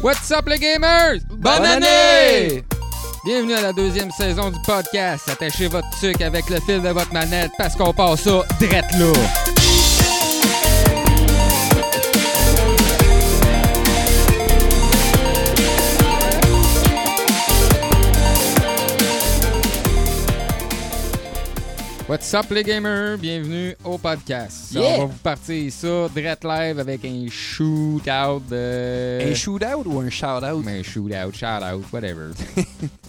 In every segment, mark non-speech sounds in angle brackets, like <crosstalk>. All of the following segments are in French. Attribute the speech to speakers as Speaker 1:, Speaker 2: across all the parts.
Speaker 1: What's up les gamers? Bonne, année! Bienvenue à la deuxième saison du podcast. Attachez votre tuc avec le fil de votre manette parce qu'on passe ça drette là. What's up les gamers? Bienvenue au podcast.
Speaker 2: Yeah!
Speaker 1: On va vous partir ça drette live avec un shootout de...
Speaker 2: Un shootout ou un shout-out?
Speaker 1: <laughs> Mais shootout, shout-out,
Speaker 2: <laughs>
Speaker 1: whatever.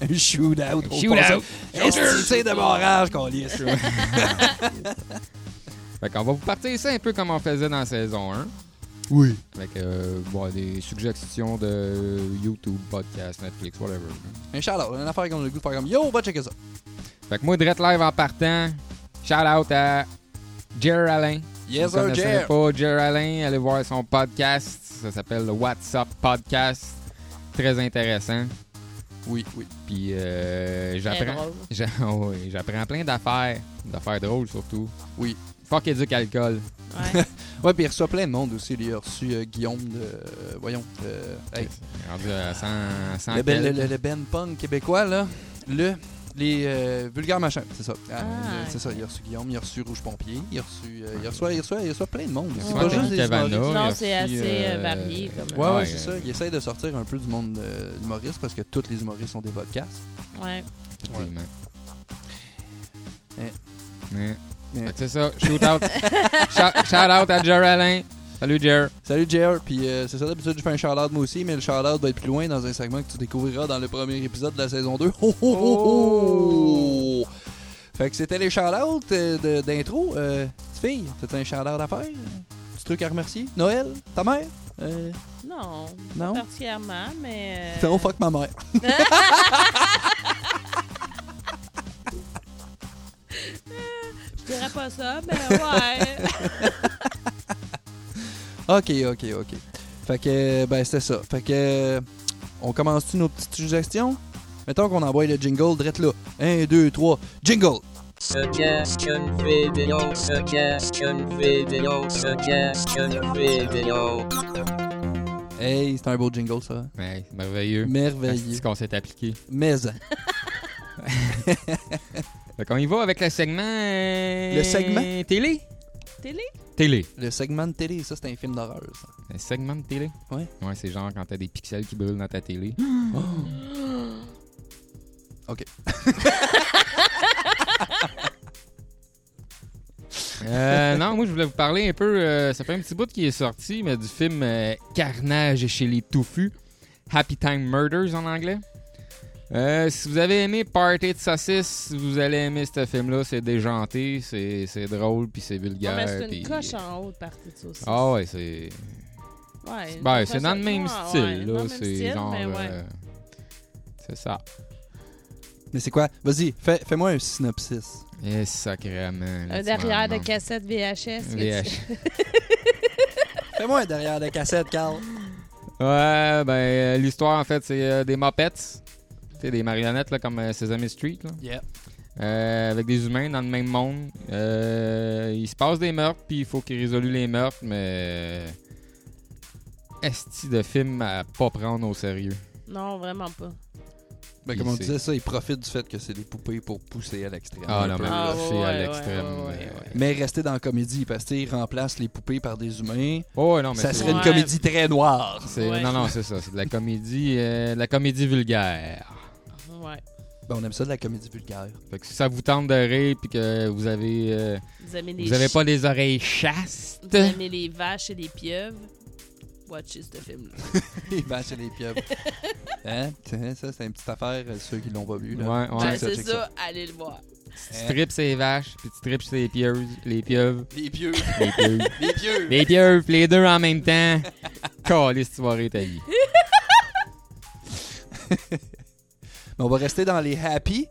Speaker 2: Un shootout. au
Speaker 1: shootout.
Speaker 2: passage. Est-ce que tu sais de barrage qu'on lit ça?
Speaker 1: fait qu'on va vous partir ça un peu comme on faisait dans saison 1.
Speaker 2: Oui.
Speaker 1: Avec euh, bon, des suggestions de YouTube, podcast, Netflix, whatever.
Speaker 2: <laughs> Un shout-out. Une affaire qu'on a le goût de faire comme Yo, va checker ça.
Speaker 1: Fait que moi, Drette Live en partant, shout-out à Jerry Alain.
Speaker 2: Yes,
Speaker 1: Vous
Speaker 2: sir,
Speaker 1: connaissez
Speaker 2: Jer.
Speaker 1: pas Jerry Alain, allez voir son podcast. Ça s'appelle le WhatsApp Podcast. Très intéressant.
Speaker 2: Oui, oui.
Speaker 1: Puis euh,
Speaker 3: Très
Speaker 1: j'apprends...
Speaker 3: drôle.
Speaker 1: J'a- <laughs> oui, J'apprends plein d'affaires. D'affaires drôles, surtout.
Speaker 2: Oui.
Speaker 1: Fuck éduque alcool.
Speaker 2: <laughs>
Speaker 3: Ouais.
Speaker 2: Ouais, puis il reçoit plein de monde aussi. lui. Il a reçu euh, Guillaume de. euh, voyons. euh, hey,
Speaker 1: Rendu à 100... 100
Speaker 2: le, ben,
Speaker 1: quelques.
Speaker 2: le, le- le Ben Punk québécois, là. Le. Les euh, vulgaires machins, c'est ça. Ah,
Speaker 3: Ah,
Speaker 2: le- c'est ça. Il a reçu Guillaume, il a reçu Rouge Pompier, il a reçu. euh, il, reçoit, il, reçoit, il reçoit plein de monde.
Speaker 3: Il
Speaker 2: C'est
Speaker 3: reçoit
Speaker 2: pas
Speaker 3: Anthony
Speaker 2: juste des
Speaker 1: Cavana.
Speaker 2: humoristes.
Speaker 1: il
Speaker 3: Non,
Speaker 1: a
Speaker 3: c'est
Speaker 1: reçu,
Speaker 3: assez euh,
Speaker 1: euh,
Speaker 3: varié. Comme,
Speaker 2: Ouais,
Speaker 1: Ouais,
Speaker 2: ouais,
Speaker 1: euh,
Speaker 2: c'est ça. Il essaie de sortir un peu du monde euh, humoriste parce que tous les humoristes sont des podcasts.
Speaker 3: ouais.
Speaker 1: Effectivement.
Speaker 2: Eh.
Speaker 1: Eh.
Speaker 2: Eh.
Speaker 1: Fait que C'est ça. Shoot out.
Speaker 2: <laughs>
Speaker 1: shout, shout out à Jer Alain. Salut Jer.
Speaker 2: Salut JR, puis euh, c'est ça d'habitude, je fais un shout-out moi aussi, mais le shout-out va être plus loin dans un segment que tu découvriras dans le premier épisode de la saison Oh, 2. Ho, ho, ho, ho. oh! Fait que c'était les shout-outs euh, de- d'intro. Euh, petite fille, t'as un shout-out à faire? Petit truc à remercier? Noël? Ta mère? Euh,
Speaker 3: Non,
Speaker 2: non?
Speaker 3: pas particulièrement, mais. euh,
Speaker 2: Fais au fuck ma mère.
Speaker 3: Je dirais pas ça, mais
Speaker 2: <laughs>
Speaker 3: ouais.
Speaker 2: Ok, ok, ok. Fait que, euh, ben, c'était ça. Fait que, euh, on commence-tu nos petites suggestions? Mettons qu'on envoie le jingle drette là. 1, 2, 3, jingle!
Speaker 4: Suggestion video, suggestion video, suggestion video.
Speaker 2: Hey, c'est un beau jingle, ça.
Speaker 1: Ouais, merveilleux.
Speaker 2: Merveilleux.
Speaker 1: C'est qu'on s'est appliqué.
Speaker 2: Mais,
Speaker 1: Fait qu'on y va avec le segment. euh,
Speaker 2: Le segment?
Speaker 1: Télé.
Speaker 3: Télé?
Speaker 1: Télé.
Speaker 2: le segment de télé, ça, c'est un film d'horreur, ça.
Speaker 1: Un segment de télé?
Speaker 2: Ouais.
Speaker 1: Ouais, c'est genre quand t'as des pixels qui brûlent dans ta télé.
Speaker 2: Ok.
Speaker 1: <laughs> Euh, non, moi je voulais vous parler un peu. euh, ça fait un petit bout qui est sorti, mais du film euh, Carnage chez les touffus, Happy Time Murders en anglais. Euh, si vous avez aimé Party de saucisse, vous allez aimer ce film-là. C'est déjanté, c'est c'est drôle, puis c'est
Speaker 3: Non,
Speaker 1: vulgaire.
Speaker 3: mais c'est
Speaker 1: puis-
Speaker 3: une coche en haut de partie de saucisse.
Speaker 1: Ah ouais, c'est.
Speaker 3: Ouais, une
Speaker 1: Ben,
Speaker 3: coche
Speaker 1: c'est dans le
Speaker 3: en-
Speaker 1: même
Speaker 3: ouais,
Speaker 1: style, là.
Speaker 3: dans le même style,
Speaker 1: C'est genre.
Speaker 3: mais ouais.
Speaker 1: euh, C'est ça.
Speaker 2: Mais c'est quoi? Vas-y, fais- fais-moi un synopsis.
Speaker 1: Et Eh, sacrément. là,
Speaker 3: Un
Speaker 1: tu
Speaker 3: derrière
Speaker 1: m'en
Speaker 3: de cassette VHS. là,
Speaker 1: VH.
Speaker 3: tu-
Speaker 2: Fais-moi un derrière la cassette, Carl.
Speaker 1: <laughs> Ouais, ben, euh, l'histoire, en fait, c'est euh, des mopettes. Tu sais, des marionnettes, là, comme euh, Sesame Street, là.
Speaker 2: Yeah.
Speaker 1: Euh, avec des humains dans le même monde. Euh, il se passe des meurtres, puis il faut qu'ils résolvent les meurtres, mais. euh, Esti de film à pas prendre au sérieux.
Speaker 3: Non, vraiment pas.
Speaker 2: Ben, comme on
Speaker 1: Il sait.
Speaker 2: disait ça, il profite du fait que c'est des poupées pour pousser à l'extrême.
Speaker 1: Ah
Speaker 2: Un
Speaker 1: non,
Speaker 2: peu,
Speaker 1: mais
Speaker 2: là.
Speaker 3: Ah,
Speaker 1: c'est
Speaker 3: ouais,
Speaker 1: à
Speaker 3: ouais,
Speaker 1: l'extrême.
Speaker 3: ouais, ouais,
Speaker 1: euh,
Speaker 3: ouais.
Speaker 2: Mais rester dans la comédie, parce qu'ils remplacent les poupées par des humains,
Speaker 1: Oh, non, mais
Speaker 2: ça
Speaker 1: c'est-
Speaker 2: serait une
Speaker 3: Ouais.
Speaker 2: comédie très noire.
Speaker 1: c'est-
Speaker 3: Ouais.
Speaker 1: Non, non, c'est ça. C'est de la comédie, euh, de la comédie vulgaire.
Speaker 3: Ouais.
Speaker 2: Ben, on aime ça de la comédie vulgaire. <laughs>
Speaker 1: Fait que si ça vous tente de rire puis que vous avez euh,
Speaker 3: Vous aimez les,
Speaker 1: vous avez
Speaker 3: chi-
Speaker 1: pas les oreilles chastes,
Speaker 3: vous aimez les vaches et les pieuvres. Watchez ce film-là.
Speaker 2: Les vaches et les pieuvres. <laughs> hein? Tiens, Ça, c'est une petite affaire, euh, ceux qui l'ont pas vu. Là.
Speaker 1: Ouais, ouais.
Speaker 3: Ben,
Speaker 2: Check ça,
Speaker 3: c'est
Speaker 2: check
Speaker 3: ça, allez le voir.
Speaker 1: tu tripes ses vaches puis tu tripes ses pieuvres, les pieuvres,
Speaker 2: Les pieux.
Speaker 1: les pieuvres, <laughs>
Speaker 2: Les pieux.
Speaker 1: les pieuvres, les deux en même temps.
Speaker 3: <laughs>
Speaker 1: Calisse, tu vas rire ta vie.
Speaker 2: Mais on va rester dans les happy.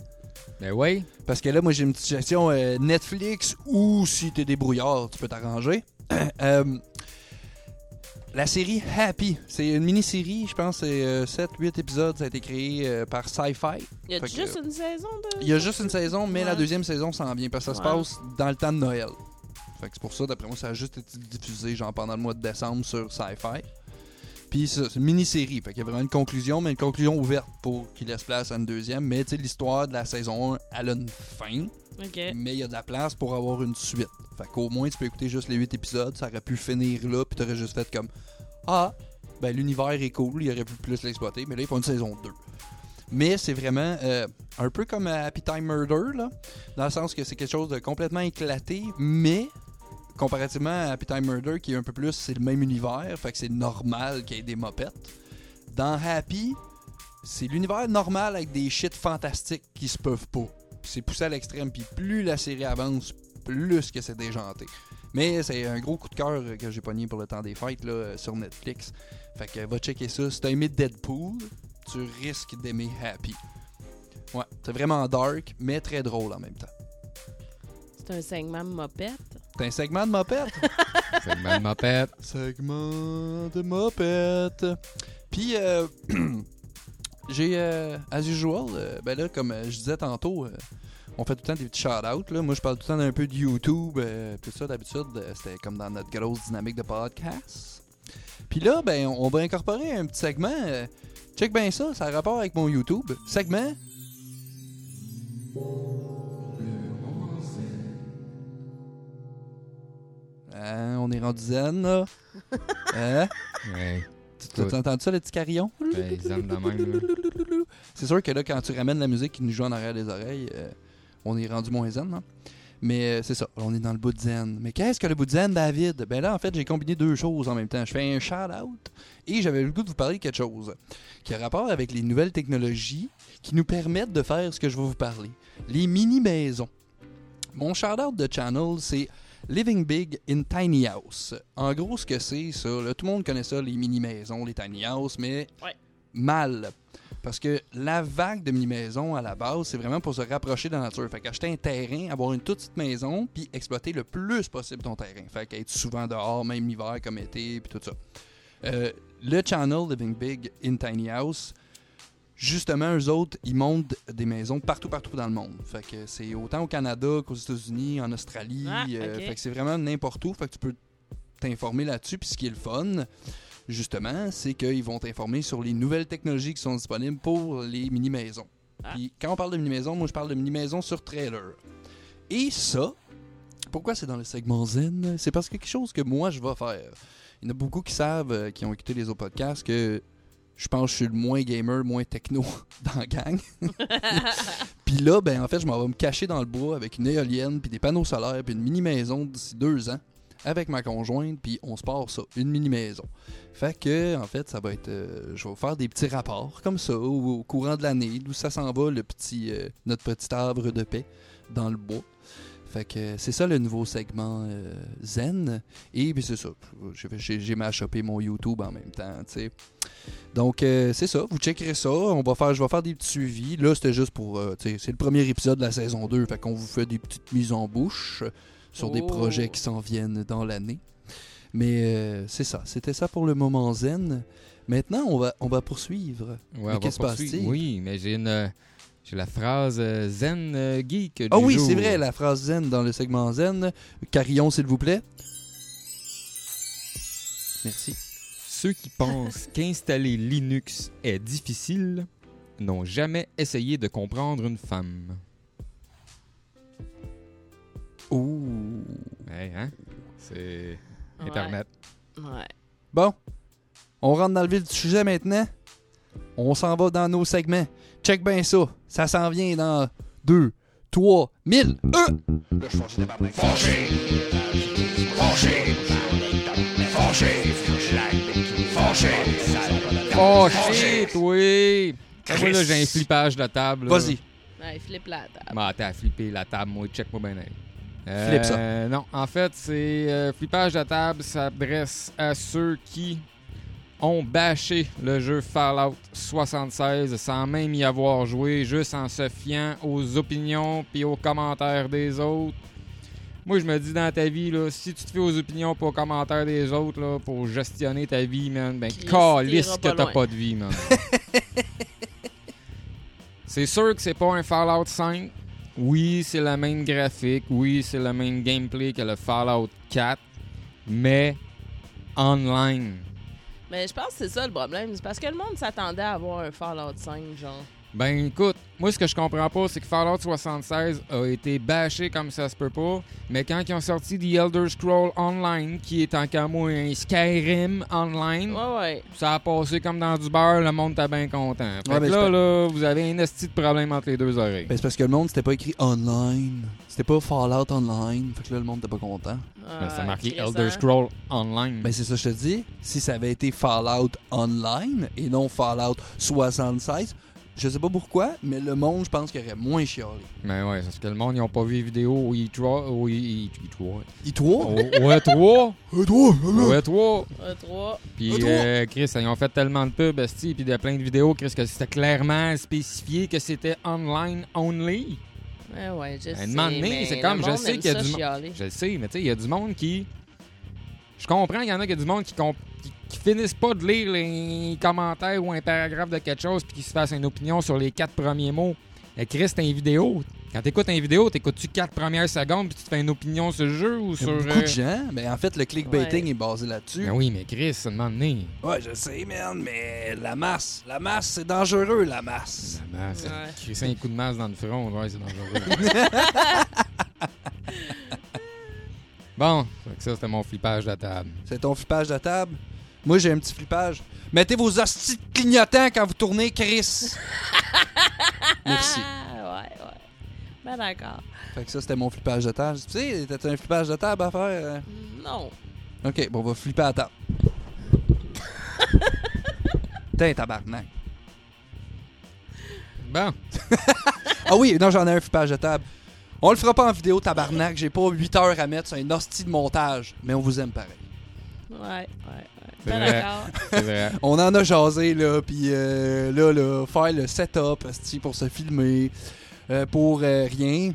Speaker 1: Ben oui.
Speaker 2: Parce que là, moi, j'ai une petite suggestion euh, Netflix ou si t'es débrouillard, tu peux t'arranger. <clears throat> Euh, la série Happy, c'est une mini-série, je pense, c'est 7-8 épisodes, ça a été créé euh, par Sci-Fi.
Speaker 3: Y
Speaker 2: Fait
Speaker 3: a
Speaker 2: que-
Speaker 3: juste une saison de.
Speaker 2: Il y a juste une saison, mais la
Speaker 3: Ouais.
Speaker 2: deuxième saison s'en vient parce que ça se
Speaker 3: Ouais.
Speaker 2: passe dans le temps de Noël. Fait que c'est pour ça, d'après moi, ça a juste été diffusé genre pendant le mois de décembre sur Sci-Fi. Puis ça, c'est une mini-série. Fait qu'il y a vraiment une conclusion, mais une conclusion ouverte pour qu'il laisse place à une deuxième. Mais tu sais, l'histoire de la saison 1, elle a une fin,
Speaker 3: OK.
Speaker 2: mais il y a de la place pour avoir une suite. Fait qu'au moins, tu peux écouter juste les 8 épisodes. Ça aurait pu finir là, puis t'aurais juste fait comme Ah, ben l'univers est cool, il aurait pu plus l'exploiter. Mais là, ils font une saison 2. Mais c'est vraiment euh, un peu comme à Happy Time Murder, là, dans le sens que c'est quelque chose de complètement éclaté, mais comparativement à Happy Time Murder, qui est un peu plus, c'est le même univers, fait que c'est normal qu'il y ait des mopettes. Dans Happy, c'est l'univers normal avec des shit fantastiques qui se peuvent pas. C'est poussé à l'extrême, puis plus la série avance, plus que c'est déjanté. Mais c'est un gros coup de cœur que j'ai pogné pour le temps des fêtes là, euh, sur Netflix. Fait que va checker ça. Si t'as aimé Deadpool, tu risques d'aimer Happy. Ouais, c'est vraiment dark, mais très drôle en même temps.
Speaker 3: C'est un segment mopette.
Speaker 2: C'est un segment de mopette.
Speaker 1: C'est une bonne mopette.
Speaker 2: segment de mopette. Puis, euh, <clears throat> j'ai, euh, as usual, euh, ben là, comme euh, je disais tantôt, euh, on fait tout le temps des petits shout-outs. là. Moi, je parle tout le temps d'un peu de YouTube. euh, puis ça, d'habitude, euh, c'était comme dans notre grosse dynamique de podcast. Puis là, ben, on va incorporer un petit segment. euh, check bien ça, ça a rapport avec mon YouTube. Segment. Hein, on est rendu zen, là. Hein?
Speaker 1: Ouais.
Speaker 2: Tu as entendu ça, le petit carillon?
Speaker 1: Ben, ils aiment de même, là.
Speaker 2: <laughs> C'est sûr que là, quand tu ramènes la musique qui nous joue en arrière des oreilles, euh, on est rendu moins zen, non? Mais euh, c'est ça, on est dans le bout de zen. Mais qu'est-ce que le bout de zen, David? Ben là, en fait, j'ai combiné deux choses en même temps. Je fais un shout-out et j'avais le goût de vous parler de quelque chose qui a rapport avec les nouvelles technologies qui nous permettent de faire ce que je vais vous parler. Les mini-maisons. Mon shout-out de channel, c'est Living Big in Tiny House. En gros, ce que c'est, ça, là, tout le monde connaît ça, les mini-maisons, les tiny house, mais
Speaker 3: Ouais.
Speaker 2: mal. Parce que la vague de mini-maisons, à la base, c'est vraiment pour se rapprocher de la nature. Fait qu'acheter un terrain, avoir une toute petite maison, puis exploiter le plus possible ton terrain. Fait qu'être souvent dehors, même l'hiver comme été, puis tout ça. Euh, le channel Living Big in Tiny House, justement, eux autres, ils montent des maisons partout, partout dans le monde. Fait que c'est autant au Canada qu'aux États-Unis, en Australie.
Speaker 3: Ah,
Speaker 2: euh,
Speaker 3: ok.
Speaker 2: fait que c'est vraiment n'importe où. Fait que tu peux t'informer là-dessus. Puis ce qui est le fun, justement, c'est qu'ils vont t'informer sur les nouvelles technologies qui sont disponibles pour les mini-maisons.
Speaker 3: Ah.
Speaker 2: Puis quand on parle de mini-maisons, moi je parle de mini-maisons sur trailer. Et ça, pourquoi c'est dans le segment zen? C'est parce que quelque chose que moi je vais faire. Il y en a beaucoup qui savent, euh, qui ont écouté les autres podcasts, que je pense que je suis le moins gamer, moins techno <laughs> dans la gang. puis là, ben en fait, je m'en vais me cacher dans le bois avec une éolienne, puis des panneaux solaires, puis une mini-maison d'ici deux ans avec ma conjointe, puis on se part ça, une mini-maison. Fait que, en fait, ça va être... euh, je vais faire des petits rapports comme ça, au, au courant de l'année, d'où ça s'en va, le petit, euh, notre petit arbre de paix dans le bois. Fait que euh, c'est ça le nouveau segment euh, zen. Et puis c'est ça, j'ai- j'ai j'ai mâchopé mon YouTube en même temps, tu sais. Donc euh, c'est ça, vous checkerez ça, on va faire, je vais faire des petits suivis. Là c'était juste pour, euh, tu sais, c'est le premier épisode de la saison 2, fait qu'on vous fait des petites mises en bouche sur des
Speaker 3: Oh.
Speaker 2: projets qui s'en viennent dans l'année. Mais euh, c'est ça, c'était ça pour le moment zen. Maintenant on va, on va poursuivre.
Speaker 1: Ouais,
Speaker 2: Mais
Speaker 1: on va
Speaker 2: qu'est-ce qui se
Speaker 1: poursuivre.
Speaker 2: passe-t-il?
Speaker 1: Oui, mais j'ai une. euh, J'ai la phrase euh, zen euh, geek. du
Speaker 2: Ah oui,
Speaker 1: jour.
Speaker 2: c'est vrai, la phrase zen dans le segment zen. Carillon s'il vous plaît. Merci.
Speaker 1: Ceux qui pensent qu'installer Linux est difficile n'ont jamais essayé de comprendre une femme.
Speaker 2: Ouh.
Speaker 1: Ouais, hein? C'est
Speaker 3: Ouais.
Speaker 1: Internet.
Speaker 3: Ouais.
Speaker 2: Bon, on rentre dans le vif du sujet maintenant. On s'en va dans nos segments. Check bien ça. Ça s'en vient dans 2, 3, 1000.
Speaker 1: Oh shit, oui! Ah, Moi, là, j'ai un flippage de la table. là.
Speaker 2: Vas-y.
Speaker 3: Ouais, Philippe la table.
Speaker 1: Bah, t'as flippé la table, moi. Check-moi bien. là. Euh,
Speaker 2: Flippe
Speaker 1: Non, en fait, c'est euh, flippage de la table s'adresse à ceux qui ont bâché le jeu Fallout 76 sans même y avoir joué, juste en se fiant aux opinions puis aux commentaires des autres. Moi, je me dis dans ta vie, là, si tu te fais aux opinions pour aux commentaires des autres là, pour gestionner ta vie, man, ben,
Speaker 3: Christ,
Speaker 1: calisse
Speaker 3: t'iras
Speaker 1: que
Speaker 3: pas
Speaker 1: t'as
Speaker 3: loin.
Speaker 1: pas de vie,
Speaker 3: <laughs>
Speaker 1: man. c'est sûr que c'est pas un Fallout 5. Oui, c'est la même graphique. Oui, c'est le même gameplay que le Fallout 4. Mais online.
Speaker 3: Mais je pense que c'est ça le problème. C'est parce que le monde s'attendait à avoir un Fallout 5, genre.
Speaker 1: Ben écoute, moi ce que je comprends pas, c'est que Fallout 76 a été bâché comme ça se peut pas, mais quand ils ont sorti The Elder Scroll Online, qui est en qu'à moi un Skyrim Online,
Speaker 3: Ouais, ouais.
Speaker 1: ça a passé comme dans du beurre, le monde t'a bien content. Fait
Speaker 2: Ouais,
Speaker 1: que
Speaker 2: ben,
Speaker 1: là,
Speaker 2: c'est-
Speaker 1: là, vous avez un esti de problème entre les deux oreilles.
Speaker 2: Ben, c'est parce que le monde, c'était pas écrit online. C'était pas Fallout Online. Fait que là, le monde était pas content.
Speaker 1: Ben, c'est
Speaker 3: Ah,
Speaker 1: marqué
Speaker 3: Chris,
Speaker 1: Elder
Speaker 3: hein.
Speaker 1: Scroll Online.
Speaker 2: Ben, c'est ça, que je te dis. Si ça avait été Fallout Online et non Fallout 76, je sais pas pourquoi, mais le monde, je pense qu'il aurait moins chialé.
Speaker 1: Mais Ben ouais, c'est parce que le monde, ils ont pas vu les vidéos au E3. Au E- E3.
Speaker 2: Et
Speaker 1: Au-
Speaker 2: toi?
Speaker 1: au <laughs> E3.
Speaker 2: Et toi? Ah,
Speaker 1: Au E3.
Speaker 3: Un 3.
Speaker 1: Puis
Speaker 2: Un tour.
Speaker 1: euh, Chris, ils ont fait tellement de pubs, esti, puis de plein de vidéos, Chris, que c'était clairement spécifié que c'était online only.
Speaker 3: Ouais, ouais, je sais.
Speaker 1: Un moment donné,
Speaker 3: mais
Speaker 1: c'est comme,
Speaker 3: le
Speaker 1: je
Speaker 3: monde
Speaker 1: sais
Speaker 3: aime
Speaker 1: qu'il y a
Speaker 3: ça
Speaker 1: du mo-
Speaker 3: chialer.
Speaker 1: Je le sais, mais tu sais, il y a du monde qui. Je comprends qu'il y en a qui a du monde qui, comp- qui, qui finissent pas de lire les commentaires ou un paragraphe de quelque chose puis qui se fassent une opinion sur les quatre premiers mots. Mais Chris, c'est une vidéo. Quand t'écoutes une vidéo, t'écoutes-tu quatre premières secondes puis tu te fais une opinion sur le jeu ou
Speaker 2: Il y
Speaker 1: sur.
Speaker 2: a beaucoup
Speaker 1: euh,
Speaker 2: de gens. Mais en fait, le clickbaiting est basé là-dessus.
Speaker 1: Ben oui, mais Chris, à un moment donné.
Speaker 2: Ouais, je sais, man, mais la masse, la masse, c'est dangereux, la masse.
Speaker 1: la masse,
Speaker 3: Ouais.
Speaker 1: Chris, un coup de masse dans le front, ouais, c'est dangereux. bon, fait que ça, c'était mon flippage de la table.
Speaker 2: C'est ton flippage de table? Moi, j'ai un petit flippage. Mettez vos hosties de clignotants quand vous tournez, Chris. Merci.
Speaker 3: Ah, ouais, ouais. Ben, d'accord.
Speaker 2: Fait que ça, c'était mon flippage de table. Tu sais, t'as un flippage de table à faire? hein?
Speaker 3: Non.
Speaker 2: OK, bon, on va flipper à la table. Putain, tabarnak.
Speaker 1: Bon.
Speaker 2: Ah oui, non, j'en ai un flippage de table. On le fera pas en vidéo, tabarnak. J'ai pas 8 heures à mettre sur un hostie de montage, mais on vous aime pareil.
Speaker 3: Ouais, ouais, ouais.
Speaker 1: C'est
Speaker 3: Ben,
Speaker 1: vrai.
Speaker 3: d'accord.
Speaker 1: C'est vrai.
Speaker 2: On en a jasé, là, puis euh, là, là, faire le setup esti, pour se filmer, euh, pour euh, rien.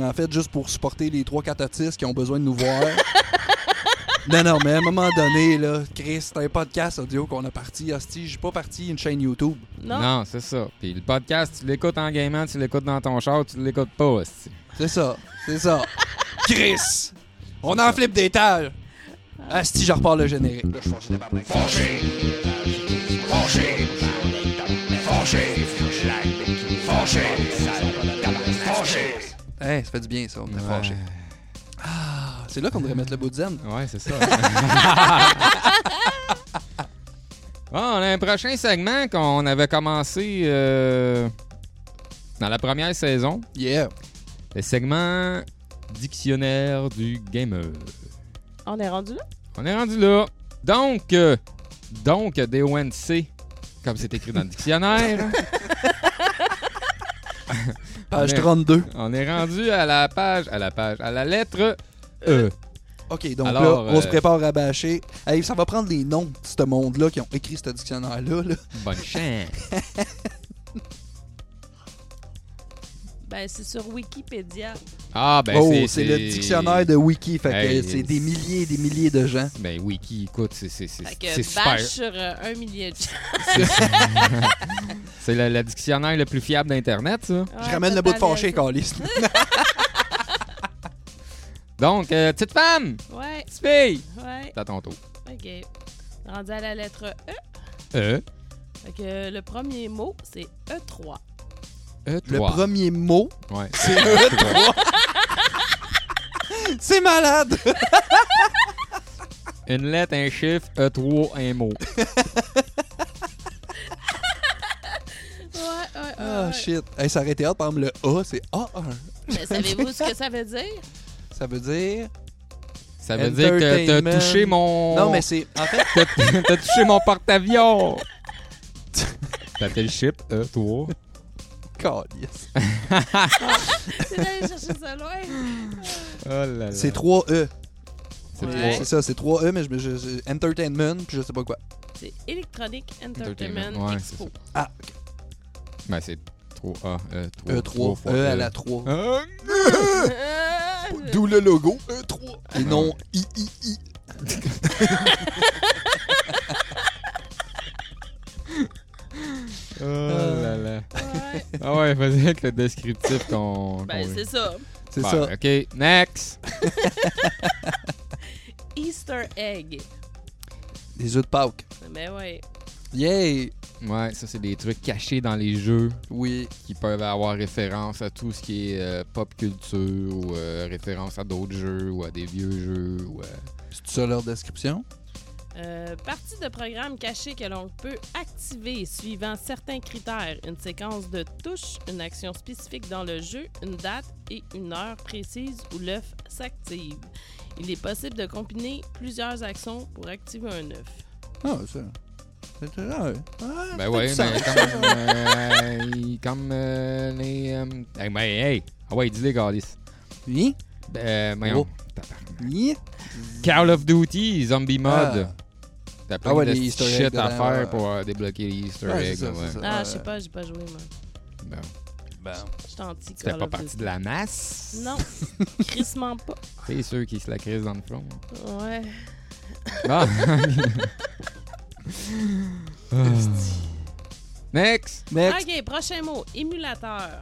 Speaker 2: En fait, juste pour supporter les 3-4 autistes qui ont besoin de nous voir. non, non, mais à un moment donné, là, Chris, c'est un podcast audio qu'on a parti, hostie. J'ai pas parti une chaîne YouTube.
Speaker 3: Non.
Speaker 1: Non, c'est ça. Puis le podcast, tu l'écoutes en gamant, tu l'écoutes dans ton char, tu l'écoutes pas. hostie.
Speaker 2: C'est ça, c'est ça. Chris! On en flippe des tables! Asti, je repars le générique. Là, je fonce, tabarnak.
Speaker 5: Fâché, fâché, fâché, fâché, fâché.
Speaker 2: Hey, ça fait du bien, ça. On est fâché. Ah, c'est là qu'on devrait mettre le bout de zen.
Speaker 1: Ouais, c'est ça. Bon, on a un prochain segment qu'on avait commencé euh, dans la première saison.
Speaker 2: Yeah.
Speaker 1: Le segment Dictionnaire du Gamer.
Speaker 3: On est rendu là?
Speaker 1: On est rendu là. Donc, euh, donc, D-O-N-C, comme c'est écrit dans le <laughs> dictionnaire.
Speaker 2: Page
Speaker 1: Mais-
Speaker 2: 32.
Speaker 1: on est rendu à la page, à la page, à la lettre E.
Speaker 2: OK, donc
Speaker 1: Alors,
Speaker 2: là, on
Speaker 1: euh,
Speaker 2: se prépare à bâcher. Hey, ça va prendre les noms de ce monde-là qui ont écrit ce dictionnaire-là. là.
Speaker 1: Bonne chance.
Speaker 3: Ben, c'est sur Wikipédia.
Speaker 1: Ah, ben
Speaker 2: oh,
Speaker 1: c'est...
Speaker 2: c'est le dictionnaire de Wiki. Fait que
Speaker 1: Hey,
Speaker 2: c'est des milliers et des milliers de gens.
Speaker 1: Ben oui, qui écoute, c'est c'est- c'est-
Speaker 3: Fait
Speaker 1: c'est
Speaker 3: que
Speaker 1: super.
Speaker 3: bâche sur euh, un millier de gens.
Speaker 1: C'est le, le dictionnaire le plus fiable d'Internet, ça.
Speaker 2: Je ramène le bout de fâché,
Speaker 3: quand
Speaker 2: Calis.
Speaker 1: Donc, euh, petite femme,
Speaker 3: Ouais,
Speaker 1: petite fille,
Speaker 3: ouais.
Speaker 1: c'est à ton tour.
Speaker 3: OK. Rendu à la lettre E.
Speaker 1: E,
Speaker 3: Fait que le premier mot, c'est E3.
Speaker 1: E,
Speaker 2: Le
Speaker 1: trois.
Speaker 2: premier mot,
Speaker 1: <laughs> Ouais.
Speaker 2: c'est
Speaker 1: E
Speaker 2: E3. c'est malade!
Speaker 1: Une lettre, un chiffre, E3, un mot.
Speaker 3: Ouais, ouais, ouais.
Speaker 2: Ah,
Speaker 3: ouais.
Speaker 2: shit. Hey, ça aurait été hot. Par exemple, le A, c'est A1.
Speaker 3: Mais savez-vous ce que ça veut dire?
Speaker 2: Ça veut dire...
Speaker 1: Ça veut dire que
Speaker 2: Entertainment.
Speaker 1: t'as touché mon...
Speaker 2: Non, mais c'est... En fait, <laughs>
Speaker 1: T'as <laughs> t'as touché mon porte-avions. Oh T'appelles chip, E3.
Speaker 2: Calis.
Speaker 1: Euh.
Speaker 3: C'est d'aller chercher ça loin.
Speaker 1: Oh là là.
Speaker 2: C'est 3E.
Speaker 1: C'est
Speaker 3: Ouais.
Speaker 1: trois.
Speaker 2: C'est ça, c'est 3E, mais je, je- je- entertainment, puis je sais pas quoi.
Speaker 3: C'est Electronic Entertainment,
Speaker 1: Entertainment, ouais,
Speaker 3: Expo.
Speaker 2: Ah,
Speaker 1: Ben, c'est 3A, E3.
Speaker 2: E3.
Speaker 1: fois
Speaker 2: E à la 3.
Speaker 1: Ah,
Speaker 3: Euh,
Speaker 2: D'où le logo E3. Et non
Speaker 1: Ouais.
Speaker 2: III.
Speaker 1: Oh là là.
Speaker 3: <laughs> ouais.
Speaker 1: <laughs> Ah ouais, vas-y avec le descriptif qu'on.
Speaker 3: Ben,
Speaker 1: qu'on-
Speaker 3: c'est ça.
Speaker 2: C'est
Speaker 1: Bon,
Speaker 2: ça.
Speaker 1: Ok, next.
Speaker 3: Easter egg.
Speaker 2: Les œufs de Pâques.
Speaker 3: Mais Ben, ouais.
Speaker 2: Yay!
Speaker 1: Ouais, ça, c'est des trucs cachés dans les jeux
Speaker 2: Oui.
Speaker 1: qui peuvent avoir référence à tout ce qui est euh, pop culture ou euh, référence à d'autres jeux ou à des vieux jeux. Ou, euh,
Speaker 2: C'est ça leur description?
Speaker 3: Euh, partie de programme caché que l'on peut activer suivant certains critères. Une séquence de touches, une action spécifique dans le jeu, une date et une heure précise où l'œuf s'active. Il est possible de combiner plusieurs actions pour activer un œuf.
Speaker 2: Ah, ça. C'est- c'est- ah, ouais. Ah,
Speaker 1: Ben
Speaker 2: c'est
Speaker 1: ouais,
Speaker 2: du sens. <laughs>
Speaker 1: mais comme, euh, comme euh, les... euh, hey, ben, hey! Ah ouais, dis-les, Galis.
Speaker 2: Hein?
Speaker 1: Ben, voyons.
Speaker 2: Oh. Hein?
Speaker 1: Call of Duty, Zombie
Speaker 2: Ah.
Speaker 1: Mod. T'as plein
Speaker 2: Ah ouais,
Speaker 1: de
Speaker 2: les
Speaker 1: petites
Speaker 2: Easter eggs
Speaker 1: shit à
Speaker 2: dedans,
Speaker 1: faire
Speaker 2: ouais.
Speaker 1: pour euh, débloquer les Easter
Speaker 2: Ouais, c'est
Speaker 1: eggs.
Speaker 2: ça, c'est
Speaker 1: ouais.
Speaker 2: ça.
Speaker 3: Ah,
Speaker 2: Ouais.
Speaker 3: je sais pas, j'ai pas joué, moi.
Speaker 1: Bon. Ben.
Speaker 3: Je suis anti
Speaker 1: C'était
Speaker 3: Call
Speaker 1: pas
Speaker 3: of
Speaker 1: parti
Speaker 3: Duty.
Speaker 1: de la masse.
Speaker 2: <laughs>
Speaker 3: Non, crissement pas.
Speaker 1: C'est ceux qui se la crisent dans le front.
Speaker 2: <laughs>
Speaker 3: Ouais.
Speaker 1: Ah. Ah. Next!
Speaker 2: Next.
Speaker 3: Ok, prochain mot. Émulateur.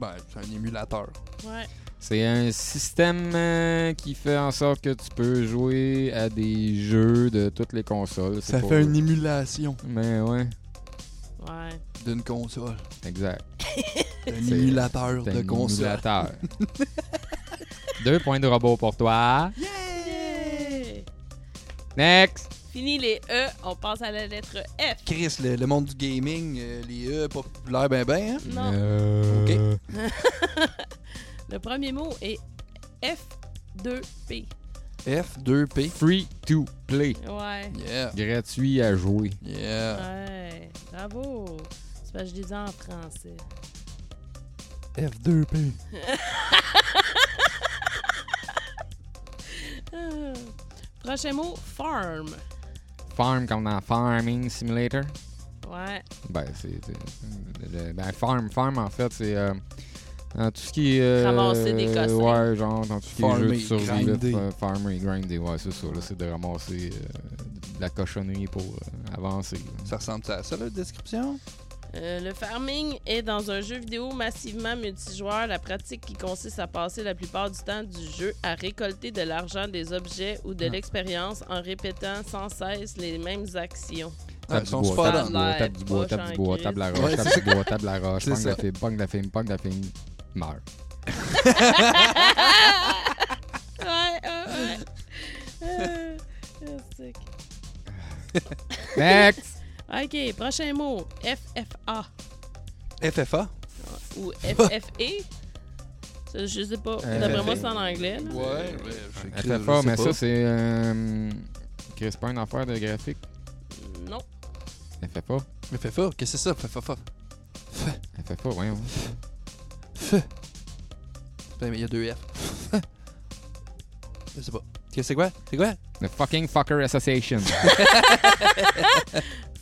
Speaker 2: Ben, c'est un émulateur.
Speaker 3: Ouais.
Speaker 1: C'est un système euh, qui fait en sorte que tu peux jouer à des jeux de toutes les consoles. c'est
Speaker 2: Ça
Speaker 1: pour-
Speaker 2: fait une émulation
Speaker 1: Mais ouais,
Speaker 3: Ouais.
Speaker 2: d'une console.
Speaker 1: exact.
Speaker 2: Un
Speaker 1: C'est-
Speaker 2: émulateur
Speaker 1: C'est
Speaker 2: de
Speaker 1: un
Speaker 2: console. <laughs>
Speaker 1: émulateur. Deux points de robot pour toi.
Speaker 3: Yay!
Speaker 1: Next!
Speaker 3: Fini les E, on passe à la lettre F.
Speaker 2: Chris, le, le monde du gaming, euh, les E, pas populaire ben ben, hein?
Speaker 3: Non.
Speaker 1: Euh,
Speaker 3: Le premier mot est F2P.
Speaker 2: hein? F2P.
Speaker 1: Free to play.
Speaker 3: Ouais.
Speaker 2: Yeah,
Speaker 1: Gratuit à jouer.
Speaker 2: yeah.
Speaker 3: Ouais. Bravo. C'est parce que je les ai en français. <laughs>
Speaker 2: F2P.
Speaker 3: Ah. Prochain mot, farm.
Speaker 1: Farm comme dans Farming Simulator.
Speaker 3: Ouais.
Speaker 1: Ben, c'est. c'est- le- Ben, farm, farm, en fait, c'est. euh, dans tout ce qui est. euh,
Speaker 3: Ramasser des cossins.
Speaker 1: Ouais, genre, dans tout ce qui est
Speaker 2: Farmer,
Speaker 1: jeu de survie, là,
Speaker 2: grinder.
Speaker 1: fa- farmer, grinder, ouais, c'est ça. Là, c'est de ramasser euh, de la cochonnerie pour euh, avancer. là.
Speaker 2: Ça ressemble à ça, la description?
Speaker 3: Euh, le farming est dans un jeu vidéo massivement multijoueur, la pratique qui consiste à passer la plupart du temps du jeu à récolter de l'argent, des objets ou de l'expérience en répétant sans cesse les mêmes actions.
Speaker 2: Ah,
Speaker 1: Tape
Speaker 2: ils
Speaker 1: du
Speaker 2: sont
Speaker 1: bois,
Speaker 2: super
Speaker 1: tape du
Speaker 3: dans-
Speaker 1: bois, tape du bois,
Speaker 3: Poche
Speaker 1: tape du
Speaker 3: en
Speaker 1: bois,
Speaker 3: crise.
Speaker 1: tape la roche,
Speaker 2: Ouais,
Speaker 1: tape du bois, tape la roche,
Speaker 2: C'est
Speaker 1: pogne la
Speaker 2: ça.
Speaker 1: fibre, pogne la fibre, pogne la fibre, meurt.
Speaker 3: <laughs> Ouais, ouais, ouais. Euh, c'est que-
Speaker 1: Next!
Speaker 3: OK, prochain mot. FFA
Speaker 2: FFA.
Speaker 3: ou FFE. Ça, Je sais pas. D'après moi, c'est en anglais. là.
Speaker 2: Ouais,
Speaker 1: FFA, mais ça, c'est. Euh, Chris, pas une affaire de graphique.
Speaker 3: Non.
Speaker 1: FFA.
Speaker 2: FFA, qu'est-ce que c'est ça? FFA.
Speaker 1: FFA, voyons.
Speaker 2: Ben, mais il y a deux F. <laughs> Je sais pas. Qu'est-ce que c'est quoi? C'est quoi?
Speaker 1: The fucking fucker association.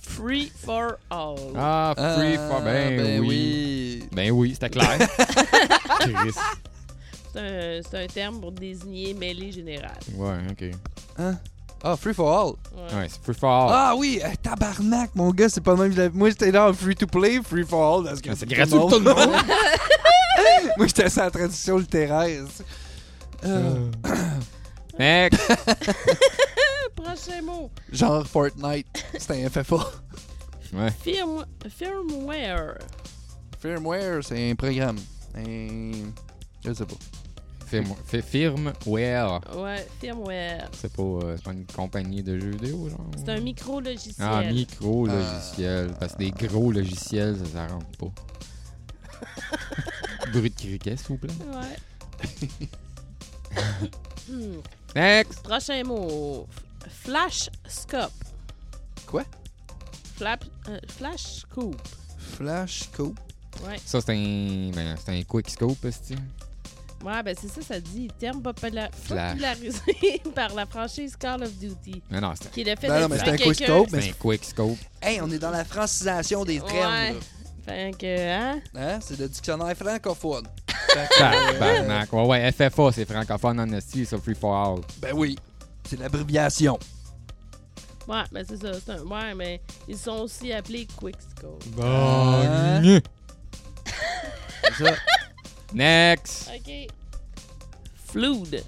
Speaker 3: Free for all.
Speaker 1: Ah, free
Speaker 2: Euh,
Speaker 1: for. Ben, oui. Ben oui, c'était <laughs> clair. Chris.
Speaker 3: C'est un- c'est un, terme pour désigner mêlée générale.
Speaker 1: Ouais, ok.
Speaker 2: Hein? Ah, free for all.
Speaker 3: Ouais.
Speaker 1: Ouais, c'est free for all.
Speaker 2: Ah oui, euh, tabarnak, mon gars, c'est pas le même. que la- Moi, j'étais là en free to play, free for all. Parce que
Speaker 1: Ah, c'est gratuit pour tout le monde.
Speaker 2: <laughs> Moi, j'étais sur la traduction littéraire. Euh,
Speaker 1: Mec, <laughs>
Speaker 3: Prochain mot.
Speaker 2: genre Fortnite, c'est un FFA.
Speaker 1: ouais.
Speaker 3: Firm- firmware.
Speaker 2: <laughs> Firmware, c'est un programme. Un. Je sais pas.
Speaker 1: Firme, fi- firmware.
Speaker 3: Ouais, firmware.
Speaker 1: C'est pas, euh, c'est pas une compagnie de jeux vidéo, genre.
Speaker 3: C'est un micro-logiciel.
Speaker 1: Ah, micro logiciel. Parce que des gros logiciels, ça, ça rentre <laughs> pas. Bruit de criquet, s'il vous plaît.
Speaker 3: Ouais. Hmm.
Speaker 1: Next!
Speaker 3: Prochain mot. F- Flash scope.
Speaker 2: Quoi?
Speaker 3: Flap, euh, flash scoop.
Speaker 2: Flash Cope.
Speaker 3: Ouais.
Speaker 1: Ça, c'est un, ben, c'est un quick scope, est
Speaker 3: Ouais, ben c'est ça, ça dit. Terme popula-
Speaker 1: Flash.
Speaker 3: popularisé <laughs> par la franchise Call of Duty.
Speaker 1: Mais non, c'est
Speaker 3: Qui est le fait
Speaker 2: Ben non,
Speaker 3: de
Speaker 2: mais
Speaker 3: tuer
Speaker 2: c'est un quick
Speaker 3: quelqu'un.
Speaker 2: scope.
Speaker 1: c'est un quick scope.
Speaker 2: Hey, on est dans la francisation des
Speaker 3: Ouais.
Speaker 2: termes,
Speaker 3: Fait que, hein?
Speaker 2: là. Hein? C'est le dictionnaire francophone.
Speaker 1: Tabarnak. Ouais, ouais, FFA, c'est francophone en esti, ça, free for all.
Speaker 2: Ben oui, c'est l'abréviation.
Speaker 3: Ouais, ben c'est ça. C'est un... Ouais, mais ils sont aussi appelés quick scope.
Speaker 2: Ah.
Speaker 1: Gne.
Speaker 2: C'est ça.
Speaker 1: Next!
Speaker 3: OK. Flood.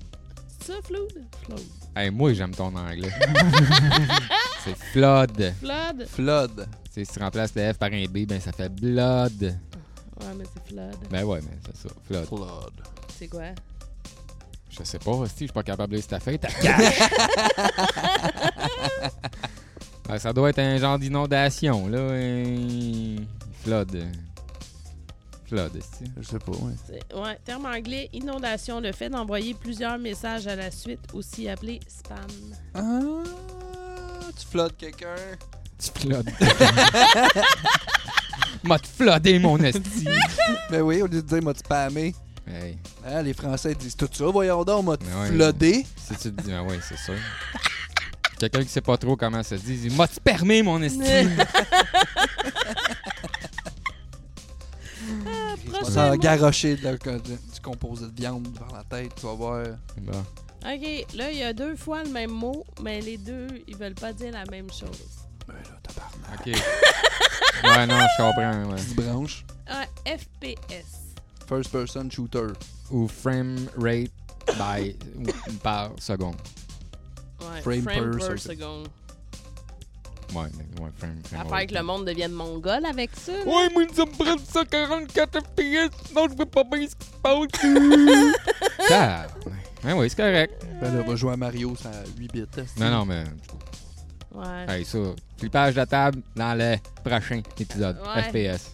Speaker 3: C'est ça, flood? Flood.
Speaker 1: Hey, moi, j'aime ton anglais. <laughs> c'est flood.
Speaker 3: Flood.
Speaker 2: Flood.
Speaker 1: Tu sais, Si tu remplaces le F par un B, ben ça fait blood.
Speaker 3: Ouais, mais c'est flood.
Speaker 1: Ben ouais, mais c'est ça. Flood.
Speaker 2: Flood.
Speaker 3: C'est quoi?
Speaker 1: Je sais pas, si je suis pas capable de lire ta fête. Ben, ça doit être un genre d'inondation, là. un Flood. Flood, esti.
Speaker 2: Je sais pas, ouais.
Speaker 3: C'est- Ouais, terme anglais, inondation, le fait d'envoyer plusieurs messages à la suite, aussi appelé spam.
Speaker 2: Ah, tu floodes quelqu'un.
Speaker 1: Tu <laughs> floodes. M'a te floodé, mon esti.
Speaker 2: Ben oui, au lieu de dire, m'a-tu spammé.
Speaker 1: hey,
Speaker 2: Hein, les Français disent tout ça, voyons donc, m'a
Speaker 1: Mais ouais.
Speaker 2: floodé.
Speaker 1: si tu te dis, ah ouais, c'est sûr. Quelqu'un qui sait pas trop comment ça se dit, il dit, m'a te permis, mon esti.
Speaker 3: Euh,
Speaker 2: On
Speaker 3: Prochain
Speaker 2: s'en
Speaker 3: mot.
Speaker 2: garocher de la- du composé de viande devant la tête, tu vas voir.
Speaker 1: Bon.
Speaker 3: OK, là, il y a deux fois le même mot, mais les deux, ils veulent pas dire la même chose.
Speaker 2: Ben là, tabarnak.
Speaker 1: OK. Ouais, non, je comprends. ouais.
Speaker 2: Petite branche.
Speaker 3: Un FPS.
Speaker 2: First person shooter.
Speaker 1: Ou frame rate by, ou par seconde.
Speaker 3: Ouais,
Speaker 2: Frame per
Speaker 3: per
Speaker 2: second.
Speaker 3: second.
Speaker 1: Ouais, mais Ah, ouais, frame,
Speaker 3: À
Speaker 1: frame
Speaker 3: faire que le monde devienne mongol avec ça. là.
Speaker 1: Ouais, moi, ça me prend 144 FPS, sinon je veux pas bien ce qui se
Speaker 3: <laughs>
Speaker 1: passe. Ah, ouais, ouais, c'est correct.
Speaker 2: Ben là, va jouer à Mario, ça a 8 bits. hein.
Speaker 1: Non,
Speaker 2: <laughs>
Speaker 1: non, mais.
Speaker 3: Ouais.
Speaker 1: Hey, ça, flippage de table dans le prochain épisode.
Speaker 3: Ouais.
Speaker 1: FPS.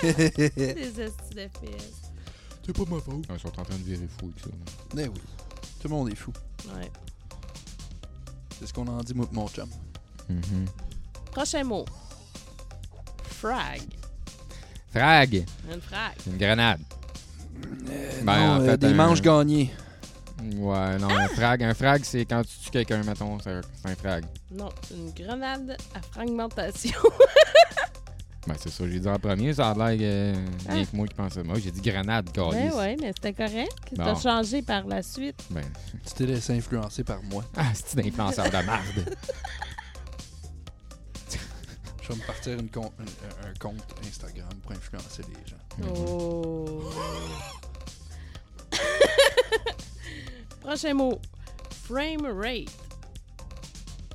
Speaker 2: C'est
Speaker 3: Des estis de FPS.
Speaker 2: pas ma faute.
Speaker 1: Ah, Ils sont en train de virer fou avec ça.
Speaker 2: Ben oui. Tout le monde est fou.
Speaker 3: Ouais.
Speaker 2: C'est ce qu'on en dit, moi, pis mon chum.
Speaker 1: Mm-hmm.
Speaker 3: Prochain mot. Frag.
Speaker 1: Frag,
Speaker 3: Une frag.
Speaker 1: une grenade. ben,
Speaker 2: Non, euh, des
Speaker 1: un-
Speaker 2: manches gagnées.
Speaker 1: Ouais, non, un frag. Un frag, c'est quand tu tues quelqu'un, mettons, c'est un c'est un frag.
Speaker 3: Non, une grenade à fragmentation. <laughs>
Speaker 1: Ben, c'est ça, j'ai dit en premier, ça a l'air euh, bien
Speaker 3: Ah.
Speaker 1: que moi qui pensais. Moi, j'ai dit grenade,
Speaker 3: ben
Speaker 1: calice.
Speaker 3: ouais, mais c'était correct.
Speaker 1: Bon.
Speaker 3: T'as changé par la suite.
Speaker 1: Ben, <laughs>
Speaker 2: Tu t'es laissé influencer par moi.
Speaker 1: ah, c'est un influenceur de
Speaker 3: <laughs>
Speaker 1: merde.
Speaker 2: Je vais me partir une con- un, un compte Instagram pour influencer les gens.
Speaker 3: Oh. <laughs> Prochain mot. Frame rate.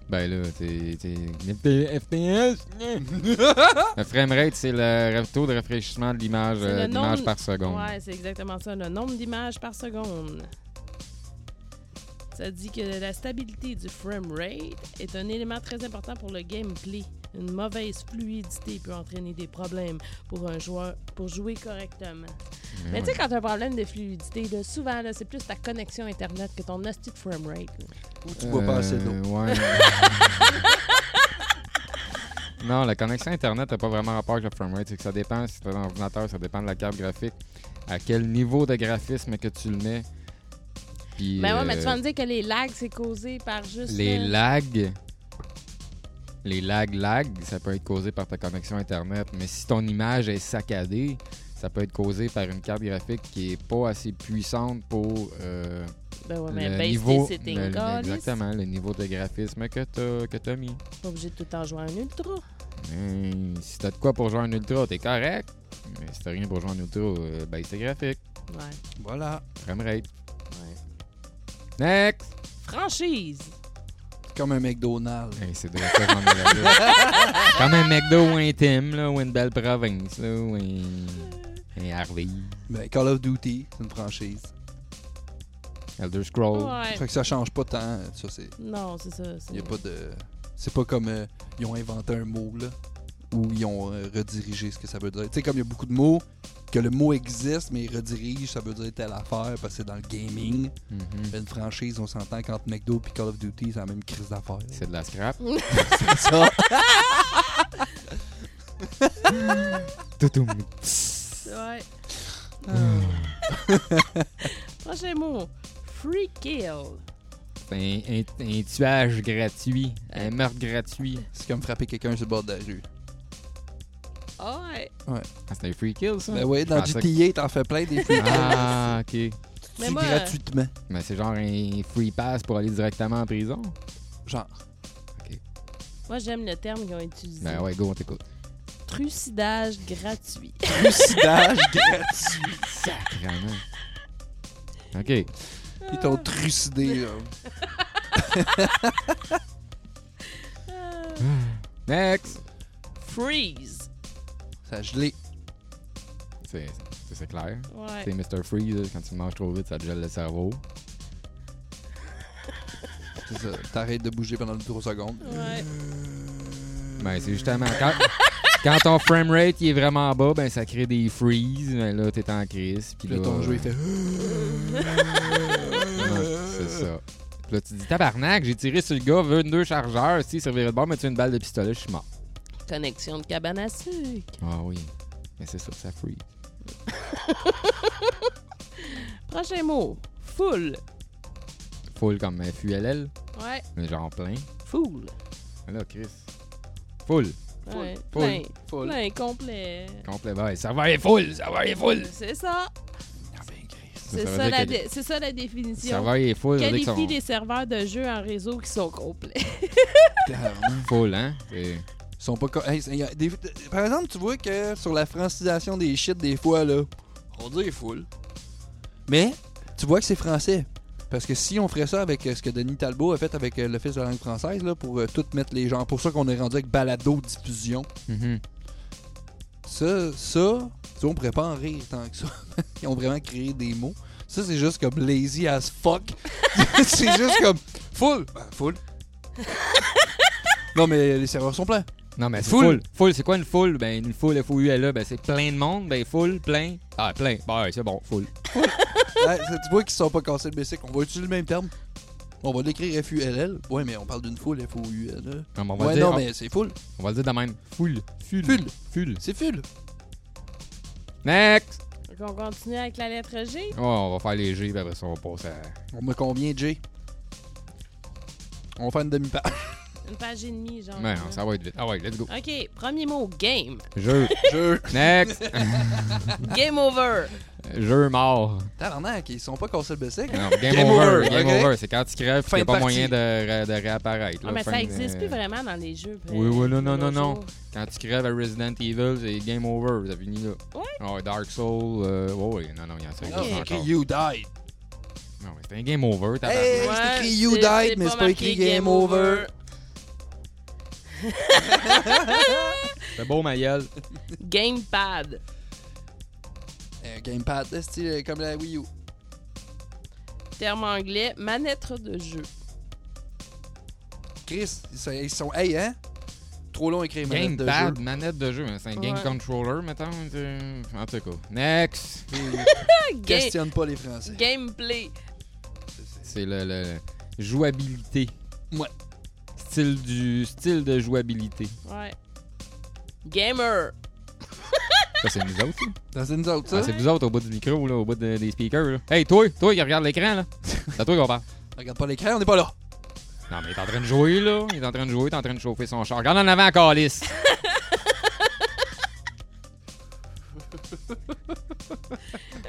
Speaker 1: ben là, t'es. t'es- FP-
Speaker 3: <laughs>
Speaker 1: FPS! le framerate, c'est le taux de rafraîchissement de l'image
Speaker 3: C'est
Speaker 1: euh,
Speaker 3: le
Speaker 1: d'image
Speaker 3: nombre-
Speaker 1: par seconde.
Speaker 3: Ouais, c'est exactement ça, le nombre d'images par seconde. Ça dit que la stabilité du frame rate est un élément très important pour le gameplay. Une mauvaise fluidité peut entraîner des problèmes pour un joueur pour jouer correctement.
Speaker 1: Mm-hmm.
Speaker 3: Mais tu sais, quand tu as un problème de fluidité, là, souvent, là, c'est plus ta connexion Internet que ton hostie de frame rate. là.
Speaker 2: Ou tu bois pas assez d'eau.
Speaker 1: Euh,
Speaker 2: <laughs>
Speaker 1: Ouais. non, la connexion Internet n'a pas vraiment rapport avec le framerate. C'est que ça dépend, si tu un ordinateur, ça dépend de la carte graphique, à quel niveau de graphisme que tu le mets. Puis,
Speaker 3: Mais Ben ouais, mais
Speaker 1: euh,
Speaker 3: tu vas me dire que les lags, c'est causé par juste.
Speaker 1: Les
Speaker 3: euh,
Speaker 1: lags. Les lags, lags, ça peut être causé par ta connexion Internet. Mais si ton image est saccadée, ça peut être causé par une carte graphique qui est pas assez puissante pour euh,
Speaker 3: Ben ouais, mais
Speaker 1: le
Speaker 3: base
Speaker 1: niveau.
Speaker 3: tes settings,
Speaker 1: le-
Speaker 3: câlisse.
Speaker 1: exactement, le niveau de graphisme que t'as que t'as mis.
Speaker 3: Pas obligé de tout le temps jouer à un ultra.
Speaker 1: Hum, si t'as de quoi pour jouer en ultra, t'es correct. Mais si t'as rien pour jouer en ultra, euh, baisse tes graphiques.
Speaker 3: Ouais,
Speaker 2: Voilà.
Speaker 1: Framerate.
Speaker 3: ouais.
Speaker 1: Next!
Speaker 3: Franchise.
Speaker 2: Comme un McDonald's.
Speaker 1: Hey, c'est de la ça, j'en ai la liste.
Speaker 3: <laughs>
Speaker 1: Comme un McDo ou un Tim, là, ou une belle province, là, ou un, un Harvey.
Speaker 2: Ben, Call of Duty, c'est une franchise.
Speaker 1: Elder Scrolls.
Speaker 3: Ouais.
Speaker 2: Fait que ça change pas tant. euh, Ça, c'est.
Speaker 3: Non, c'est ça. c'est-
Speaker 2: Y a pas de. C'est pas comme euh, ils ont inventé un mot là, ou ils ont euh, redirigé ce que ça veut dire. Tu sais, comme il y a beaucoup de mots, que le mot existe, mais il redirige, ça veut dire telle affaire, parce que c'est dans le gaming.
Speaker 1: Mhm.
Speaker 2: Une franchise, on s'entend qu'entre McDo et Call of Duty, c'est la même crise d'affaires.
Speaker 1: C'est de la scrap.
Speaker 2: C'est ça.
Speaker 1: Toutoum.
Speaker 3: Ouais. Ah. <laughs> Prochain mot. Free kill.
Speaker 1: C'est un, un, un tuage gratuit, un meurtre gratuit.
Speaker 2: C'est comme frapper quelqu'un sur le bord de la rue.
Speaker 3: Ah ouais.
Speaker 1: Ah, c'est un
Speaker 3: <laughs>
Speaker 1: free kill, ça?
Speaker 2: Ben oui,
Speaker 1: Je
Speaker 2: dans
Speaker 1: pensais
Speaker 2: GTA, t'en fais plein des euh, free
Speaker 1: Ah, ok.
Speaker 3: Mais
Speaker 2: tues
Speaker 3: moi,
Speaker 2: gratuitement.
Speaker 1: Mais c'est genre un free pass pour aller directement en prison?
Speaker 2: Genre.
Speaker 3: Moi, j'aime le terme qu'ils ont utilisé.
Speaker 1: Ben ouais, go, on t'écoute.
Speaker 3: Trucidage gratuit. <laughs>
Speaker 2: Trucidage gratuit.
Speaker 1: Vraiment. Ok.
Speaker 2: Ils t'ont trucidé, là.
Speaker 3: Euh,
Speaker 1: Next!
Speaker 3: freeze.
Speaker 2: Ça gelé.
Speaker 1: C'est c'est- c'est clair.
Speaker 3: Ouais.
Speaker 1: C'est Mr. Freeze, là, quand tu le manges trop vite, ça te gèle le cerveau.
Speaker 2: C'est ça. T'arrêtes de bouger pendant 3 secondes.
Speaker 3: Ouais.
Speaker 1: Ben, c'est justement quand, quand ton framerate il est vraiment bas, ben ça crée des freeze. Ben là, t'es en crise. Puis
Speaker 2: Puis là,
Speaker 1: là,
Speaker 2: ton jeu, il fait. euh,
Speaker 1: Ouais, c'est ça. Puis là, tu te dis tabarnak, j'ai tiré sur le gars, 22 chargeurs. Si, il servirait de bord, mais tu as une balle de pistolet, je suis mort.
Speaker 3: Connexion de cabane à sucre.
Speaker 1: Ah oui. Mais c'est ça, ça freeze.
Speaker 3: Prochain mot. Full.
Speaker 1: Full comme euh, FULL,
Speaker 3: Ouais.
Speaker 1: mais genre plein.
Speaker 3: Full.
Speaker 1: Là, Chris. Full.
Speaker 3: Ouais.
Speaker 1: Full.
Speaker 3: Plein.
Speaker 2: Full.
Speaker 3: Plein, complet.
Speaker 1: Complet Ben va. Ça va être full, ça va être full.
Speaker 3: C'est ça.
Speaker 2: Ah ben, Chris.
Speaker 3: C'est
Speaker 1: veut dire
Speaker 3: ça, la
Speaker 1: que
Speaker 3: dé- c'est ça la
Speaker 1: le
Speaker 3: définition.
Speaker 1: serveur il est full. ça veut dire
Speaker 3: Qualifie
Speaker 1: qu'ils
Speaker 3: les serveurs de jeux en réseau qui sont complets.
Speaker 2: Clairement.
Speaker 1: sont full, hein? C'est-
Speaker 2: Ils sont pas. co- Hey, c'est- y a des- Par exemple, tu vois que sur la francisation des shit, des fois, là, on dit full. Mais, tu vois que c'est français. Parce que si on ferait ça avec euh, ce que Denis Talbot a fait avec euh, l'Office de la langue française, là, pour euh, tout mettre les gens. Pour ça qu'on est rendu avec balado-diffusion.
Speaker 1: Mhm.
Speaker 2: Ça, ça, tu vois, on pourrait pas en rire tant que ça. <laughs> Ils ont vraiment créé des mots. Ça, c'est juste comme lazy as fuck. <laughs> c'est juste comme full. Ben, full. non, mais les serveurs sont pleins.
Speaker 1: Non, mais c'est
Speaker 2: Full.
Speaker 1: full. Full, c'est quoi une full? Ben, une full, F-O-U-L-E, ben, c'est plein de monde. Ben, full, plein. Ah, plein. Ben, ouais, c'est bon, full.
Speaker 2: Ouais, ça, tu vois qu'ils sont pas cassés le basic. On va utiliser le même terme. On va l'écrire F-U-L-L. Ouais, mais on parle d'une foule, F-O-U-L-L.
Speaker 1: Non, mais on va
Speaker 2: Ouais,
Speaker 1: le dire,
Speaker 2: non, mais c'est full.
Speaker 1: on va le dire de même. Full. Full.
Speaker 2: Full.
Speaker 1: Full.
Speaker 2: C'est full.
Speaker 1: Next!
Speaker 3: Donc, on continue avec la lettre G.
Speaker 1: Ouais, on va faire les G, puis après ça, on passe à.
Speaker 2: On me convient, Jay. On va faire une demi-page.
Speaker 1: <laughs>
Speaker 3: Une page et demie, genre.
Speaker 1: Ben,
Speaker 3: là.
Speaker 1: non, ça va être vite. Ah ouais, let's go.
Speaker 3: OK, premier mot, game.
Speaker 1: Jeu.
Speaker 2: Jeu.
Speaker 1: <laughs> Next! <laughs>
Speaker 3: Game over.
Speaker 1: Jeu mort.
Speaker 2: Tabarnak, ils sont pas cassés le basic.
Speaker 1: Non, game,
Speaker 2: Game
Speaker 1: over.
Speaker 2: over,
Speaker 1: Game
Speaker 2: ok.
Speaker 1: over. C'est quand tu crèves, qu'il
Speaker 2: Fin
Speaker 1: n'y a
Speaker 2: de
Speaker 1: pas
Speaker 2: partie.
Speaker 1: moyen de, ré- de réapparaître.
Speaker 3: Ah,
Speaker 1: là.
Speaker 3: mais
Speaker 1: Fin
Speaker 3: ça
Speaker 1: de-
Speaker 3: existe plus vraiment dans les jeux.
Speaker 1: euh,
Speaker 3: euh,
Speaker 1: Oui, oui, non, non,
Speaker 3: de
Speaker 1: non,
Speaker 3: nos
Speaker 1: non.
Speaker 3: jours.
Speaker 1: Quand tu crèves à Resident Evil, c'est game over. Vous avez fini là. Ah
Speaker 3: Ouais?
Speaker 1: Ouais, Dark Soul. Euh, ouais, ouais, non, non, il y en a ça
Speaker 2: Ah,
Speaker 1: existe
Speaker 2: c'est
Speaker 3: Ok.
Speaker 1: encore.
Speaker 2: écrit You died.
Speaker 1: Non, mais c'est un game over, t'as
Speaker 2: Hey,
Speaker 3: Ouais,
Speaker 2: Ah, bah, c'est écrit You
Speaker 3: c'est-
Speaker 2: died,
Speaker 3: c'est
Speaker 2: mais
Speaker 3: pas
Speaker 2: c'est pas écrit
Speaker 3: marqué
Speaker 2: Game
Speaker 3: game
Speaker 2: over.
Speaker 3: over.
Speaker 1: C'est beau, ma gueule.
Speaker 3: Gamepad.
Speaker 2: Euh, Gamepad, là, c'est euh, comme la Wii U.
Speaker 3: Terme anglais, manette de jeu.
Speaker 2: Chris, ils sont, ils sont- hey, hein? Trop long à écrire manette de
Speaker 1: Gamepad, manette de jeu. hein, C'est un game
Speaker 3: Ouais.
Speaker 1: controller, mettons. euh, En tout cas. Next.
Speaker 2: jeu.
Speaker 3: Ah, Ga-
Speaker 2: Questionne pas les Français.
Speaker 3: Gameplay.
Speaker 1: C'est le, le- jouabilité.
Speaker 2: Ouais.
Speaker 1: Style du style de jouabilité.
Speaker 3: Ouais. Gamer.
Speaker 1: Ça, c'est nous autres. ça.
Speaker 2: Ça, C'est nous autres, ça.
Speaker 1: Ah, c'est vous autres au bout du micro, là, au bout de- des speakers. Là. Hey, toi, toi qui regarde l'écran, là. C'est à toi qu'on parle.
Speaker 2: Regarde pas l'écran, on n'est pas là. <laughs>
Speaker 1: Non, mais il est en train de jouer, là. Il est en train de jouer, il est en train de chauffer son char. Regarde en avant, Calis.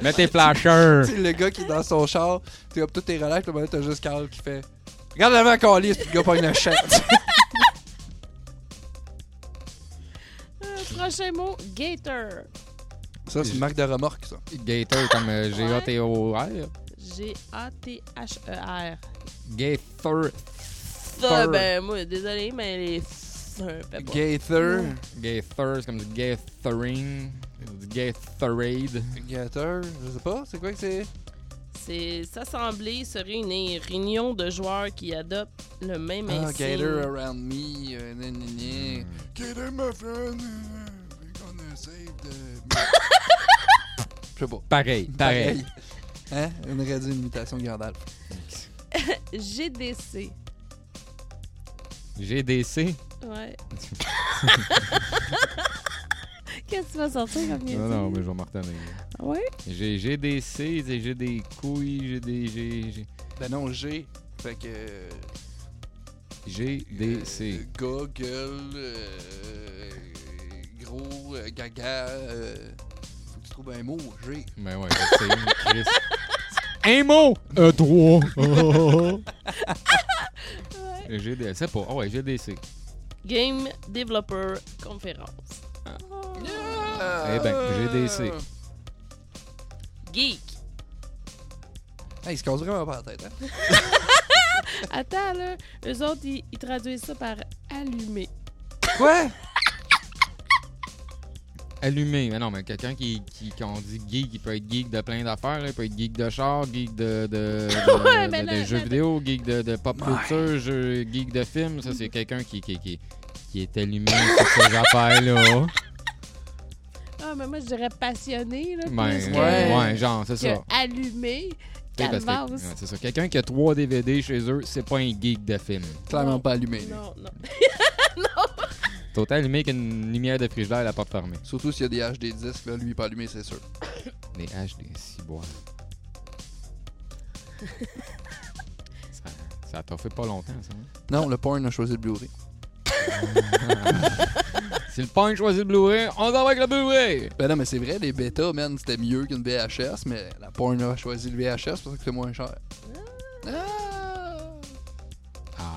Speaker 1: Mets tes flashers.
Speaker 2: C'est le gars qui est dans son char, t'es comme tout est relax, le moment t'as juste Carl qui fait Regarde l'avant Calis, puis le gars pogne le chèque.
Speaker 3: Euh, prochain mot, gator.
Speaker 2: <laughs> ça, c'est une marque de remorque, ça.
Speaker 1: Gator comme euh, G-A-T-O-R.
Speaker 3: G-A-T-H-E-R.
Speaker 1: Gator.
Speaker 3: Ça, E ben, moi, désolé, mais les. Ça, ben, bon.
Speaker 2: Gaither.
Speaker 1: Gaither, c'est comme du gaithering, du gaitherade.
Speaker 2: Gaither, je sais pas, c'est quoi que c'est
Speaker 3: C'est s'assembler, se réunir. Réunion de joueurs qui adoptent le même
Speaker 2: Ah,
Speaker 3: insigne.
Speaker 2: Gator around me, euh, gna, gna, gna.
Speaker 1: Mm.
Speaker 2: Gator, my friend, euh, we're gonna save the. Je sais pas.
Speaker 1: Pareil, pareil.
Speaker 2: Hein? On aurait dit une imitation de Gandalf.
Speaker 3: GDC.
Speaker 1: GDC.
Speaker 3: Ouais. <laughs> Qu'est-ce que tu vas sortir comme niaiserie?
Speaker 1: Non, non, mais je vais m'en retenir.
Speaker 3: Ah Ouais?
Speaker 1: J'ai GDC, c'est j'ai des couilles, j'ai des. j'ai- j'ai-
Speaker 2: Ben non, G. Fait que. euh,
Speaker 1: GDC.
Speaker 2: Euh, gars, gueule, euh, gros, euh, gaga. euh, faut que tu trouves un mot, G.
Speaker 1: Ben ouais, c'est Chris. Un mot! Euh, trois. GDC, c'est pas. Ah ouais, GDC.
Speaker 3: Game Developer Conférence.
Speaker 1: Eh ben, GDC.
Speaker 2: Ah!
Speaker 3: Geek.
Speaker 2: Hey, il se casse vraiment pas la tête, hein?
Speaker 3: Attends, là. Eux autres, ils, ils traduisent ça par allumer.
Speaker 2: Quoi?
Speaker 1: Allumé. Mais non, mais quelqu'un qui, qui, quand on dit geek, il peut être geek de plein d'affaires. là. Il peut être geek de char, geek de, de, de-
Speaker 3: <laughs> Ouais,
Speaker 1: de-
Speaker 3: mais
Speaker 1: de
Speaker 3: là,
Speaker 1: jeux
Speaker 3: mais-
Speaker 1: vidéo, geek de, de pop
Speaker 2: Ouais.
Speaker 1: culture, jeu- geek de film. Ça, c'est quelqu'un qui, qui, qui, qui est allumé sur ces
Speaker 3: <laughs>
Speaker 1: affaires-là.
Speaker 3: Ah, mais moi, je dirais passionné, là.
Speaker 1: Mais-
Speaker 3: plus que,
Speaker 1: Ben, ouais. genre, c'est
Speaker 3: que
Speaker 1: ça.
Speaker 3: allumé.
Speaker 1: Tu sais, parce que-
Speaker 3: Calvas.
Speaker 1: ouais, c'est ça. Quelqu'un qui a trois DVD chez eux, c'est pas un geek de film.
Speaker 2: Clairement pas allumé. lui.
Speaker 3: Non, non.
Speaker 1: T'es autant allumé qu'une lumière de frigidaire à la porte fermée.
Speaker 2: Surtout s'il y a des HD disques, là, lui, pas allumé, c'est sûr.
Speaker 1: Les haches des
Speaker 3: <laughs>
Speaker 1: ciboires. ça, ça t'a fait pas longtemps, ça. hein?
Speaker 2: Non, le porn a choisi le Blu-ray.
Speaker 1: Si le punk choisit le Blu-ray, on s'en va avec le Blu-ray!
Speaker 2: Ben non, mais c'est vrai, les bêtas, man, c'était mieux qu'une VHS, mais la porn a choisi le VHS parce que c'est moins cher. Ah!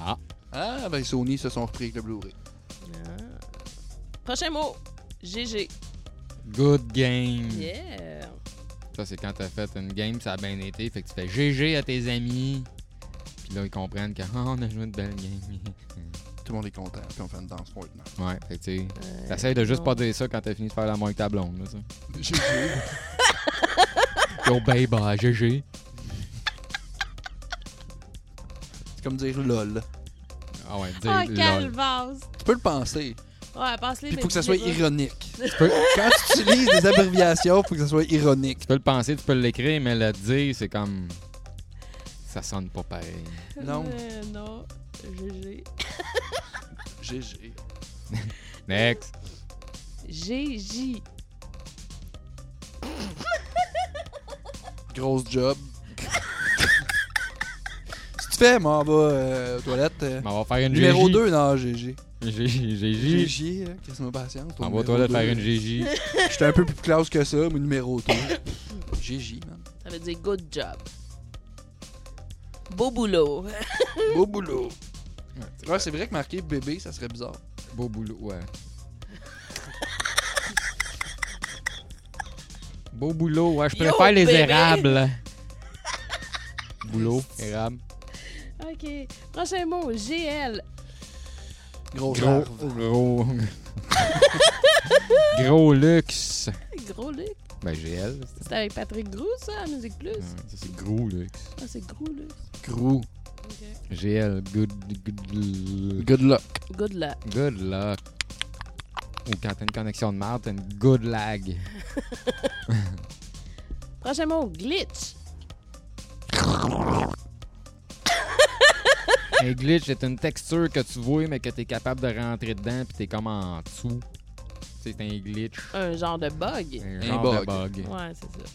Speaker 1: Ah!
Speaker 2: Ah, ben Sony se sont repris avec le Blu-ray.
Speaker 3: Prochain mot. GG.
Speaker 1: Good game!
Speaker 3: Yeah.
Speaker 1: Ça, c'est quand t'as fait une game, ça a bien été, fait que tu fais GG à tes amis. Puis là, ils comprennent que, Ah, on a joué une belle game. <laughs>
Speaker 2: Tout le monde est content, puis on fait une danse maintenant.
Speaker 1: ouais, fait que tu sais, t'essayes de juste
Speaker 3: non.
Speaker 1: pas dire ça quand t'as fini de faire la main avec ta blonde, là, ça.
Speaker 2: <laughs> J'ai vu.
Speaker 1: Yo, baby, GG!
Speaker 2: C'est comme dire lol.
Speaker 1: Ah ouais,
Speaker 3: Oh,
Speaker 1: dis lol.
Speaker 3: calvas.
Speaker 2: Tu peux le penser,
Speaker 3: Ouais,
Speaker 2: puis
Speaker 3: passe-les.
Speaker 2: il
Speaker 3: mais
Speaker 2: faut que ça soit
Speaker 3: dis-les pas. <laughs>
Speaker 2: ironique.
Speaker 1: Tu peux-
Speaker 2: Quand tu utilises des abréviations, faut que ça soit ironique.
Speaker 1: Tu peux le penser, tu peux l'écrire, mais le dire, c'est comme. Ça sonne pas pareil.
Speaker 2: Non.
Speaker 3: Euh, non. GG.
Speaker 2: GG.
Speaker 1: Next!
Speaker 3: GJ.
Speaker 2: Grosse job. <laughs> si tu fais, m'en va euh, aux toilettes. euh,
Speaker 1: On va faire une
Speaker 2: numéro
Speaker 1: GG.
Speaker 2: 2, non, GG.
Speaker 1: GG. GG.
Speaker 2: GG, hein, qu'est-ce que ma patience. ton
Speaker 1: On va aux
Speaker 2: numéro
Speaker 1: toilettes
Speaker 2: deux.
Speaker 1: faire une GG.
Speaker 2: J'étais un peu plus classe que ça, mais numéro 2. GG, man.
Speaker 3: Ça veut dire good job. Beau boulot. <laughs>
Speaker 2: Beau boulot. Ouais, c'est vrai que marquer bébé, ça serait bizarre.
Speaker 1: Beau boulot, ouais. Beau boulot, ouais. Je
Speaker 3: Yo,
Speaker 1: préfère les
Speaker 3: bébé!
Speaker 1: érables. boulot, érable.
Speaker 3: OK. Prochain mot. GL.
Speaker 2: Gros,
Speaker 1: Gros.
Speaker 2: larve.
Speaker 1: Gros. <laughs> gros luxe.
Speaker 3: Gros Luc.
Speaker 1: Ben, GL.
Speaker 3: C'est avec Patrick Gros, ça, à Musique Plus.
Speaker 1: c'est-
Speaker 2: Mm.
Speaker 1: Ça, c'est gros luxe.
Speaker 3: Ah, c'est Gros Luc.
Speaker 2: Gros.
Speaker 3: OK.
Speaker 1: GL. Good. Good.
Speaker 2: Good luck.
Speaker 3: Good luck.
Speaker 1: Good luck. Ou quand t'as une connexion de merde, t'as une good
Speaker 2: <laughs>
Speaker 1: lag.
Speaker 3: Prochain mot. Glitch.
Speaker 1: Un glitch, c'est une texture que tu vois, mais que t'es capable de rentrer dedans, puis t'es comme en dessous. C'est un glitch.
Speaker 3: Un genre de bug.
Speaker 1: Un
Speaker 2: Un
Speaker 1: genre de
Speaker 2: bug.
Speaker 1: bug.
Speaker 3: Ouais, c'est ça.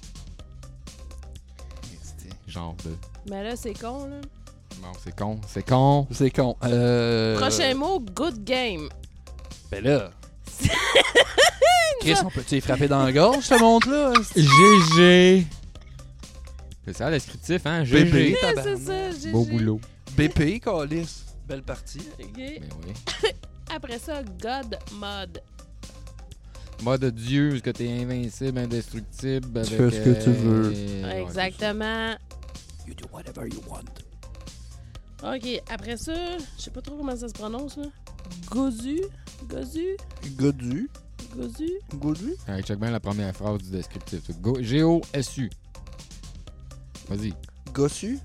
Speaker 1: Genre de.
Speaker 3: Mais là, c'est con, là.
Speaker 1: Bon, c'est con, c'est con.
Speaker 2: C'est con. Euh...
Speaker 3: Prochain mot. Good game.
Speaker 2: Ben
Speaker 3: <laughs>
Speaker 2: là. Chris, on peut-tu y frapper dans la gorge, ce monde-là?
Speaker 1: GG. C'est ça, descriptif, hein? GG.
Speaker 2: Bébé,
Speaker 3: C'est
Speaker 2: tabarnak.
Speaker 3: ça. GG.
Speaker 1: Beau boulot.
Speaker 2: BP, Calis. Belle partie.
Speaker 3: OK.
Speaker 1: Ben oui.
Speaker 3: Après ça, God Mode.
Speaker 1: Mode Dieu, parce que t'es invincible, indestructible.
Speaker 2: Tu
Speaker 1: avec,
Speaker 2: fais ce que tu veux.
Speaker 1: euh, ouais,
Speaker 3: Exactement.
Speaker 2: You do whatever you want.
Speaker 3: OK. Après ça, je sais pas trop comment ça se prononce, là. Gozu. Gozu.
Speaker 2: Godu.
Speaker 3: Gozu.
Speaker 2: Godu?
Speaker 1: c'est ça. Allez, check bien la première phrase du descriptif. Go- G-O-S-U. Vas-y.
Speaker 2: Gossu?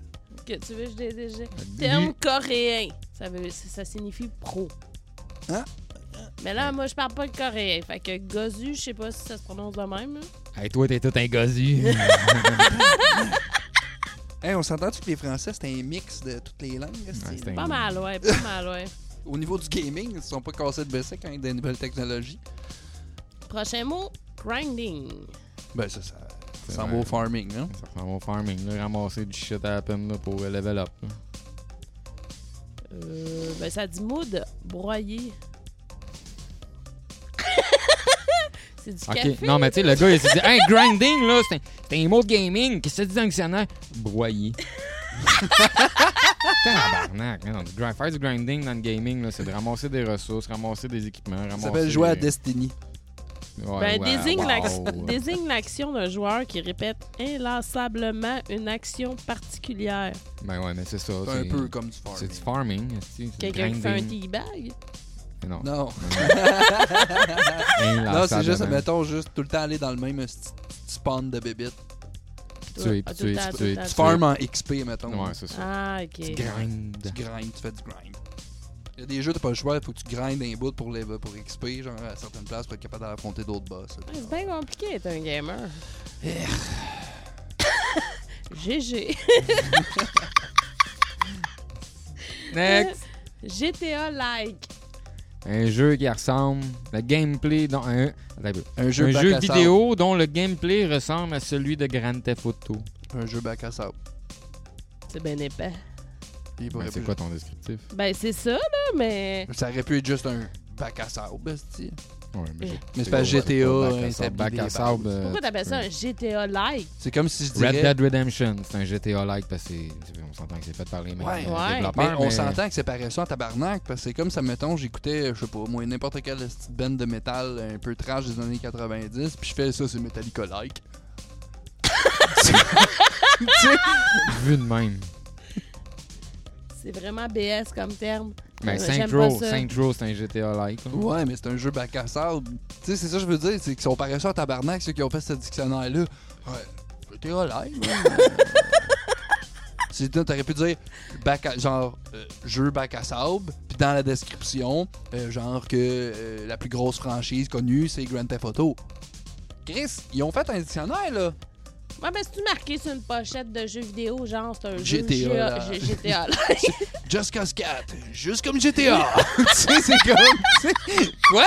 Speaker 3: Que tu veux, je les déjà.
Speaker 1: Dis-
Speaker 3: Terme coréen. Ça, veut, ça, ça signifie pro.
Speaker 2: Hein?
Speaker 3: Mais là, moi, je parle pas le coréen. Fait que gozu, je sais pas si ça se prononce de même. là.
Speaker 1: Hey, toi, t'es tout un <laughs> gosu.
Speaker 2: <laughs> Hey, on s'entend-tu que les Français, c'est un mix de toutes les langues? est-ce
Speaker 1: Ouais,
Speaker 2: que-
Speaker 1: c'est un-
Speaker 3: Pas mal, ouais. Pas mal, ouais.
Speaker 2: Au niveau du gaming, ils se sont pas cassés de baisser quand il y a des nouvelles technologies.
Speaker 3: Prochain mot, grinding.
Speaker 2: Ben, ça, ça
Speaker 1: C'est
Speaker 2: ça s'en va
Speaker 1: vrai.
Speaker 2: au farming, hein?
Speaker 1: Ça ressemble au farming, là, ramasser du shit à la peine là, pour euh, level up. là.
Speaker 3: Euh, ben, ça dit mood, broyer. <laughs> C'est du
Speaker 1: Ok,
Speaker 3: café.
Speaker 1: non, mais tu sais, le gars, il s'est dit, hey, grinding, là, c'est un, c'est un mot de gaming. Qu'est-ce que ça dit dans le dictionnaire?
Speaker 3: <laughs>
Speaker 1: Broyer. Tabarnak, man, on dit grind- faire du grinding dans le gaming, là, c'est de ramasser des ressources, ramasser des équipements,
Speaker 2: Ça
Speaker 1: ramasser.
Speaker 2: s'appelle jouer à Destiny.
Speaker 1: Ouais,
Speaker 3: Ben,
Speaker 1: ouais,
Speaker 3: désigne
Speaker 1: Oh, wow.
Speaker 3: l'ac- <laughs> désigne l'action d'un joueur qui répète inlassablement une action particulière.
Speaker 1: Ben ouais, mais c'est ça.
Speaker 2: C'est un peu comme du
Speaker 1: C'est
Speaker 2: farming.
Speaker 1: du farming. c'est- c'est
Speaker 3: Quelqu'un qui fait un
Speaker 1: grinding.
Speaker 3: teabag.
Speaker 1: Mais Non.
Speaker 2: Non. Non,
Speaker 1: Inlassablement.
Speaker 2: c'est juste, mettons, juste tout le temps aller dans le même sti- sti- spawn de bébite.
Speaker 1: Tu es,
Speaker 3: Ah,
Speaker 1: tu es,
Speaker 3: tout à-
Speaker 1: tu es.
Speaker 3: tout à-
Speaker 2: Tu farm en XP, mettons.
Speaker 1: Ouais, c'est ça.
Speaker 3: Ah, ok.
Speaker 1: Grind.
Speaker 2: Tu grindes, tu fais du grind. Il y a des jeux, t'as pas le choix, faut que tu grindes un bout pour, les, pour XP, genre à certaines places, pour être capable d'affronter d'autres boss.
Speaker 3: Ah, C'est bien compliqué d'être
Speaker 1: <coughs>
Speaker 3: un gamer. GG.
Speaker 1: Next!
Speaker 3: GTA like.
Speaker 1: Un jeu qui ressemble. Le gameplay. Dans un, Attends un peu.
Speaker 2: Un jeu,
Speaker 1: un
Speaker 2: bac
Speaker 1: jeu
Speaker 2: à
Speaker 1: vidéo dont le gameplay ressemble à celui de Grand Theft Auto.
Speaker 2: sable. Un jeu bac à sable.
Speaker 3: C'est ben épais.
Speaker 2: Il
Speaker 1: Ben,
Speaker 2: aurait
Speaker 1: c'est
Speaker 2: pu-
Speaker 1: quoi ton descriptif?
Speaker 3: Ben, c'est ça, là, mais.
Speaker 2: Ça aurait pu être juste un bac à sable, esti.
Speaker 1: Ouais,
Speaker 3: mais c'est-
Speaker 2: Mais c'est pas GTA,
Speaker 1: Bac
Speaker 2: un
Speaker 1: à sable.
Speaker 2: tapis
Speaker 1: Bac
Speaker 2: hein, des
Speaker 1: à
Speaker 2: barres.
Speaker 1: sable. euh,
Speaker 3: Euh. Pourquoi t'appelles ça un
Speaker 1: tu
Speaker 3: GTA like?
Speaker 2: C'est comme si je
Speaker 1: peux- Red
Speaker 2: dirais...
Speaker 1: Dead Redemption, c'est un GTA-like parce que c'est- on s'entend que c'est fait par les mêmes
Speaker 2: Ouais.
Speaker 1: euh,
Speaker 3: Ouais.
Speaker 2: Mais
Speaker 1: développeurs.
Speaker 2: on s'entend que c'est paresseux en tabarnak, parce que c'est comme ça, mettons, j'écoutais, je sais pas, moi, n'importe quelle petite band de métal un peu trash des années 90, puis je fais ça, c'est Metallica-like. tu sais,
Speaker 1: Vu de même.
Speaker 3: C'est vraiment BS comme terme.
Speaker 1: Mais
Speaker 3: Euh,
Speaker 1: Saint
Speaker 3: j'aime pas
Speaker 1: Row,
Speaker 3: ça.
Speaker 1: Saint Row, c'est un GTA-like. là.
Speaker 2: ouais, mais c'est un jeu bac à sable. Tu sais, c'est ça que je veux dire, c'est qu'ils sont paresseux en tabarnak, ceux qui ont fait ce dictionnaire-là. Ouais, c'était live. <laughs> C'est t'aurais pu dire bac à- genre euh, jeu bac à sable, puis dans la description, euh, genre que euh, la plus grosse franchise connue c'est Grand Theft Auto. Chris, ils ont fait un dictionnaire là.
Speaker 3: Ouais, ben, c'est-tu marqué sur une pochette de jeu vidéo, genre, c'est un jeu
Speaker 2: GTA, là.
Speaker 3: G-
Speaker 2: <laughs>
Speaker 3: GTA like?
Speaker 2: Just Cause 4, juste comme GTA. <laughs> tu sais, c'est comme tu sais, quoi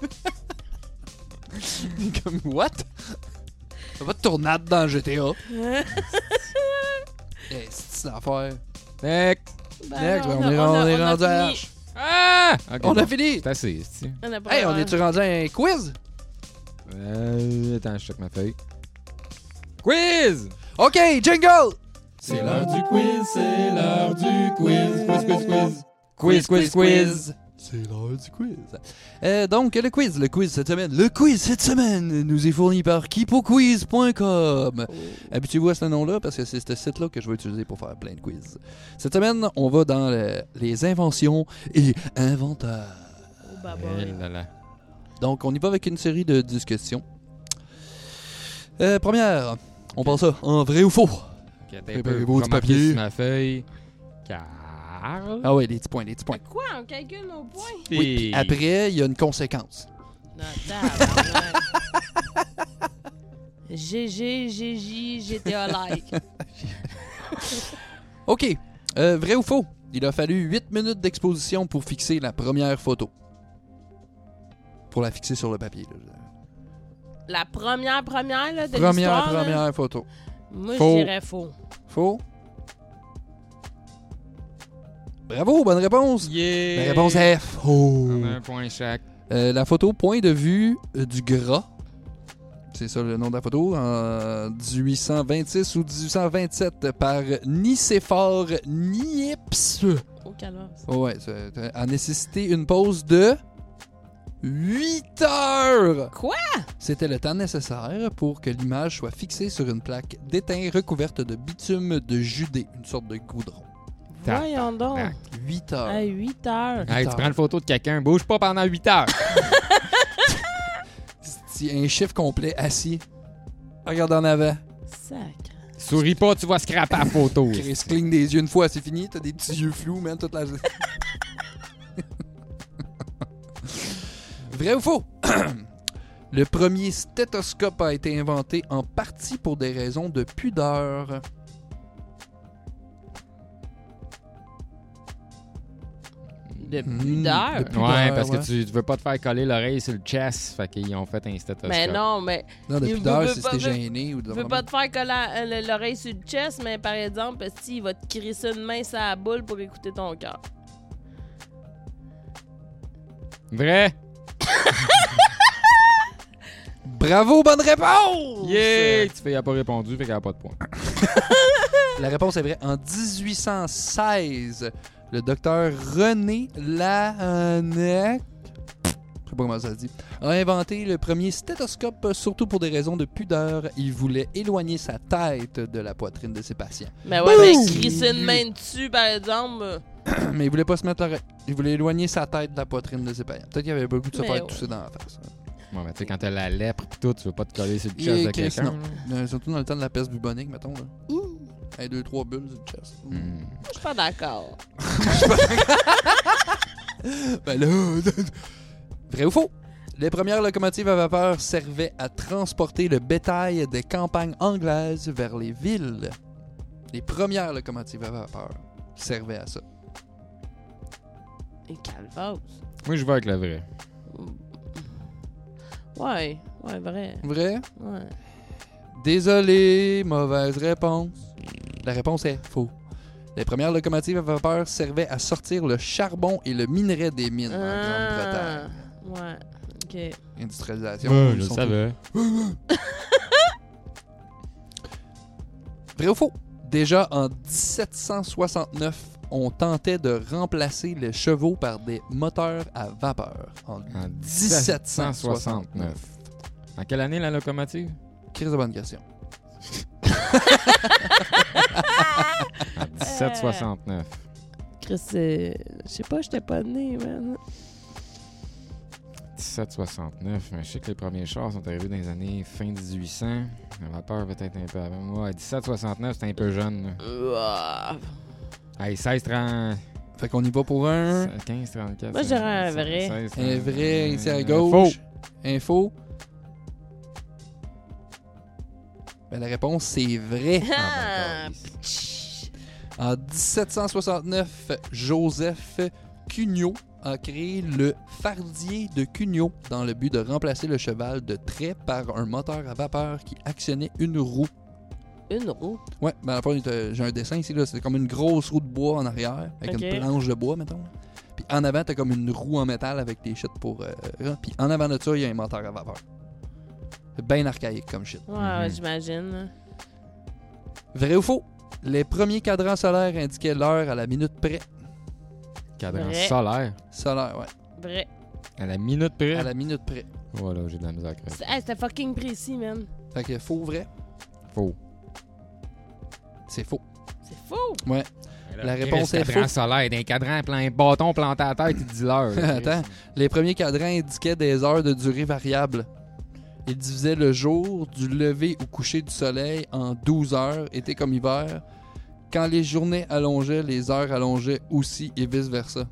Speaker 2: <laughs> T'es comme what T'as pas de tournade dans
Speaker 3: <laughs>
Speaker 2: GTA. Eh, c'est une affaire.
Speaker 1: Next!
Speaker 3: Ben
Speaker 2: Next,
Speaker 3: non,
Speaker 2: on, est,
Speaker 3: a-
Speaker 2: on est
Speaker 3: on a
Speaker 2: rendu à
Speaker 3: fini.
Speaker 2: H.
Speaker 1: Ah! Ok,
Speaker 2: On
Speaker 1: bon,
Speaker 2: a fini.
Speaker 1: C'est assez, c'est-tu?
Speaker 3: On a pas-
Speaker 2: Hey, on est-tu rendu à un quiz?
Speaker 1: Euh, attends, je check ma feuille. Quiz!
Speaker 2: OK, jingle!
Speaker 1: C'est l'heure du quiz, c'est l'heure du quiz. Quiz, quiz, quiz. Quiz, quiz, quiz.
Speaker 2: C'est l'heure du quiz. Euh, donc, le quiz, le quiz cette semaine. Le quiz cette semaine nous est fourni par kipoquiz.com.
Speaker 1: Oh.
Speaker 2: Habituez-vous à ce nom-là parce que c'est ce site-là que je vais utiliser pour faire plein de quiz. Cette semaine, on va dans le- les inventions et inventaires.
Speaker 3: Oh, bah, bah.
Speaker 1: Eh là là.
Speaker 2: Donc, on y va avec une série de 10 questions. Euh, première, on pense ça en vrai ou faux.
Speaker 1: Ok, attends un peu,
Speaker 2: Préparez-vous du
Speaker 1: je vais marquer
Speaker 2: papier.
Speaker 1: sur ma feuille. Carl.
Speaker 2: Ah ouais, les petits points, les petits points.
Speaker 3: Quoi, on calcule nos points?
Speaker 2: Oui, puis après, il y a une conséquence.
Speaker 3: Non, tabarnak. <laughs> GG, GG, GTA like.
Speaker 2: OK. Euh, vrai ou faux? Il a fallu 8 minutes d'exposition pour fixer la première photo. Pour la fixer sur le papier. là, je veux dire.
Speaker 3: La première, première, là, de
Speaker 2: Première,
Speaker 3: l'histoire, là.
Speaker 2: première photo.
Speaker 3: Moi,
Speaker 1: Faux.
Speaker 3: je dirais faux.
Speaker 2: Faux? Bravo, bonne réponse.
Speaker 1: Yeah. Ah, ben.
Speaker 2: La réponse est faux.
Speaker 1: On a un point chaque.
Speaker 2: Euh, la photo, point de vue euh, du gras. C'est ça le nom de la photo. En 1826 ou 1827 par Nicéphore Niépce.
Speaker 3: Au calvaire.
Speaker 2: Oh Ouais, ça ça a nécessité une pause de 8 heures.
Speaker 3: Quoi?
Speaker 2: C'était le temps nécessaire pour que l'image soit fixée sur une plaque d'étain recouverte de bitume de Judée, une sorte de goudron.
Speaker 3: Voyons donc.
Speaker 1: Tabarnak.
Speaker 2: 8 heures.
Speaker 3: À 8 heures.
Speaker 1: Hey, tu
Speaker 2: heures.
Speaker 1: prends une photo de quelqu'un, bouge pas pendant 8
Speaker 2: <laughs>
Speaker 1: heures.
Speaker 2: C'est un chiffre complet assis. Regarde en avant.
Speaker 3: Sac.
Speaker 1: Souris pas, tu vas scraper la photo.
Speaker 2: Chris cligne des yeux une fois, c'est fini. T'as des petits yeux flous, man, toute la
Speaker 3: <laughs>
Speaker 2: Vrai ou faux? <clears throat> Le premier stéthoscope a été inventé en partie pour des raisons de pudeur.
Speaker 3: De
Speaker 2: Hmm,
Speaker 3: pudeur.
Speaker 2: de pudeur,
Speaker 1: Ouais, parce
Speaker 2: ouais.
Speaker 1: que tu, tu veux pas te faire coller l'oreille sur le chest. Fait qu'ils ont fait un stéthoscope.
Speaker 3: Mais non, mais
Speaker 2: Non, de
Speaker 3: Il
Speaker 2: pudeur,
Speaker 3: veut
Speaker 2: c'est si
Speaker 3: pas-
Speaker 2: t'es
Speaker 3: veut-
Speaker 2: gêné ou de
Speaker 3: je veux pas te faire coller euh, l'oreille sur le chest, mais par exemple, s'il va te crisser une main sur la boule pour écouter ton cœur.
Speaker 1: Vrai?
Speaker 2: Bravo, bonne réponse!
Speaker 1: Yeah! Tu fais, il a pas répondu, fait qu'elle a pas de point.
Speaker 2: La réponse est vraie. En 1816, le docteur René Laennec je sais pas comment ça se dit, a inventé le premier stéthoscope, euh, surtout pour des raisons de pudeur. Il voulait éloigner sa tête de la poitrine de ses patients. <clears throat>
Speaker 3: Mais ouais, mais
Speaker 2: Boum!
Speaker 3: crisser une main dessus, par exemple. euh,
Speaker 2: Mais il voulait pas se mettre l'oreille. Il voulait éloigner sa tête de la poitrine de ses patients. Peut-être qu'il avait pas le goût de se
Speaker 3: Mais
Speaker 2: faire
Speaker 3: ouais.
Speaker 2: tousser dans la face. hein.
Speaker 1: Ouais, mais ben, tu sais, quand t'as la lèpre pis tout, tu veux pas te coller sur le
Speaker 2: Et
Speaker 1: chest de
Speaker 2: Chris,
Speaker 1: quelqu'un.
Speaker 2: non. Euh, surtout dans le temps de la peste bubonique, mettons. Là. Hey, deux, trois bulles sur le chest.
Speaker 1: là. Hmm.
Speaker 3: Je suis pas d'accord.
Speaker 2: Ben là, <laughs> Vrai ou faux? Les premières locomotives à vapeur servaient à transporter le bétail des campagnes anglaises vers les villes. Les premières locomotives à vapeur servaient à ça.
Speaker 3: Et calvose.
Speaker 1: Moi, je vais avec le vrai.
Speaker 3: Ouais, ouais, vrai.
Speaker 2: Vrai?
Speaker 3: Ouais.
Speaker 2: Désolé, mauvaise réponse. La réponse est faux. Les premières locomotives à vapeur servaient à sortir le charbon et le minerai des mines en
Speaker 3: Ah,
Speaker 2: Grande-Bretagne.
Speaker 3: ouais. Ok.
Speaker 2: Industrialisation. ils sont Vrai ou faux? Déjà en 1769, on tentait de remplacer les chevaux par des moteurs à vapeur. En
Speaker 1: En
Speaker 2: 1769.
Speaker 1: 1769. En quelle année la locomotive?
Speaker 2: Crise de bonne question.
Speaker 1: En 1769.
Speaker 3: Chris, euh, je sais pas, j'étais pas né, man.
Speaker 1: 1769, mais je sais que les premiers chars sont arrivés dans les années fin 1800. La vapeur peut-être un peu avant moi. 1769, c'était un peu jeune. là.
Speaker 3: Ouah.
Speaker 1: Hey, 16, 30,
Speaker 2: Fait qu'on y va pour un.
Speaker 1: 15, 34.
Speaker 3: Moi, j'aurais un
Speaker 1: 16,
Speaker 3: vrai.
Speaker 1: 16,
Speaker 2: Un vrai ici à
Speaker 1: euh, un
Speaker 2: gauche. Info. Ben, la réponse, c'est vrai.
Speaker 1: faux. Ah, ben, calisse.
Speaker 3: Chut.
Speaker 2: En 1769, Joseph Cugnot a créé le fardier de Cugnot dans le but de remplacer le cheval de trait par un moteur à vapeur qui actionnait une roue.
Speaker 3: Une roue.
Speaker 2: Ouais, ben à la fois, t'as- j'ai un dessin ici, là, c'est comme une grosse roue de bois en arrière, avec
Speaker 3: Ok.
Speaker 2: une planche de bois, mettons. Puis en avant, t'as comme une roue en métal avec des shit pour. euh, hein. puis en avant de ça, il y a un moteur à vapeur. C'est bien archaïque comme shit.
Speaker 3: Ouais,
Speaker 1: Mhm.
Speaker 3: ouais, j'imagine.
Speaker 2: Vrai ou faux? Les premiers cadrans solaires indiquaient l'heure à la minute près.
Speaker 1: Cadran
Speaker 3: Vrai.
Speaker 1: solaire.
Speaker 2: Solaire, ouais.
Speaker 3: Vrai.
Speaker 1: À la minute près.
Speaker 2: À la minute près.
Speaker 1: Voilà, j'ai de la misère. à créer.
Speaker 3: C'est- hey, C'était fucking précis, man.
Speaker 2: Fait que faux vrai,
Speaker 1: Faux.
Speaker 2: c'est faux.
Speaker 3: C'est fou.
Speaker 2: La réponse est
Speaker 1: cadran
Speaker 2: faux.
Speaker 1: solaire. D'un cadran plein bâton planté à terre, tu dis l'heure. là, Chris.
Speaker 2: <laughs> Attends. Les premiers cadrans indiquaient des heures de durée variable. Ils divisaient le jour du lever ou coucher du soleil en 12 heures, été comme hiver. Quand les journées allongeaient, les heures allongeaient aussi et vice-versa.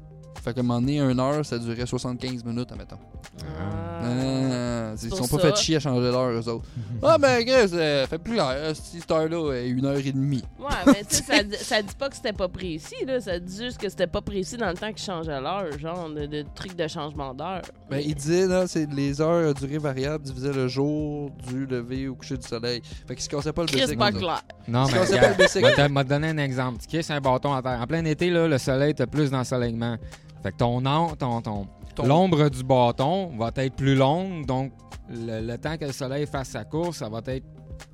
Speaker 2: Fait que un moment donné, une heure, ça durait 75 minutes, admettons.
Speaker 1: Ah.
Speaker 2: Ah, ils
Speaker 3: pour
Speaker 2: sont pas
Speaker 3: ça.
Speaker 2: fait chier à changer l'heure, eux autres. ah, ben, Chris, euh, fait plus l'heure. euh, Cette heure-là est une heure et demie.
Speaker 3: Ouais, mais tu sais, ça, dit- ça dit pas que c'était pas précis, là. Ça dit juste que c'était pas précis dans le temps qu'ils changeaient l'heure, genre, de, de trucs de changement d'heure.
Speaker 2: Ben, il disait, là, c'est les heures à durée variable divisaient le jour du lever au coucher du soleil. Fait qu'ils se cassaient pas le
Speaker 3: Chris,
Speaker 2: basic,
Speaker 3: pas
Speaker 2: nous autres.
Speaker 3: clair.
Speaker 1: Non,
Speaker 2: Parce
Speaker 1: mais
Speaker 2: qu'on sait
Speaker 1: regarde,
Speaker 2: pas le basic.
Speaker 1: m'a te- m'a te donné un exemple. Tu kisses un bâton à terre. En plein été, là, le soleil, t'as plus d'ensoleillement. Fait que ton, an- ton, ton,
Speaker 2: Ton-
Speaker 1: l'ombre du bâton va être plus longue, donc le, le temps que le soleil fasse sa course, ça va être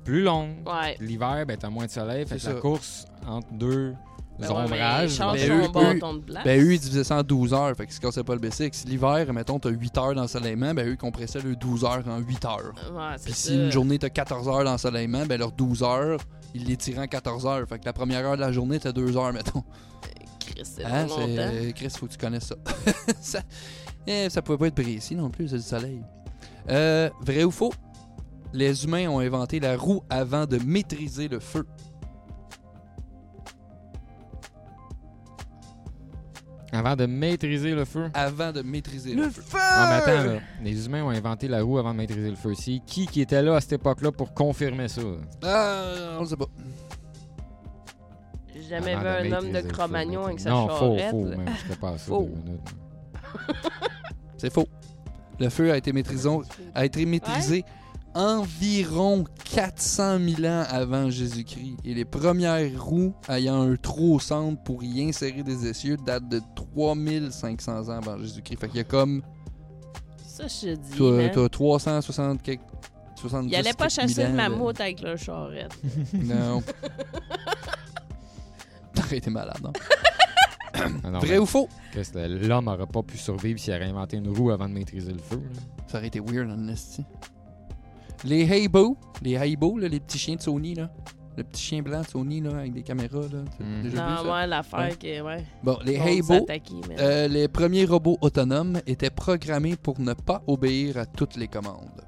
Speaker 1: plus long.
Speaker 3: Ouais.
Speaker 1: L'hiver, ben, t'as moins de soleil, fait que
Speaker 2: C'est
Speaker 1: la
Speaker 2: ça.
Speaker 1: course entre deux
Speaker 3: Ben ouais, mais
Speaker 1: ombrages...
Speaker 3: change
Speaker 2: ben,
Speaker 3: son
Speaker 2: eux-
Speaker 3: bâton de place.
Speaker 2: Ben, eux, ils divisaient ça en 12 heures. Fait qu'ils se cassaient pas le basic. Si l'hiver, mettons, t'as 8 heures d'ensoleillement, ben, eux, ils compressaient le 12 heures en 8 heures.
Speaker 3: Ouais, c'est
Speaker 2: Puis
Speaker 3: ça.
Speaker 2: si une journée, t'as 14 heures d'ensoleillement, ben, leurs 12 heures, ils les tiraient en 14 heures. Fait que la première heure de la journée, t'as 2 heures, mettons.
Speaker 3: Chris, c'est
Speaker 2: Hein,
Speaker 3: trop
Speaker 2: c'est-
Speaker 3: longtemps.
Speaker 2: Chris, faut que tu connaisses ça. <laughs> ça... eh, ça pouvait pas être précis non plus, c'est le soleil. Euh, vrai ou faux? Les humains ont inventé la roue avant de maîtriser le feu.
Speaker 1: Avant de maîtriser le feu.
Speaker 2: Avant de maîtriser le, feu.
Speaker 1: Ah, mais
Speaker 3: Euh.
Speaker 1: attends, là. les humains ont inventé la roue avant de maîtriser le feu. C'est qui qui était là à cette époque-là pour confirmer ça?
Speaker 2: Ah, on sait pas.
Speaker 3: J'ai jamais
Speaker 2: Ah,
Speaker 1: Avant
Speaker 3: vu un homme de
Speaker 1: maîtriser le feu,
Speaker 3: Cro-Magnon avec sa
Speaker 1: Non, faux,
Speaker 3: charrette.
Speaker 1: faux,
Speaker 3: là.
Speaker 1: même. Je te passe ça
Speaker 3: Faux.
Speaker 1: deux minutes.
Speaker 2: C'est faux. Le feu a été maîtrisé, a été maîtrisé environ 400 000 ans avant Jésus-Christ. Et les premières roues ayant un trou au centre pour y insérer des essieux datent de 3500 ans avant Jésus-Christ. Fait qu'il y a comme
Speaker 3: Ça, je te dis.
Speaker 2: T'as
Speaker 3: man.
Speaker 2: t'as 360 quelques. 70
Speaker 3: Il allait pas
Speaker 2: quelques
Speaker 3: chasser le
Speaker 2: mille ans de-
Speaker 3: mammouth avec leur <laughs> charrette.
Speaker 2: Non. T'aurais été malade, non?
Speaker 1: Ah non,
Speaker 2: hein. Vrai
Speaker 1: ben,
Speaker 2: ou faux?
Speaker 1: Chris, le- L'homme n'aurait pas pu survivre s'il avait inventé une roue avant de maîtriser le feu. là.
Speaker 2: Ça aurait été weird, en esti. Les Haibo, les Haibo, là, les petits chiens de Sony, là. Le petit chien blanc de Sony, là, avec des caméras, là. T'as
Speaker 1: Mm.
Speaker 2: déjà vu
Speaker 3: Non,
Speaker 2: ça?
Speaker 3: Ah, ouais, l'affaire
Speaker 2: Ouais.
Speaker 3: que, ouais.
Speaker 2: Bon, les
Speaker 3: on
Speaker 2: Haibo,
Speaker 3: s'attaque, mais-
Speaker 2: euh, les premiers robots autonomes étaient programmés pour ne pas obéir à toutes les commandes.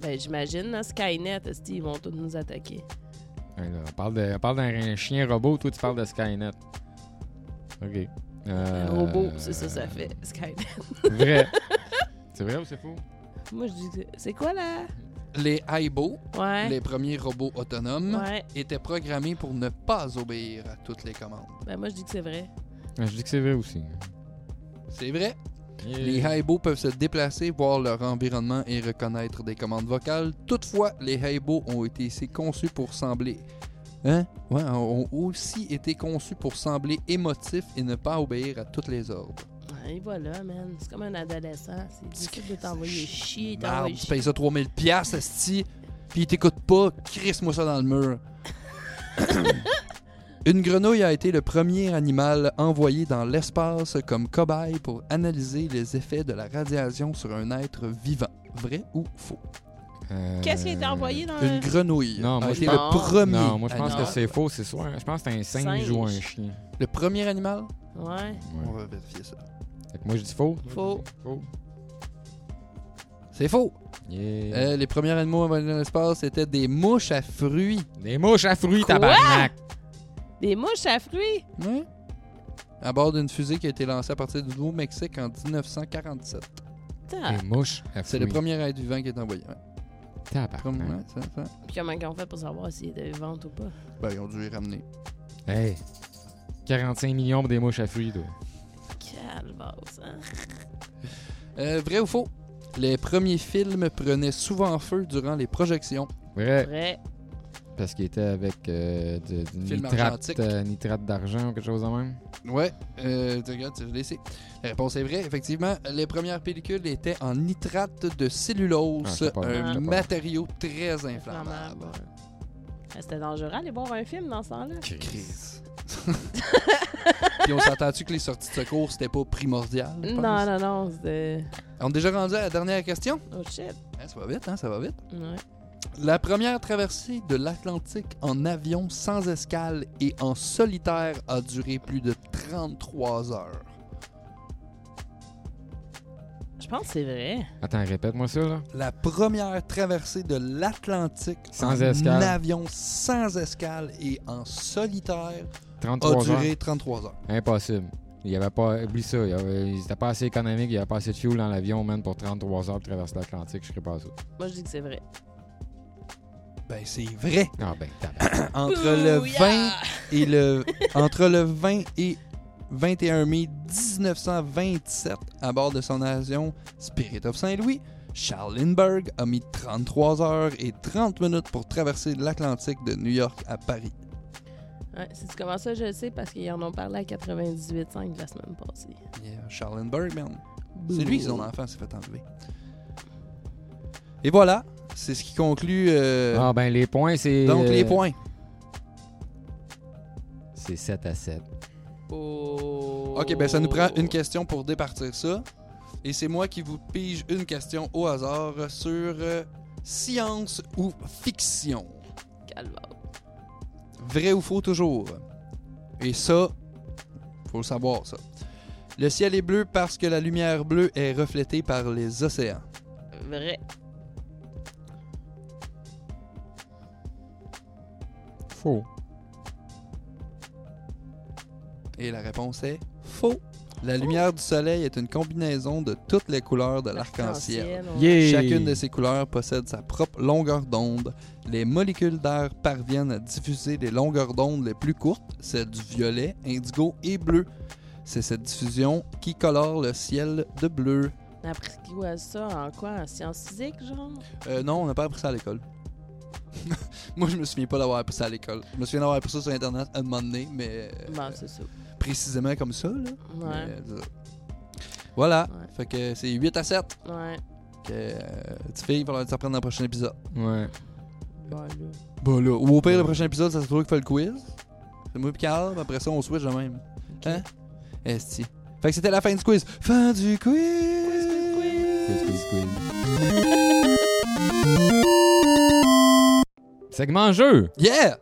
Speaker 3: Ben, j'imagine, là, Skynet, esti, ils vont tous nous attaquer.
Speaker 1: Ouais, là, on parle de- on parle d'un chien robot, toi tu parles de Skynet. Ok. Euh,
Speaker 3: Un robot, c'est ça, ça fait. Skynet.
Speaker 1: <laughs>
Speaker 3: <laughs>
Speaker 1: Vrai. c'est vrai ou c'est faux?
Speaker 3: Moi, je dis, que- c'est quoi, là?
Speaker 2: Les Haibo,
Speaker 3: Ouais.
Speaker 2: les premiers robots autonomes,
Speaker 3: Ouais.
Speaker 2: étaient programmés pour ne pas obéir à toutes les commandes.
Speaker 3: Ben, moi, je dis que c'est vrai.
Speaker 1: Ah, Je dis que c'est vrai aussi. Euh,
Speaker 2: C'est vrai. Les
Speaker 1: Yeah.
Speaker 2: Haibo peuvent se déplacer, voir leur environnement et reconnaître des commandes vocales. Toutefois, les Haibo ont été ici conçus pour sembler. Hein? Ouais, ont aussi été conçus pour sembler émotifs et ne pas obéir à tous les ordres.
Speaker 3: Et voilà, man. C'est comme un adolescent. C'est difficile de t'envoyer chier,
Speaker 2: Merde,
Speaker 3: t'envoyer
Speaker 2: tu
Speaker 3: chier.
Speaker 2: payes ça 3000 pièces esti, puis ils t'écoutent pas, crisse-moi ça dans le mur. Une grenouille a été le premier animal envoyé dans l'espace comme cobaye pour analyser les effets de la radiation sur un être vivant. Vrai ou faux?
Speaker 1: Euh,
Speaker 3: Qu'est-ce qui a été envoyé dans
Speaker 2: Une grenouille
Speaker 1: Non,
Speaker 2: a
Speaker 1: moi,
Speaker 2: été
Speaker 1: je
Speaker 2: le
Speaker 3: pense-
Speaker 2: premier.
Speaker 1: Non, moi je pense
Speaker 2: animal.
Speaker 1: que c'est faux, c'est soit. un- Je pense que c'est un singe,
Speaker 3: Ah, Singe.
Speaker 1: ou un chien.
Speaker 2: Le premier animal?
Speaker 3: le... Ouais.
Speaker 1: Ouais.
Speaker 2: On va vérifier ça.
Speaker 1: Fait que moi je dis faux.
Speaker 3: Faux.
Speaker 1: Faux.
Speaker 2: C'est faux!
Speaker 1: Yeah.
Speaker 2: Euh, les premiers animaux envoyés dans l'espace étaient des mouches à fruits.
Speaker 1: Des mouches à fruits,
Speaker 3: Quoi?
Speaker 1: tabarnak.
Speaker 3: Des mouches à fruits.
Speaker 2: Ouais. À bord d'une fusée qui a été lancée à partir du Nouveau-Mexique en 1947.
Speaker 3: Putain.
Speaker 2: Hmm.
Speaker 1: Des mouches à fruits.
Speaker 2: C'est le premier être vivant qui est envoyé. ouais. Comme-
Speaker 1: Tabarnak.
Speaker 2: ouais, ça, ça.
Speaker 3: Puis comment qu'on fait pour savoir s'il est vivant ou pas?
Speaker 2: Ben, ils ont dû les ramener.
Speaker 1: Hey. 45 millions pour des mouches à fruits, toi.
Speaker 3: Calvasse, hein?
Speaker 2: Euh, vrai ou faux? Les premiers films prenaient souvent feu durant les projections.
Speaker 1: Vrai.
Speaker 3: Vrai.
Speaker 1: Parce qu'il était avec euh, du- du
Speaker 2: Film
Speaker 1: nitrate,
Speaker 2: argentique.
Speaker 1: euh, nitrate d'argent ou quelque chose de même.
Speaker 2: Ouais, euh, tu regardes, je l'ai laissé. La réponse est vraie. Effectivement, les premières pellicules étaient en nitrate de
Speaker 1: Ah,
Speaker 2: cellulose,
Speaker 1: j'étais pas loin,
Speaker 2: un
Speaker 1: j'étais pas loin.
Speaker 2: matériau très inflammable.
Speaker 3: Inflammable. Ah, C'était dangereux aller voir un film dans ce temps-là.
Speaker 2: <laughs> Crise. Puis on s'entend-tu que les sorties de secours, c'était pas primordial? je pense?
Speaker 3: Non, non, non, c'était.
Speaker 2: On est déjà rendu à la dernière question?
Speaker 3: Oh shit.
Speaker 2: Hein, ça va vite, hein, ça va vite.
Speaker 3: Ouais.
Speaker 2: La première traversée de l'Atlantique en avion sans escale et en solitaire a duré plus de 33 heures.
Speaker 3: Je pense que c'est vrai.
Speaker 1: Attends, répète-moi ça, là.
Speaker 2: La première traversée de l'Atlantique
Speaker 1: Sans
Speaker 2: en
Speaker 1: escale.
Speaker 2: avion sans escale et en solitaire a
Speaker 1: 33 heures.
Speaker 2: duré 33 heures.
Speaker 1: Impossible. Il y avait pas. Oublie ça. Il y avait- C'était pas assez économique. Il y avait pas assez de fuel dans l'avion, man, pour 33 heures de traverser l'Atlantique. Je serais pas à ça.
Speaker 3: Moi, je dis que c'est vrai.
Speaker 2: Ben c'est vrai.
Speaker 1: Ah, ben, tabarnak.
Speaker 2: Entre le 20
Speaker 3: Booyah!
Speaker 2: et le entre le 20 et 21 mai 1927, à bord de son avion Spirit of Saint-Louis, Charles Lindbergh a mis 33 heures et 30 minutes pour traverser l'Atlantique de New York à Paris.
Speaker 3: Ouais, c'est comment ça, je le sais, parce qu'ils en ont parlé à 98.5 de la semaine passée.
Speaker 2: Yeah, euh, Charles Lindbergh, man. C'est lui, son enfant s'est fait enlever. Et voilà, c'est ce qui conclut. euh,
Speaker 1: Ah, ben, les points, c'est.
Speaker 2: donc, les
Speaker 1: euh,
Speaker 2: points.
Speaker 1: C'est 7 à 7.
Speaker 3: Oh.
Speaker 2: Ok, ben ça nous prend une question pour départir ça. Et c'est moi qui vous pige une question au hasard sur euh, science ou fiction.
Speaker 3: Calvaire.
Speaker 2: Vrai ou faux toujours. Et ça, faut le savoir ça. Le ciel est bleu parce que la lumière bleue est reflétée par les océans.
Speaker 3: Vrai.
Speaker 1: Faux.
Speaker 2: Et la réponse est faux. La lumière du soleil est une combinaison de toutes les couleurs de l'arc-en-ciel.
Speaker 3: ouais.
Speaker 1: Yeah!
Speaker 2: Chacune de ces couleurs possède sa propre longueur d'onde. Les molécules d'air parviennent à diffuser les longueurs d'onde les plus courtes, celles du violet, indigo et bleu. C'est cette diffusion qui colore le ciel de bleu.
Speaker 3: On a appris quoi ça en quoi En sciences physiques, genre
Speaker 2: Euh, non, on n'a pas appris ça à l'école. <laughs> Moi, je me souviens pas d'avoir appris ça à l'école. Je me souviens d'avoir appris ça sur Internet un moment donné, mais euh,
Speaker 3: Bon, c'est ça.
Speaker 2: précisément comme ça. Là.
Speaker 3: Ouais.
Speaker 2: Mais, euh, voilà.
Speaker 3: Ouais.
Speaker 2: Fait que c'est 8 à 7
Speaker 3: Ouais.
Speaker 2: que euh, tu fais, il va falloir que tu reprennes dans le prochain épisode.
Speaker 1: Ouais.
Speaker 3: Bon, là.
Speaker 2: Bah là, ou au pire, le prochain épisode, ça se trouve qu'il fait le quiz. C'est moi pis Carl, puis après ça, on switch de même. Hein? Esti. Fait que c'était la fin du quiz. Fin du quiz!
Speaker 1: Quiz, quiz, quiz. Segment jeu.
Speaker 2: Yeah!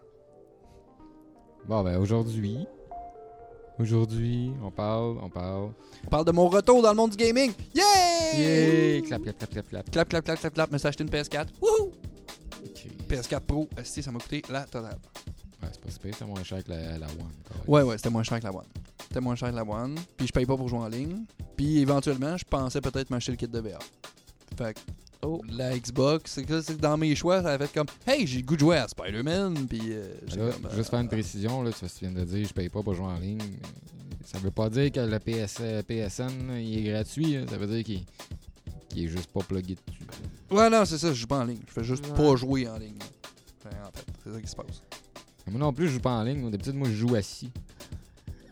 Speaker 1: Bon, ben aujourd'hui. Aujourd'hui, on parle, on parle.
Speaker 2: On parle de mon retour dans le monde du gaming. Yeah!
Speaker 1: Yeah! Clap, clap, clap, clap, clap.
Speaker 2: Clap, clap, clap, clap, clap. Me suis acheté une PS4. Wouhou!
Speaker 1: Ouais,
Speaker 2: PS4 Pro. Esti, ça m'a coûté la totale.
Speaker 1: c'est pas si pire, c'est moins cher que la, la One. correct.
Speaker 2: Ouais, ouais, c'était moins cher que la One. C'était moins cher que la One. Puis je paye pas pour jouer en ligne. Puis éventuellement, je pensais peut-être m'acheter le kit de VR. Fait que
Speaker 3: Oh.
Speaker 2: la Xbox, c'est que c'est que dans mes choix, ça a fait comme Hey, j'ai le goût de jouer à Spider-Man. Puis euh, j'ai
Speaker 1: Là,
Speaker 2: comme, euh,
Speaker 1: juste faire une précision, là, tu vois, tu viens de dire je paye pas pour jouer en ligne. mais Ça veut pas dire que le PS, euh, PSN il est gratuit, hein. ça veut dire qu'il qu'il est juste pas plugué dessus.
Speaker 2: Ouais, non, c'est ça, je joue pas en ligne. Je fais juste
Speaker 3: Ouais.
Speaker 2: pas jouer en ligne. Fait, en fait, c'est ça qui se passe.
Speaker 1: Moi non plus, je joue pas en ligne. Moi, D'habitude, moi, je joue assis.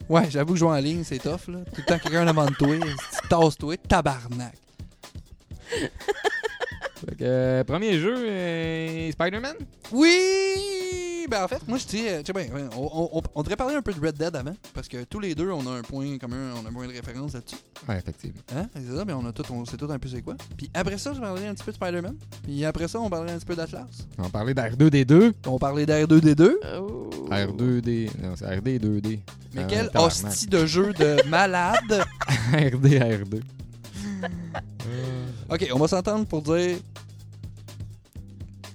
Speaker 2: Ouais, j'avoue que jouer en ligne, c'est tough, là. Tout le temps, quelqu'un demande toi, <laughs> tasse-toi, tabarnak.
Speaker 1: Fait que, euh, premier jeu, euh, Spider-Man.
Speaker 2: Oui! Ben en fait, moi je dis, euh, tu sais, ben, ouais, on, on, on- on devrait parler un peu de Red Dead avant, parce que tous les deux, on a un point commun, on a un point de référence là-dessus.
Speaker 1: Ouais, effectivement.
Speaker 2: Hein? C'est ça, mais on a tout, on sait tout un peu c'est quoi. Puis après ça, je parlerai un petit peu de Spider-Man. Puis après ça, on parlerait un petit peu d'Atlas.
Speaker 1: On parlait d'R2D2.
Speaker 2: On parlait d'R2D2,
Speaker 3: Oh.
Speaker 1: R2D. Non, c'est RD2D.
Speaker 2: mais
Speaker 1: Ah,
Speaker 2: quel
Speaker 1: tabarnak.
Speaker 2: hostie de jeu de malade!
Speaker 1: <laughs> RDR2.
Speaker 2: Ok, on va s'entendre pour dire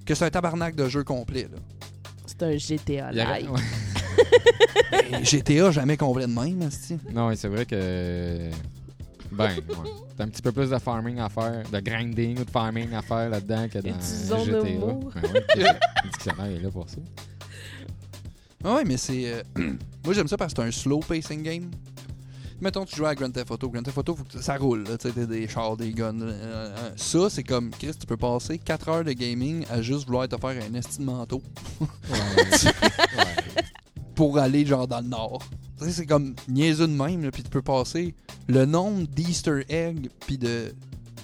Speaker 2: que c'est un tabarnak de jeu complet, là.
Speaker 3: C'est un GTA live.
Speaker 2: Ben, GTA, jamais complet de même, hostie.
Speaker 1: Non, ouais, c'est vrai que. Ben, ouais. T'as un petit peu plus de farming à faire, de grinding ou de farming à faire là-dedans que dans
Speaker 3: Utilisons
Speaker 1: GTA.
Speaker 3: nos mots.
Speaker 1: Ben ouais, le dictionnaire est là pour ça.
Speaker 2: Ah ouais, mais c'est. euh, <clears throat> Moi, j'aime ça parce que c'est un slow pacing game. Mettons, tu joues à Grand Theft Auto. Grand Theft Auto, faut que ça roule. là. Tu sais, t'as des chars, des guns. là, euh, euh, Ça, c'est comme, Chris, tu peux passer 4 heures de gaming à juste vouloir te faire un esti de manteau
Speaker 1: Ouais, ouais.
Speaker 2: pour aller, genre, dans le nord. Tu sais, c'est comme niaiseux de même, là, puis tu peux passer le nombre d'Easter eggs, puis de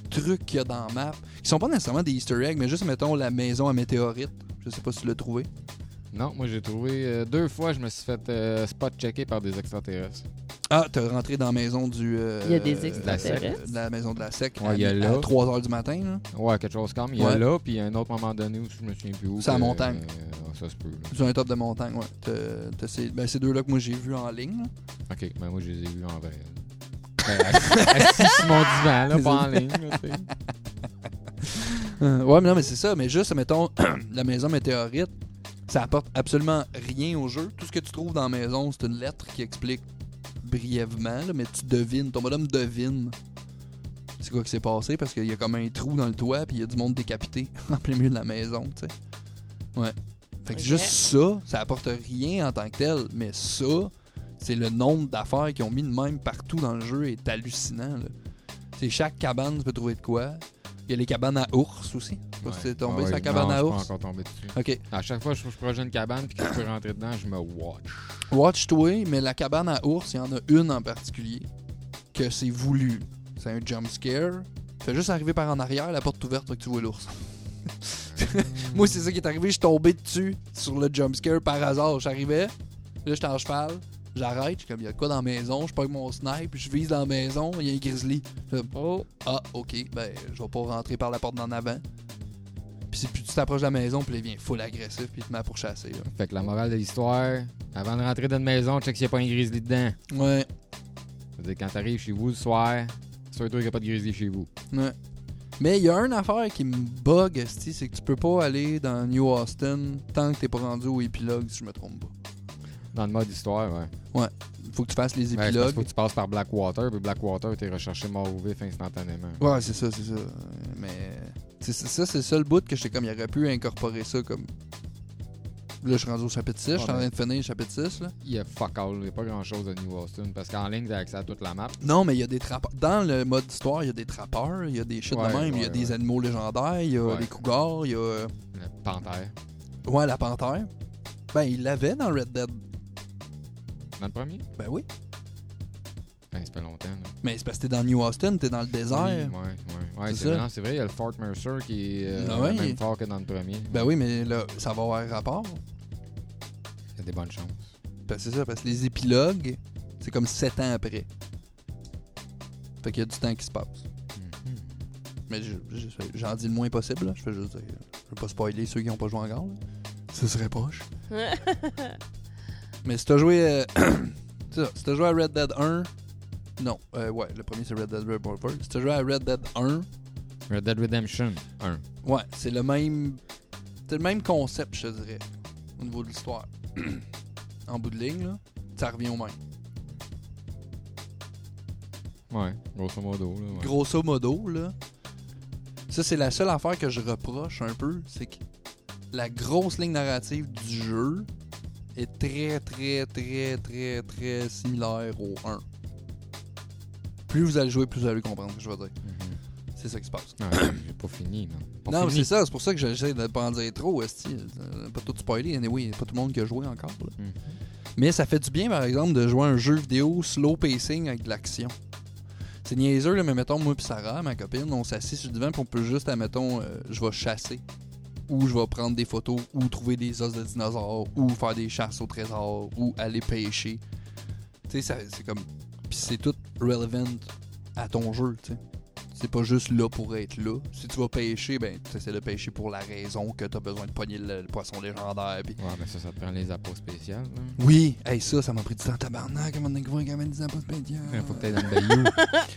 Speaker 2: trucs qu'il y a dans la map, qui sont pas nécessairement des Easter eggs, mais juste, mettons, la maison à météorite. Je sais pas si tu l'as trouvé.
Speaker 1: Non, moi j'ai trouvé euh, deux fois, je me suis fait euh, spot checker par des extraterrestres.
Speaker 2: Ah, t'es rentré dans la maison du. euh,
Speaker 3: Il y a des
Speaker 1: extraterrestres.
Speaker 2: de la maison de la sec
Speaker 1: Ouais, il y a
Speaker 2: à,
Speaker 1: là.
Speaker 2: 3h du matin. Là.
Speaker 1: Ouais, quelque chose comme. Il y a
Speaker 2: Ouais.
Speaker 1: là, puis à un autre moment donné où je me souviens plus où.
Speaker 2: C'est à
Speaker 1: que,
Speaker 2: montagne.
Speaker 1: euh, ça se peut. là.
Speaker 2: Sur un top de montagne, ouais. T'as- t'as ces, ben, ces deux-là que moi j'ai vu en ligne. là.
Speaker 1: Ok, ben moi je les ai vus en vrai.
Speaker 2: <laughs>
Speaker 1: Ben, assis sur mon divan, là, pas en ligne. là, tu sais.
Speaker 2: Euh, ouais, mais non, mais c'est ça. Mais juste, mettons, <clears throat> la maison météorite, ça apporte absolument rien au jeu. Tout ce que tu trouves dans la maison, c'est une lettre qui explique brièvement, là, mais tu devines, ton bonhomme devine c'est quoi qui s'est passé parce qu'il y a comme un trou dans le toit puis il y a du monde décapité <laughs> en plein milieu de la maison, tu sais. Ouais. Fait que
Speaker 3: Ok.
Speaker 2: juste ça, ça apporte rien en tant que tel, mais ça, c'est le nombre d'affaires qu'ils ont mis de même partout dans le jeu est hallucinant. là. C'est chaque cabane, tu peux trouver de quoi. Il y a les cabanes à ours aussi. Je sais pas si t'es tombé
Speaker 1: Ah
Speaker 2: sur la
Speaker 1: ouais,
Speaker 2: cabane
Speaker 1: non,
Speaker 2: à
Speaker 1: je suis pas
Speaker 2: ours.
Speaker 1: encore tombé dessus.
Speaker 2: Ok.
Speaker 1: À chaque fois que je, je projet une cabane puis que je peux rentrer dedans, je me watch.
Speaker 2: Watch Toy, mais la cabane à ours, il y en a une en particulier que c'est voulu. C'est un jump scare. Fais juste arriver par en arrière, la porte ouverte, fait que tu vois l'ours. <laughs> Moi, c'est ça qui est arrivé. Je suis tombé dessus sur le jump scare par hasard. J'arrivais, là, j'étais en cheval. J'arrête, je suis comme, il y a de quoi dans la maison? Je pogne mon snipe, je vise dans la maison, il y a un grizzly. Je fais,
Speaker 3: Oh.
Speaker 2: ah, ok, ben, je vais pas rentrer par la porte d'en avant. Puis c'est- puis tu t'approches de la maison, puis là, il vient full agressif, puis il te met à pourchasser. là.
Speaker 1: Fait que la morale de l'histoire, avant de rentrer dans une maison, check s'il n'y a pas un grizzly dedans.
Speaker 2: Ouais.
Speaker 1: C'est-à-dire, quand t'arrives chez vous le soir, surtout qu'il n'y a pas de grizzly chez vous.
Speaker 2: Ouais. Mais il y a une affaire qui me bug, esti, c'est que tu peux pas aller dans New Austin tant que t'es pas rendu au épilogue, si je me trompe pas.
Speaker 1: Dans le mode histoire, ouais.
Speaker 2: Faut que tu fasses les
Speaker 1: Ben, c'est parce qu'il
Speaker 2: épilogues.
Speaker 1: faut que tu passes par Blackwater, puis Blackwater, t'es recherché mort ou vif instantanément.
Speaker 2: ouais, c'est ça, c'est ça. Euh, Mais c'est c'est ça, c'est le seul bout que j'étais comme, il aurait pu incorporer ça comme. Là, je suis rendu au chapitre 6, je suis en train de finir le chapitre 6. Là.
Speaker 1: Il y a fuck all, il n'y a pas grand-chose de New Austin, parce qu'en ligne, t'as accès à toute la map.
Speaker 2: Non, mais il y a des trappeurs. Dans le mode histoire, il y a des trappeurs, il y a des shit
Speaker 1: Ouais,
Speaker 2: de même, il y a
Speaker 1: ouais,
Speaker 2: des
Speaker 1: ouais.
Speaker 2: animaux légendaires, il y a
Speaker 1: Ouais.
Speaker 2: les cougars, il y a. euh,
Speaker 1: La panthère.
Speaker 2: Ouais, la panthère. Ben, il l'avait dans Red Dead.
Speaker 1: Dans le premier?
Speaker 2: Ben oui.
Speaker 1: Ben, c'est pas longtemps, là.
Speaker 2: Mais c'est parce que t'es dans New Austin, t'es dans le désert.
Speaker 1: Oui, ouais, ouais. Ouais,
Speaker 2: C'est
Speaker 1: c'est
Speaker 2: ça.
Speaker 1: non, c'est vrai, il y a le Fort Mercer qui est euh,
Speaker 2: Ah ouais, il-
Speaker 1: même fort que dans le premier.
Speaker 2: Ben oui, mais là, ça va avoir rapport.
Speaker 1: Il y a des bonnes chances.
Speaker 2: Parce que c'est ça, parce que les épilogues, c'est comme 7 ans après. Fait qu'il y a du temps qui se passe.
Speaker 1: Hmm.
Speaker 2: Mais je- je- j'en dis le moins possible, là. Je fais juste dire. Je veux pas spoiler ceux qui ont pas joué encore, là. Ce serait poche. Mais si t'as joué. euh, <clears throat> c'est ça, si t'as joué à Red Dead 1. Non, euh, ouais, le premier c'est Red Dead Revolver. Si t'as joué à Red Dead 1,
Speaker 1: Red Dead Redemption 1.
Speaker 2: ouais, c'est le même. C'est le même concept, je te dirais, au niveau de l'histoire. <clears throat> en bout de ligne, là, ça revient au même.
Speaker 1: Ouais, grosso modo. Là, ouais.
Speaker 2: Grosso modo, là. Ça, c'est la seule affaire que je reproche un peu, c'est que la grosse ligne narrative du jeu est très, très, très, très, très similaire au 1. Plus vous allez jouer, plus vous allez comprendre ce que je veux dire.
Speaker 1: Mhm.
Speaker 2: C'est ça qui se passe.
Speaker 1: Ouais, <coughs> j'ai pas fini, man. Pas
Speaker 2: non, mais
Speaker 1: fini.
Speaker 2: c'est ça, c'est pour ça que j'essaie de pas en dire trop, esti. Euh, Pas tout spoiler, anyway, pas tout le monde qui a joué encore, là.
Speaker 1: Mhm.
Speaker 2: Mais ça fait du bien, par exemple, de jouer à un jeu vidéo slow pacing avec de l'action. C'est niaiseux, là, mais mettons, moi puis Sarah, ma copine, on s'assit sur le divan puis on peut juste, admettons, euh, je vais chasser. Ou je vais prendre des photos, ou trouver des os de dinosaures, ou faire des chasses au trésor, ou aller pêcher. Tu sais, ça- c'est comme. Puis c'est tout relevant à ton jeu, tu sais. C'est pas juste là pour être là. Si tu vas pêcher, ben, tu essaies de pêcher pour la raison que t'as besoin de pogner le, le poisson légendaire, puis
Speaker 1: Ouais, mais ça, ça te prend les appos spéciales. là.
Speaker 2: oui, hey, ça, ça m'a pris du temps tabarnak à un moment donné, voir quand même des impôts de pédiatre.
Speaker 1: Il faut que t'ailles dans le bayou.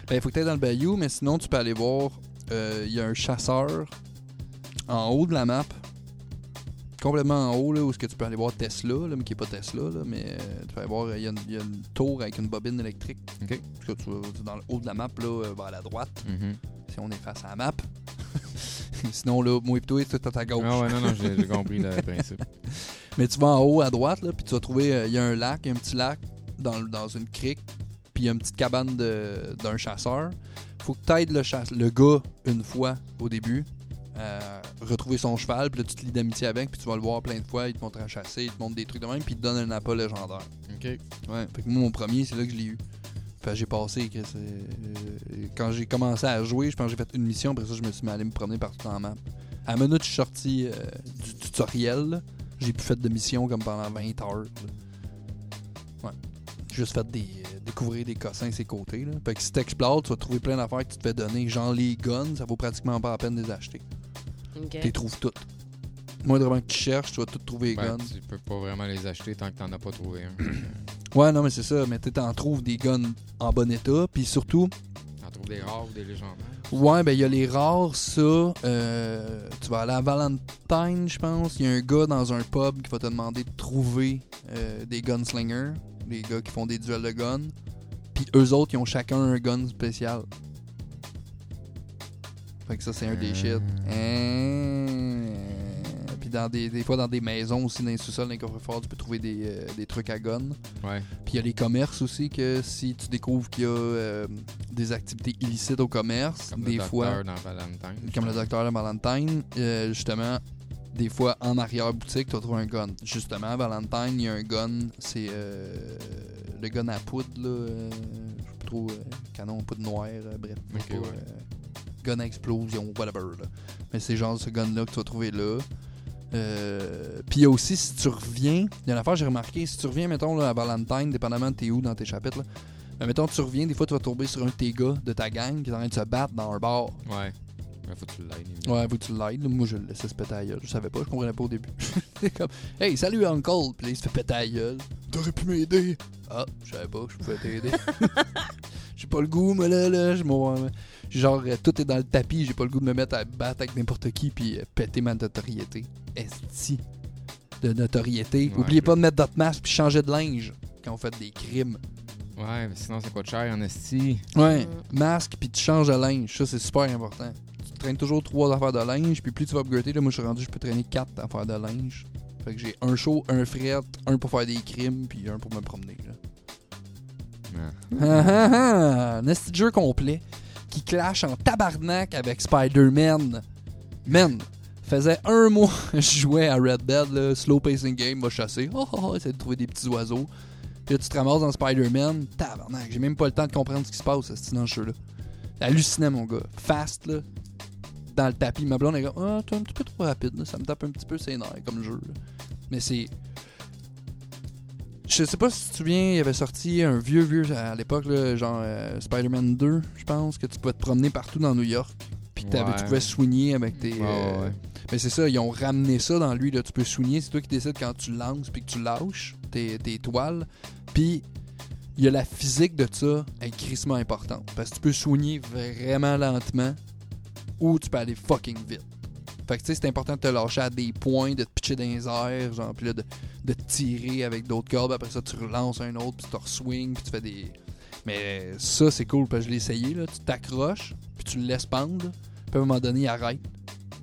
Speaker 2: Ben, faut que t'ailles dans le bayou, mais sinon, tu peux aller voir. euh, Il y a un chasseur en haut de la map. Complètement en haut, là, où est-ce que tu peux aller voir Tesla, là, mais qui est pas Tesla, là, mais euh, tu peux aller voir, euh, il y, a une- il y a une tour avec une bobine électrique.
Speaker 1: Ok.
Speaker 2: Parce que tu vas tu vas dans le haut de la map, là, euh, vers la droite,
Speaker 1: <laughs> Mhm.
Speaker 2: si on est face à la map. <laughs> Sinon, là, moi et toi, tout à ta gauche.
Speaker 1: Ah ouais, non, non, j'ai j'ai compris le principe.
Speaker 2: Mais tu vas en haut à droite, là, puis tu vas trouver, euh, il y a un lac, un petit lac dans, le- dans une crique, puis il y a une petite cabane de- d'un chasseur. Faut que tu aides le, chasse, le gars une fois au début, à retrouver son cheval, puis là, tu te lis d'amitié avec, puis tu vas le voir plein de fois, il te montre à chasser, il te montre des trucs de même, puis il te donne un appât légendaire.
Speaker 1: <laughs> OK.
Speaker 2: Ouais, fait que moi, mon premier, c'est là que je l'ai eu. Fait que j'ai passé, que c'est- euh, quand j'ai commencé à jouer, je pense que j'ai fait une mission, après ça, je me suis mis à aller me promener partout dans la map. À la minute, je suis sorti euh, du tutoriel, là, j'ai plus fait de mission comme pendant 20 heures. là. Ouais. J'ai Juste fait des, euh, découvrir des cossins à ses côtés. Là. Fait que si t'explores, tu vas trouver plein d'affaires que tu te fais donner. Genre les guns, ça vaut pratiquement pas la peine de les acheter.
Speaker 3: OK.
Speaker 2: Tu les trouves toutes. Moindrement que tu cherches, tu vas toutes trouver les
Speaker 1: Ben,
Speaker 2: guns.
Speaker 1: tu peux pas vraiment les acheter tant que t'en as pas trouvé <coughs> un.
Speaker 2: Ouais, non, mais c'est ça. Mais tu t'en trouves des guns en bon état. Puis surtout,
Speaker 1: T'en trouves des rares ou des légendaires.
Speaker 2: Ouais, ben il y a les rares, ça. euh, tu vas aller à Valentine, je pense. Il y a un gars dans un pub qui va te demander de trouver euh, des gunslingers, des gars qui font des duels de guns. Puis eux autres, ils ont chacun un gun spécial. Fait que ça, c'est un des shit. Hein. Puis dans des, des fois, dans des maisons aussi, dans les sous-sols, dans les coffres-forts, tu peux trouver des, euh, des trucs à gun.
Speaker 1: Ouais.
Speaker 2: Puis il y a les commerces aussi que si tu découvres qu'il y a euh, des activités illicites au commerce,
Speaker 1: Comme
Speaker 2: des
Speaker 1: le docteur
Speaker 2: fois,
Speaker 1: dans Valentine.
Speaker 2: comme le docteur de Valentine, euh, justement, des fois en arrière-boutique, tu trouves un gun. Justement, à Valentine, il y a un gun, c'est euh, le gun à poudre, là, euh, je sais pas trop, euh, canon à poudre noire, euh, bref. je sais
Speaker 1: Ok,
Speaker 2: pas,
Speaker 1: ouais.
Speaker 2: euh, gun à explosion, whatever. Là. Mais c'est genre ce gun-là que tu vas trouver là. Euh, Puis il y a aussi, si tu reviens, il y a une affaire, j'ai remarqué, si tu reviens, mettons, là, à Valentine, dépendamment de t'es où dans tes chapitres, là, mais mettons, tu reviens, des fois, tu vas tomber sur un de tes gars de ta gang qui est en train de se battre dans un bar.
Speaker 1: Ouais. Ben, faut que tu l'aides. évidemment.
Speaker 2: Ouais, vous tu l'aides. là. Moi, je le laissais se péter à la gueule. Je savais pas, je comprenais pas au début. <laughs> c'est comme, hey, salut, Uncle. Puis là, il se fait péter à la gueule. T'aurais pu m'aider. Ah, je savais pas que je pouvais t'aider. j'ai pas le goût, moi, là, là. Je m'en- Genre, euh, tout est dans le tapis. J'ai pas le goût de me mettre à battre avec n'importe qui puis euh, péter ma notoriété. Esti de notoriété.
Speaker 1: Ouais,
Speaker 2: Oubliez
Speaker 1: je-
Speaker 2: pas de mettre votre masque puis changer de linge quand vous faites des crimes.
Speaker 1: Ouais, mais sinon, ça coûte cher en esti.
Speaker 2: Ouais, Mm. masque puis tu changes de linge, ça c'est super important. Tu traînes toujours trois affaires de linge, puis plus tu vas upgrader, là moi je suis rendu, je peux traîner quatre affaires de linge. Fait que j'ai un chaud, un fret, un pour faire des crimes, puis un pour me promener. Là.
Speaker 1: Ah.
Speaker 2: Ah, ah, ah, un esti de jeu complet qui clash en tabarnak avec Spider-Man. Man, faisait un <laughs> mois que je jouais à Red Dead, là, slow pacing game, va chasser. Oh, oh, oh, essayer de trouver des petits oiseaux. Puis là, tu te ramasses dans Spider-Man. Tabarnak, j'ai même pas le temps de comprendre ce qui se passe esti, dans ce jeu-là. Hallucinant, mon gars. Fast, là. Dans le tapis. Ma blonde, elle est comme, ah, t'es un petit peu trop rapide, là. ça me tape un petit peu ses nerfs comme jeu. là. Mais c'est Je sais pas si tu te souviens, il avait sorti un vieux, vieux à l'époque, là, genre euh, Spider-Man 2, je pense, que tu pouvais te promener partout dans New York. Puis que t'avais-
Speaker 1: Ouais.
Speaker 2: tu pouvais soigner avec tes.
Speaker 1: Ouais, ouais, ouais.
Speaker 2: Mais c'est ça, ils ont ramené ça dans lui. Là. Tu peux soigner, c'est toi qui décides quand tu lances puis que tu lâches tes, tes toiles. Puis il y a la physique de ça est crissement importante. Parce que tu peux soigner vraiment lentement ou tu peux aller fucking vite. Fait que tu sais, c'est important de te lâcher à des points, de te pitcher dans les airs, genre, puis là, de, de te tirer avec d'autres cordes. Après ça, tu relances un autre, puis tu te re-swings, puis tu fais des. Mais ça, c'est cool, parce que je l'ai essayé, là. Tu t'accroches, puis tu le laisses pendre, puis à un moment donné, il arrête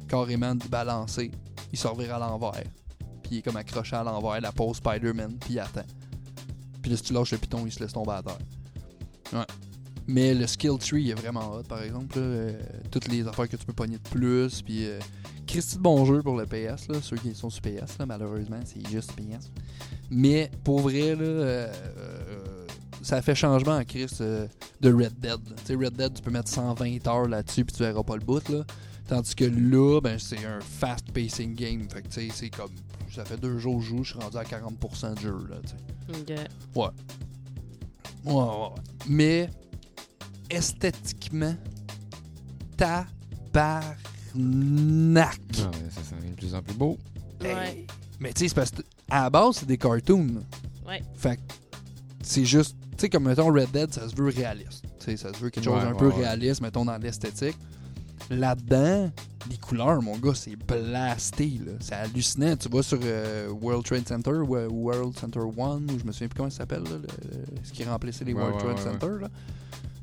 Speaker 2: carrément de balancer. Il se revire à l'envers, puis il est comme accroché à l'envers, la pose Spider-Man, puis il attend. Puis là, si tu lâches le piton, il se laisse tomber à terre. Ouais. Mais le skill tree il est vraiment hot, par exemple. là. Euh, toutes les affaires que tu peux pogner de plus, puis. euh, Christy de bon jeu pour le PS, là, ceux qui sont sur PS, là, malheureusement, c'est juste PS. Mais pour vrai, là, euh, euh, ça fait changement en Christ euh, de Red Dead. là. Tu sais, Red Dead, tu peux mettre 120 heures là-dessus puis tu verras pas le bout. Là. Tandis que là, ben, c'est un fast pacing game. Fait que tu sais, c'est comme. Ça fait deux jours que je joue, je suis rendu à 40% de jeu. Là, tu sais.
Speaker 3: Ok.
Speaker 2: Ouais, ouais, ouais. Mais esthétiquement, tabarnak!
Speaker 1: Ah ouais, ça s'en vient de plus en plus beau.
Speaker 3: Ouais.
Speaker 2: Mais tu sais, c'est parce que à la base, c'est des cartoons.
Speaker 3: Ouais.
Speaker 2: Fait que c'est juste, tu sais, comme mettons Red Dead, ça se veut réaliste. Tu sais, ça se veut quelque chose
Speaker 1: Ouais,
Speaker 2: un
Speaker 1: ouais,
Speaker 2: peu
Speaker 1: ouais.
Speaker 2: réaliste, mettons dans l'esthétique. Là-dedans, les couleurs, mon gars, c'est blasté, là. C'est hallucinant. Tu vois sur euh, World Trade Center ou euh, World Center 1, ou je me souviens plus comment ça s'appelle, là, le- ce qui remplaçait les
Speaker 1: Ouais,
Speaker 2: World
Speaker 1: ouais,
Speaker 2: Trade
Speaker 1: ouais,
Speaker 2: Center, là.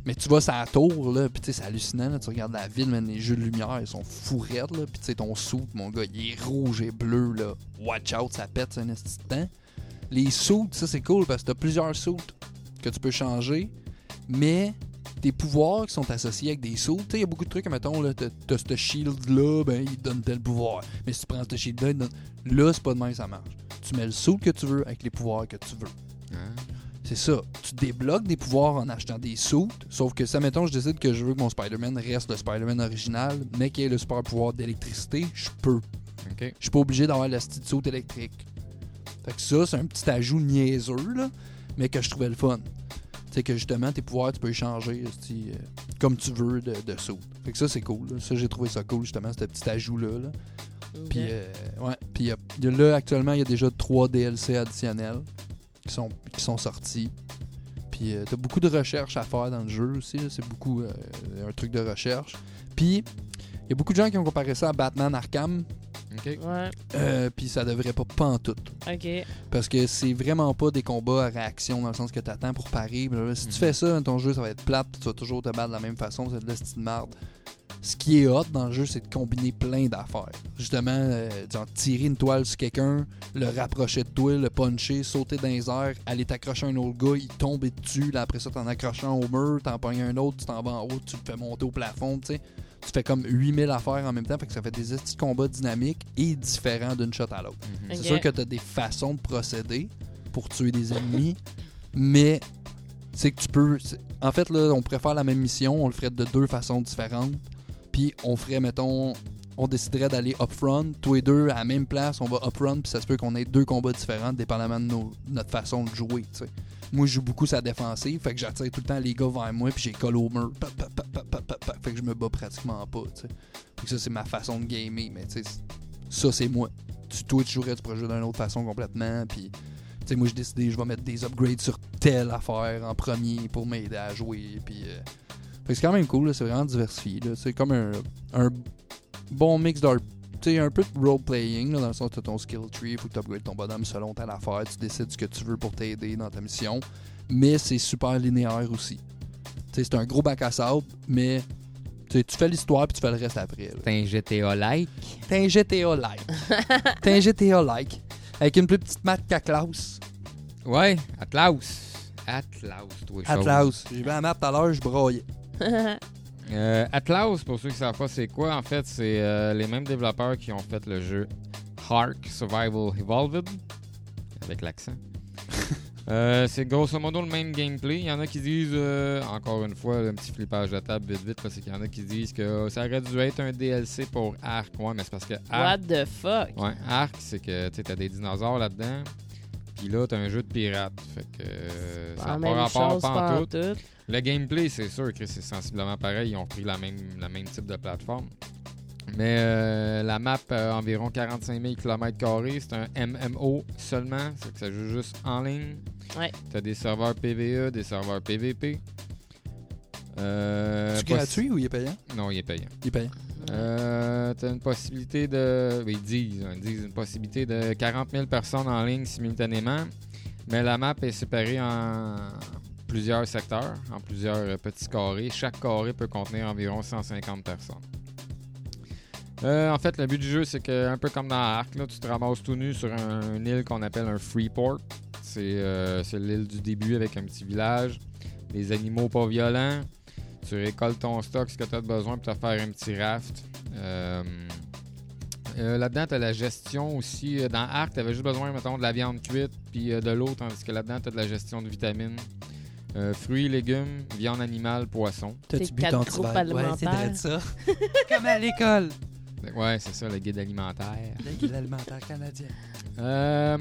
Speaker 2: Mais tu vois, ça à tour, là, pis tu sais, c'est hallucinant, là. Tu regardes la ville, man, les jeux de lumière, ils sont fourrettes, là. Pis tu sais, ton soupe, mon gars, il est rouge et bleu, là. Watch out, ça pète, c'est un esti de temps. Les suits, ça, c'est cool parce que t'as plusieurs suits que tu peux changer, mais tes pouvoirs qui sont associés avec des suits. Tu sais, il y a beaucoup de trucs, mettons, là, t'as, t'as ce shield-là, ben, il te donne tel pouvoir. Mais si tu prends ce shield-là, il te donne... Là, c'est pas de même que ça marche. Tu mets le suit que tu veux avec les pouvoirs que tu veux.
Speaker 1: Hein?
Speaker 2: C'est ça. Tu débloques des pouvoirs en achetant des suits. Sauf que ça, mettons, je décide que je veux que mon Spider-Man reste le Spider-Man original, mais qu'il ait le super pouvoir d'électricité, je peux.
Speaker 1: OK.
Speaker 2: Je suis pas obligé d'avoir la petite saute électrique. Fait que ça, c'est un petit ajout niaiseux, là, mais que je trouvais le fun. Tu sais que justement, tes pouvoirs, tu peux les changer esti, euh, comme tu veux de, de saut. Fait que ça, c'est cool. là. Ça, j'ai trouvé ça cool, justement, ce petit ajout-là. là.
Speaker 3: Ok.
Speaker 2: Puis, euh, ouais. Puis, euh, y a- là, actuellement, il y a déjà trois DLC additionnels qui sont, qui sont sortis. Puis, euh, t'as beaucoup de recherches à faire dans le jeu aussi. là. C'est beaucoup euh, un truc de recherche. Puis, il y a beaucoup de gens qui ont comparé ça à Batman Arkham.
Speaker 1: OK.
Speaker 3: Ouais.
Speaker 2: euh, puis, ça devrait pas pantoute.
Speaker 3: Ok.
Speaker 2: Parce que c'est vraiment pas des combats à réaction dans le sens que t'attends pour parier. Puis là, Si tu
Speaker 1: Mhm.
Speaker 2: fais ça, ton jeu, ça va être plate. puis Tu vas toujours te battre de la même façon. C'est de la style de marde. Ce qui est hot dans le jeu, c'est de combiner plein d'affaires. Justement, euh, genre, tirer une toile sur quelqu'un, le rapprocher de toi, le puncher, sauter dans les airs, aller t'accrocher à un autre gars, il tombe dessus. Là, après ça, t'en accrochant au mur, t'en pognes un autre, tu t'en vas en haut, tu le fais monter au plafond. tu sais. Tu fais comme 8000 affaires en même temps. Fait que ça fait des petits combats dynamiques et différents d'une shot à l'autre.
Speaker 1: Mhm.
Speaker 3: Ok.
Speaker 2: C'est sûr que tu as des façons de procéder pour tuer des ennemis, mais c'est que tu peux. c'est- En fait, là, on pourrait faire la même mission, on le ferait de deux façons différentes. Puis on ferait, mettons, on déciderait d'aller upfront, tous les deux à la même place, on va upfront, puis ça se peut qu'on ait deux combats différents, dépendamment de nos- notre façon de jouer, tu sais. Moi, je joue beaucoup sa défensive, fait que j'attire tout le temps les gars vers moi, puis j'ai colle au mur. Pa, pa, pa, pa, pa, pa, pa. fait que je me bats pratiquement pas, tu sais. Fait que ça, c'est ma façon de gamer, mais tu sais, ça, c'est moi tu, toi, tu jouerais, tu pourrais jouer d'une autre façon complètement. Puis, tu sais, moi, j'ai décidé, je vais mettre des upgrades sur telle affaire en premier pour m'aider à jouer. Puis, euh, fait que c'est quand même cool, là, c'est vraiment diversifié. là. C'est comme un, un bon mix d'art. Tu sais, un peu de role-playing, là, dans le sens que t'as ton skill tree, faut que tu upgrades ton bonhomme selon telle affaire, tu décides ce que tu veux pour t'aider dans ta mission. Mais c'est super linéaire aussi. Tu sais, c'est un gros bac à sable, mais tu sais, tu fais l'histoire puis tu fais le reste après. là.
Speaker 1: C'est un GTA-like.
Speaker 2: T'es un GTA like. T'es un GTA like. Avec une plus petite mat qu'à Klaus.
Speaker 1: Ouais, Atlas. Atlas, toi,
Speaker 2: À
Speaker 1: chose.
Speaker 2: Klaus. J'ai vu la map tout à l'heure, je broyais.
Speaker 1: Euh, Atlas, pour ceux qui ne savent pas c'est quoi, en fait, c'est euh, les mêmes développeurs qui ont fait le jeu Hark Survival Evolved, avec <laughs> l'accent. Euh, c'est grosso modo le même gameplay. Il y en a qui disent, euh, encore une fois, un petit flippage de table vite vite, là, c'est qu'il y en a qui disent que oh, ça aurait dû être un DLC pour Ark. Ah. Ouais, mais c'est parce que Ark,
Speaker 3: What the fuck?
Speaker 1: Ouais, Ark, c'est que tu as des dinosaures là-dedans. Puis là, t'as un jeu de pirate. Fait que euh, ça
Speaker 3: Pas
Speaker 1: n'a pas
Speaker 3: la Ah, même
Speaker 1: rapport
Speaker 3: chose,
Speaker 1: pas en tout.
Speaker 3: pantoute.
Speaker 1: Le gameplay, c'est sûr que c'est sensiblement pareil. Ils ont pris la même, le même type de plateforme. Mais euh, la map, euh, environ 45 000 km, c'est un MMO seulement. C'est que ça joue juste en ligne.
Speaker 3: Ouais.
Speaker 1: T'as des serveurs PVE, des serveurs PVP. Euh,
Speaker 2: C'est
Speaker 1: possi-
Speaker 2: gratuit ou il est payant?
Speaker 1: Non, il est payant.
Speaker 2: Il est payant.
Speaker 1: Euh, t'as une possibilité de. Oui, ils disent, hein, ils disent une possibilité de 40 000 personnes en ligne simultanément, mais la map est séparée en plusieurs secteurs, en plusieurs euh, petits carrés. Chaque carré peut contenir environ 150 personnes. Euh, en fait, le but du jeu, c'est que, un peu comme dans Arc, là, tu te ramasses tout nu sur un- une île qu'on appelle un Freeport. C'est euh, c'est l'île du début avec un petit village, des animaux pas violents. Tu récoltes ton stock, ce que tu as besoin pour te faire un petit raft. Euh, euh, Là-dedans, tu as la gestion aussi. Euh, Dans Arc, tu avais juste besoin, mettons, de la viande cuite puis euh, de l'eau, tandis que là-dedans, tu as de la gestion de vitamines, euh, fruits, légumes, viande animale, poisson.
Speaker 3: T'as-tu bu quatre ton groupes petit verre? Ouais, c'est alimentaires. vrai
Speaker 2: ça. <laughs> Comme à l'école.
Speaker 1: Ouais, c'est ça, le guide alimentaire.
Speaker 2: L'alimentaire canadien.
Speaker 1: Euh...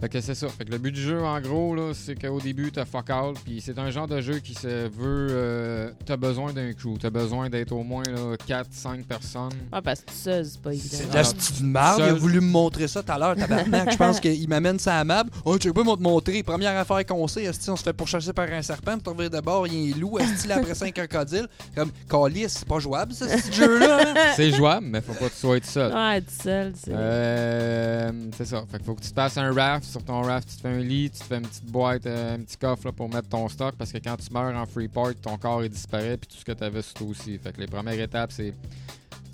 Speaker 1: Fait que c'est ça. Fait que le but du jeu, en gros, là, c'est qu'au début, t'as fuck all. Puis c'est un genre de jeu qui se veut. euh, t'as besoin d'un crew. T'as besoin d'être au moins 4-5 personnes.
Speaker 3: Ah, parce que seul, c'est pas évident.
Speaker 2: C'est de la petite marde. Il a
Speaker 1: Seul.
Speaker 2: voulu Ah. me montrer ça tout à l'heure, tabarnak. Je pense qu'il m'amène ça à map. Oh, tu veux pas moi te montrer. Première affaire qu'on sait, esti, on se fait pourchasser par un serpent. Puis t'en reviens d'abord, il y a un loup. Esti, là, après ça, un crocodile. Comme, calice, c'est pas jouable, ça, ce jeu-là. hein?
Speaker 1: C'est jouable, mais faut pas que tu sois tout seul.
Speaker 3: Ouais, tout seul, c'est.
Speaker 1: Euh, c'est ça. Fait que faut que tu te fasses un raft. Sur ton raft, tu te fais un lit, tu te fais une petite boîte, euh, un petit coffre là, pour mettre ton stock. Parce que quand tu meurs en Freeport, ton corps il disparaît puis tout ce que tu avais, c'est toi aussi. Fait que les premières étapes, c'est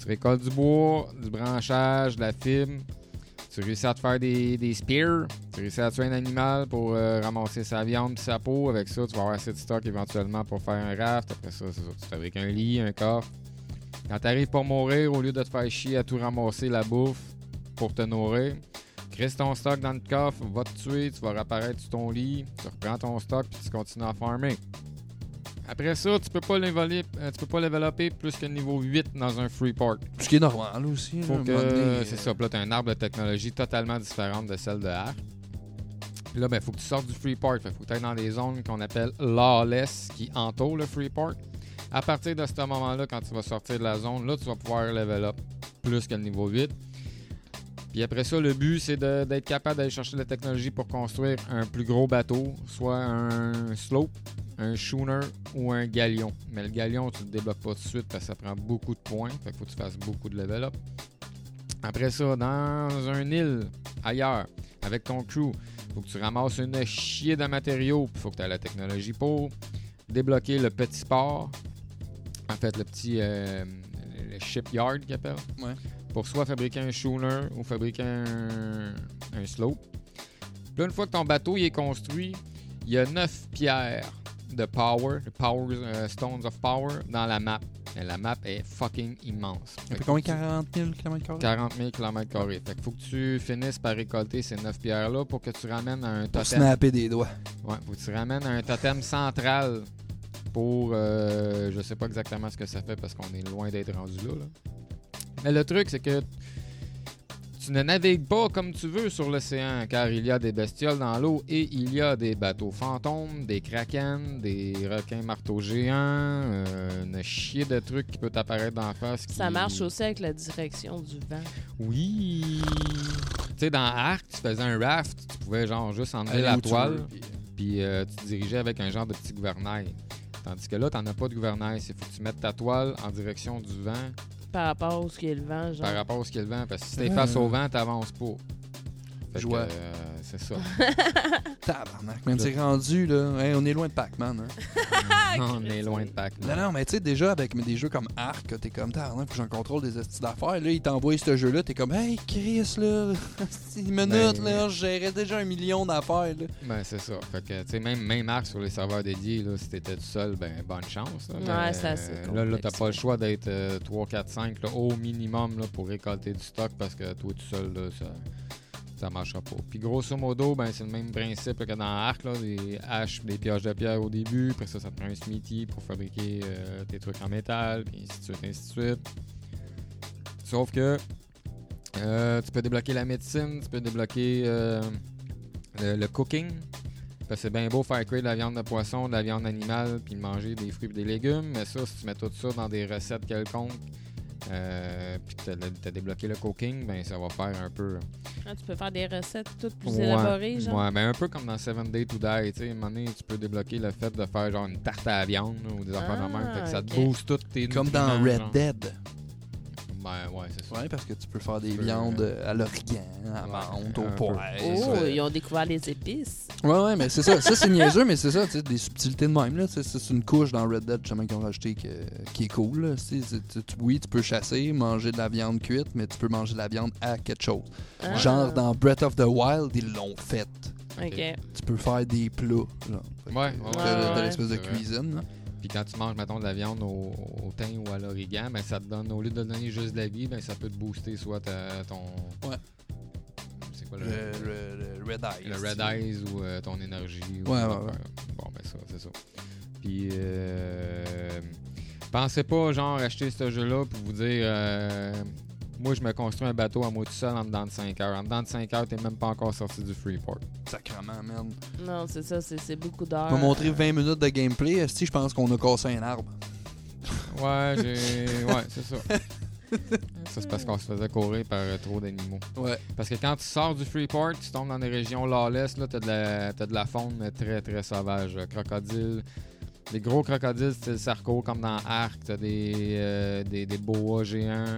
Speaker 1: tu récoltes du bois, du branchage, de la fibre. Tu réussis à te faire des, des spears. Tu réussis à tuer un animal pour euh, ramasser sa viande puis sa peau. Avec ça, tu vas avoir assez de stock éventuellement pour faire un raft. Après ça, c'est ça. Tu fabriques un lit, un coffre. Quand t'arrives pour mourir, au lieu de te faire chier à tout ramasser la bouffe, pour te nourrir. Reste ton stock dans le coffre, va te tuer, tu vas réapparaître sur ton lit, tu reprends ton stock puis tu continues à farmer. Après ça, tu peux pas leveler, euh, tu peux pas leveloper plus que niveau 8 dans un free park.
Speaker 2: Ce qui est normal aussi. là,
Speaker 1: Faut
Speaker 2: un
Speaker 1: que
Speaker 2: moment donné,
Speaker 1: c'est
Speaker 2: euh,
Speaker 1: ça, puis là, t'as un arbre de technologie totalement différente de celle de Arc. Puis là, ben, faut que tu sortes du free park. Fait, faut que tu dans des zones qu'on appelle lawless qui entourent le free park. À partir de ce moment-là, quand tu vas sortir de la zone, là, tu vas pouvoir level up plus que le niveau 8. Puis après ça, le but, c'est de- d'être capable d'aller chercher la technologie pour construire un plus gros bateau, soit un slope, un schooner ou un galion. Mais le galion, tu ne le débloques pas tout de suite parce que ça prend beaucoup de points. Fait qu'il faut que tu fasses beaucoup de level up. Après ça, dans un île, ailleurs, avec ton crew, faut que tu ramasses une chier de matériaux. Il faut que tu aies la technologie pour débloquer le petit port. En fait, le petit euh, le shipyard qu'ils appellent.
Speaker 2: Ouais.
Speaker 1: Pour soit fabriquer un schooner ou fabriquer un, un slope. Puis là, une fois que ton bateau il est construit, il y a 9 pierres de power, de power euh, stones of power, dans la map. Et la map est fucking immense.
Speaker 2: Ça
Speaker 1: Fait
Speaker 2: fait
Speaker 1: que
Speaker 2: combien
Speaker 1: tu-
Speaker 2: 40 000 km
Speaker 1: 40 000 km. Fait que faut que tu finisses par récolter ces 9 pierres-là pour que tu ramènes à un
Speaker 2: Pour
Speaker 1: totem.
Speaker 2: snapper des doigts.
Speaker 1: Ouais, faut que tu ramènes à un totem central pour. euh, je sais pas exactement ce que ça fait parce qu'on est loin d'être rendu là, là. Mais le truc, c'est que tu ne navigues pas comme tu veux sur l'océan car il y a des bestioles dans l'eau et il y a des bateaux fantômes, des kraken, des requins marteaux géants, euh, une chier de trucs qui peut t'apparaître d'en face.
Speaker 3: Ça
Speaker 1: qui-
Speaker 3: marche aussi avec la direction du vent.
Speaker 1: oui. Tu sais, dans Arc, tu faisais un raft, tu pouvais genre juste enlever la toile, puis euh, tu te dirigeais avec un genre de petit gouvernail. Tandis que là, t'en as pas de gouvernail. C'est faut que tu mettes ta toile en direction du vent
Speaker 3: Par rapport à ce qui est le vent, genre.
Speaker 1: par rapport à ce qu'il y a le vent. Parce que si t'es
Speaker 2: Ouais.
Speaker 1: face au vent, t'avances pas. Fait que,
Speaker 2: Joie.
Speaker 1: euh, c'est ça.
Speaker 2: Tabarnak. Même c'est rendu, là. Hey, on est loin de Pac-Man, hein.
Speaker 1: on est loin de Pac-Man.
Speaker 2: Non, non, mais tu sais, déjà, avec des jeux comme Arc, t'es comme, t'as faut que j'en contrôle des astuces d'affaires. Là, il t'envoie ce jeu-là, t'es comme, hey, Chris, là, <laughs> une minute,
Speaker 1: Ben-
Speaker 2: là, je gérais déjà un million d'affaires, là.
Speaker 1: Ben, c'est ça. Fait que, tu sais, même, même Arc sur les serveurs dédiés, là, si t'étais tout seul, ben, bonne chance. là.
Speaker 3: Ouais,
Speaker 1: Mais,
Speaker 3: c'est assez
Speaker 1: euh, Là, là
Speaker 3: complexe.
Speaker 1: t'as pas le choix d'être euh, 3, 4, 5 là, au minimum là, pour récolter du stock parce que toi tout seul, là, ça, ça marchera pas. Puis grosso modo, ben, c'est le même principe là, que dans Arc, là, des haches, des pioches de pierre au début, après ça, ça te prend un smithy pour fabriquer euh, tes trucs en métal, puis ainsi de suite, ainsi de suite. Sauf que euh, tu peux débloquer la médecine, tu peux débloquer euh, le, le cooking. Parce que c'est bien beau faire cuire de la viande de poisson, de la viande animale, puis de manger des fruits et des légumes. Mais ça, si tu mets tout ça dans des recettes quelconques, euh, puis que tu as débloqué le cooking, ben ça va faire un peu.
Speaker 3: Ah, tu peux faire des recettes toutes plus
Speaker 1: Ouais.
Speaker 3: élaborées, genre.
Speaker 1: Ouais, ben un peu comme dans Seven Days to Die, tu sais, à un moment donné, tu peux débloquer le fait de faire genre une tarte à la viande là, ou des affaires de
Speaker 3: Ah,
Speaker 1: même, fait que ça te
Speaker 3: ok.
Speaker 1: booste toutes tes
Speaker 2: Comme dans
Speaker 1: nutriments,
Speaker 2: Red
Speaker 1: genre.
Speaker 2: Dead.
Speaker 1: Ben ouais, c'est ça.
Speaker 2: Ouais, parce que tu peux faire des
Speaker 1: Tu peux,
Speaker 2: viandes euh, à l'origan, à menthe,
Speaker 1: un
Speaker 2: au
Speaker 1: peu.
Speaker 2: poivre.
Speaker 3: Oh,
Speaker 1: Ouais.
Speaker 3: ils ont découvert les épices.
Speaker 2: Ouais, ouais, mais c'est ça. Ça, c'est niaiseux, mais c'est ça, tu sais, des subtilités de même, là. Tu sais, C'est une couche dans Red Dead, justement, qu'ils ont rajouté que- qui est cool, là. Tu sais, c'est- tu- tu- oui, tu peux chasser, manger de la viande cuite, mais tu peux manger de la viande à quelque chose.
Speaker 3: Ah,
Speaker 2: Genre, dans Breath of the Wild, ils l'ont fait.
Speaker 3: OK.
Speaker 2: Tu peux faire des plats, là. Fait que,
Speaker 1: Ouais, ouais,
Speaker 2: t'as-
Speaker 3: ouais,
Speaker 2: t'as
Speaker 3: ouais.
Speaker 2: l'espèce de
Speaker 1: C'est vrai.
Speaker 2: cuisine, là.
Speaker 1: Puis quand tu manges, mettons, de la viande au, au thym ou à l'origan, ben ça te donne, au lieu de te donner juste de la vie, ben ça peut te booster soit ta- ton.
Speaker 2: Ouais.
Speaker 1: C'est quoi
Speaker 2: Le,
Speaker 1: le.
Speaker 2: le- le Red Eye.
Speaker 1: le Red Eyes ou euh, ton énergie. ou
Speaker 2: Ouais,
Speaker 1: ton
Speaker 2: ouais,
Speaker 1: affaire.
Speaker 2: ouais.
Speaker 1: Bon, ben ça, c'est ça. Puis, euh, pensez pas, genre, acheter ce jeu-là pour vous dire, euh, moi, je me construis un bateau à moi tout seul en dedans de 5 heures. En dedans de 5 heures, t'es même pas encore sorti du Freeport.
Speaker 2: Sacrement, man.
Speaker 3: Non, c'est ça, c'est c'est beaucoup d'heures.
Speaker 2: Tu m'as montré 20 minutes de gameplay. Si je pense qu'on a cassé un arbre.
Speaker 1: Ouais, j'ai. ouais, c'est ça. Ça, c'est parce qu'on se faisait courir par euh, trop d'animaux.
Speaker 2: Ouais.
Speaker 1: Parce que quand tu sors du Freeport, tu tombes dans des régions lawless, là, t'as de la, t'as de la faune mais très, très sauvage. Euh, Crocodiles, des gros crocodiles style Sarko, comme dans Arc. T'as des, euh, des, des boas géants,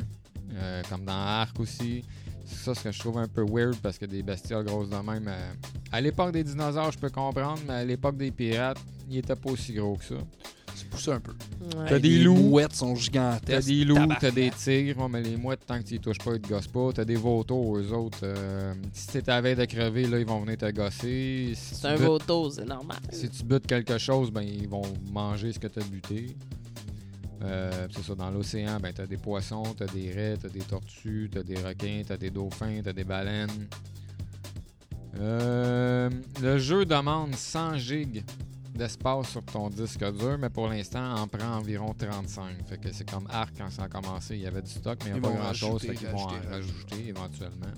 Speaker 1: euh, comme dans Arc aussi. C'est ça ce que je trouve un peu weird, parce que des bestioles grosses de même... euh, à l'époque des dinosaures, je peux comprendre, mais à l'époque des pirates, ils étaient pas aussi gros que ça.
Speaker 2: C'est poussé un peu.
Speaker 3: Ouais.
Speaker 1: T'as des
Speaker 2: Les
Speaker 1: loups.
Speaker 2: mouettes sont
Speaker 1: T'as
Speaker 2: gigantesques.
Speaker 1: des loups,
Speaker 2: tabarnak.
Speaker 1: t'as des tigres, ouais, mais les mouettes, tant que tu les touches pas, ils te gossent pas. T'as des vautours, eux autres. euh, si t'es à veille de crever, là, ils vont venir te gosser. Si
Speaker 3: C'est
Speaker 1: tu
Speaker 3: un
Speaker 1: butes-
Speaker 3: vautour, c'est normal.
Speaker 1: Si tu butes quelque chose, ben ils vont manger ce que t'as buté. Euh, pis c'est ça, dans l'océan, ben t'as des poissons, t'as des raies, t'as des tortues, t'as des requins, t'as des dauphins, t'as des baleines. Euh, le jeu demande 100 gigs d'espace sur ton disque dur, mais pour l'instant, en prend environ 35. Fait que c'est comme Arc quand ça a commencé, il y avait du stock, mais il n'y
Speaker 2: Ils
Speaker 1: a pas
Speaker 2: vont
Speaker 1: grand-chose,
Speaker 2: rajouter,
Speaker 1: fait qu'ils vont en
Speaker 2: rajouter,
Speaker 1: rajouter éventuellement.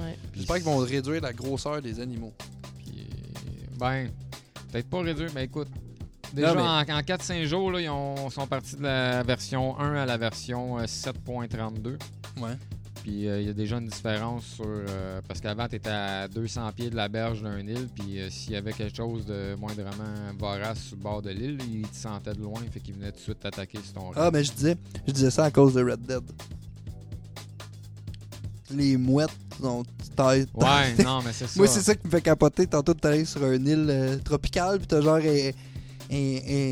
Speaker 3: Ouais.
Speaker 1: Puis
Speaker 2: J'espère qu'ils vont réduire la grosseur des animaux.
Speaker 1: puis, ben, peut-être pas réduire, mais écoute. Déjà,
Speaker 2: Non, mais-
Speaker 1: en, en 4-5 jours, là, ils ont- sont partis de la version 1 à la version euh, 7.32.
Speaker 2: Ouais.
Speaker 1: Puis euh, il y a déjà une différence sur. euh, parce qu'avant, tu étais à 200 pieds de la berge d'un île. Puis euh, s'il y avait quelque chose de moindrement vorace sur le bord de l'île, ils te sentaient de loin. Fait qu'ils venaient tout de suite t'attaquer sur ton
Speaker 2: Ah, mais je disais, je disais ça à cause de Red Dead. Les mouettes sont taille. <laughs>
Speaker 1: Ouais, non, mais c'est ça.
Speaker 2: Moi, c'est ça qui me fait capoter. Tantôt, t'es allé sur une île euh, tropicale, pis t'as genre un, un,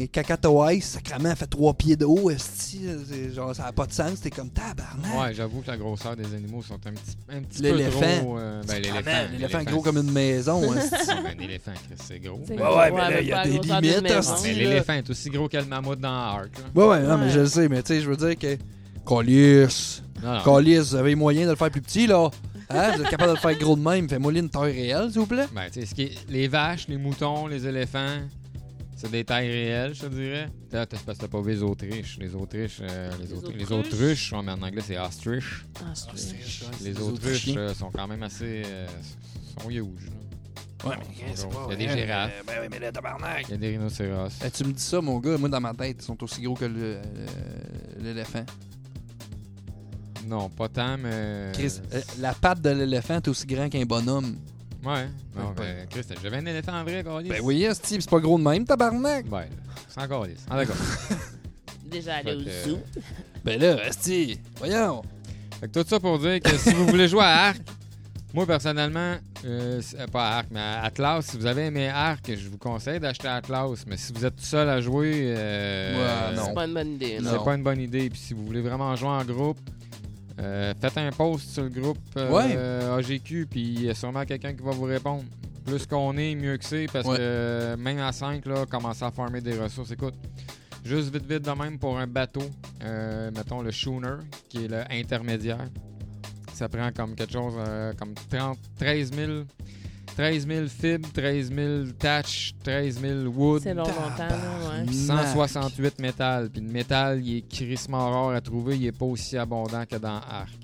Speaker 2: un cacatoès, sacrément, fait trois pieds de haut, esti, euh, c'est- Genre, ça n'a pas de sens. T'es comme tabarnak.
Speaker 1: Ouais, j'avoue que la grosseur des animaux sont un petit, un petit peu
Speaker 2: L'éléphant.
Speaker 1: trop. euh, ben,
Speaker 2: Sacrément,
Speaker 1: l'éléphant.
Speaker 2: L'éléphant gros comme une maison,
Speaker 1: <laughs>
Speaker 2: esti.
Speaker 1: C'est un éléphant, Chris, c'est gros.
Speaker 3: C'est
Speaker 1: Mais-
Speaker 2: Ouais,
Speaker 3: gros.
Speaker 2: ouais, mais là,
Speaker 3: mais
Speaker 2: il y a
Speaker 3: pas à
Speaker 2: des
Speaker 3: la grosseur d'une
Speaker 2: limites, hein,
Speaker 3: maison,
Speaker 2: hostie.
Speaker 1: Ah, Mais
Speaker 3: là.
Speaker 1: l'éléphant est aussi gros que le mammouth dans Ark. là.
Speaker 2: Ouais, ouais, non, mais
Speaker 3: Ouais.
Speaker 2: je le sais, mais tu sais, je veux dire que. Colis!
Speaker 1: Non, non.
Speaker 2: Colis, vous avez moyen de le faire plus petit, là? Hein? Vous êtes capable de le faire gros de même? Fais-moi une taille réelle, s'il vous plaît.
Speaker 1: Ben, tu sais, ce qui est- les vaches, les moutons, les éléphants, c'est des tailles réelles, je te dirais. Là, t'as- c'est parce que t'as pas vu les Autriches. Les Autriches, euh, les,
Speaker 3: Les
Speaker 1: Autri- les
Speaker 3: Autruches.
Speaker 1: Autruches, ouais, mais en anglais, c'est Ostrich.
Speaker 3: Ah, c'est-
Speaker 1: Les Autruches euh, sont quand même assez. euh, sont huge. là.
Speaker 2: Ouais,
Speaker 1: mais c'est pas Il y a des vrai. girafes.
Speaker 2: Ben oui, mais le tabarnak. Euh,
Speaker 1: Il y a des rhinocéros.
Speaker 2: Eh, tu me dis ça, mon gars. Moi, dans ma tête, ils sont aussi gros que le- le- l'éléphant.
Speaker 1: Non, pas tant, mais.
Speaker 2: Chris, euh, la patte de l'éléphant est aussi grand qu'un bonhomme.
Speaker 1: Ouais. Non,
Speaker 2: Ouais, pas-
Speaker 1: ben, Chris, j'avais un éléphant en vrai, Carlis.
Speaker 2: Ben oui, ce type, c'est pas gros de même, tabarnak.
Speaker 1: Ben, c'est encore lisse. Ah, d'accord.
Speaker 3: Déjà allé au
Speaker 1: Fait que- euh,
Speaker 3: zoo.
Speaker 2: Ben là, Esti, voyons.
Speaker 1: Fait que tout ça pour dire que si vous voulez jouer à Arc, moi personnellement, euh, c'est- euh, pas à Arc, mais à Atlas, si vous avez aimé Arc, je vous conseille d'acheter Atlas. Mais si vous êtes tout seul à jouer, euh,
Speaker 2: Ouais,
Speaker 3: C'est
Speaker 2: non.
Speaker 3: pas une bonne idée.
Speaker 2: Non.
Speaker 3: là.
Speaker 1: c'est pas une bonne idée. Puis si vous voulez vraiment jouer en groupe, euh, faites un post sur le groupe euh,
Speaker 2: Ouais.
Speaker 1: euh, AGQ, puis il y a sûrement quelqu'un qui va vous répondre. Plus qu'on est, mieux que c'est, parce
Speaker 2: Ouais.
Speaker 1: que euh, même à 5, là, commencer à farmer des ressources. Écoute, juste vite vite de même pour un bateau, euh, mettons le schooner, qui est l'intermédiaire. Ça prend comme quelque chose euh, comme 30, 13 000 13 000 fibres, 13 000 thatch, 13 000 wood.
Speaker 3: C'est long, longtemps, là, ouais.
Speaker 1: Puis 168 métal. Puis le métal, il est crissement rare à trouver. Il est pas aussi abondant que dans Arc.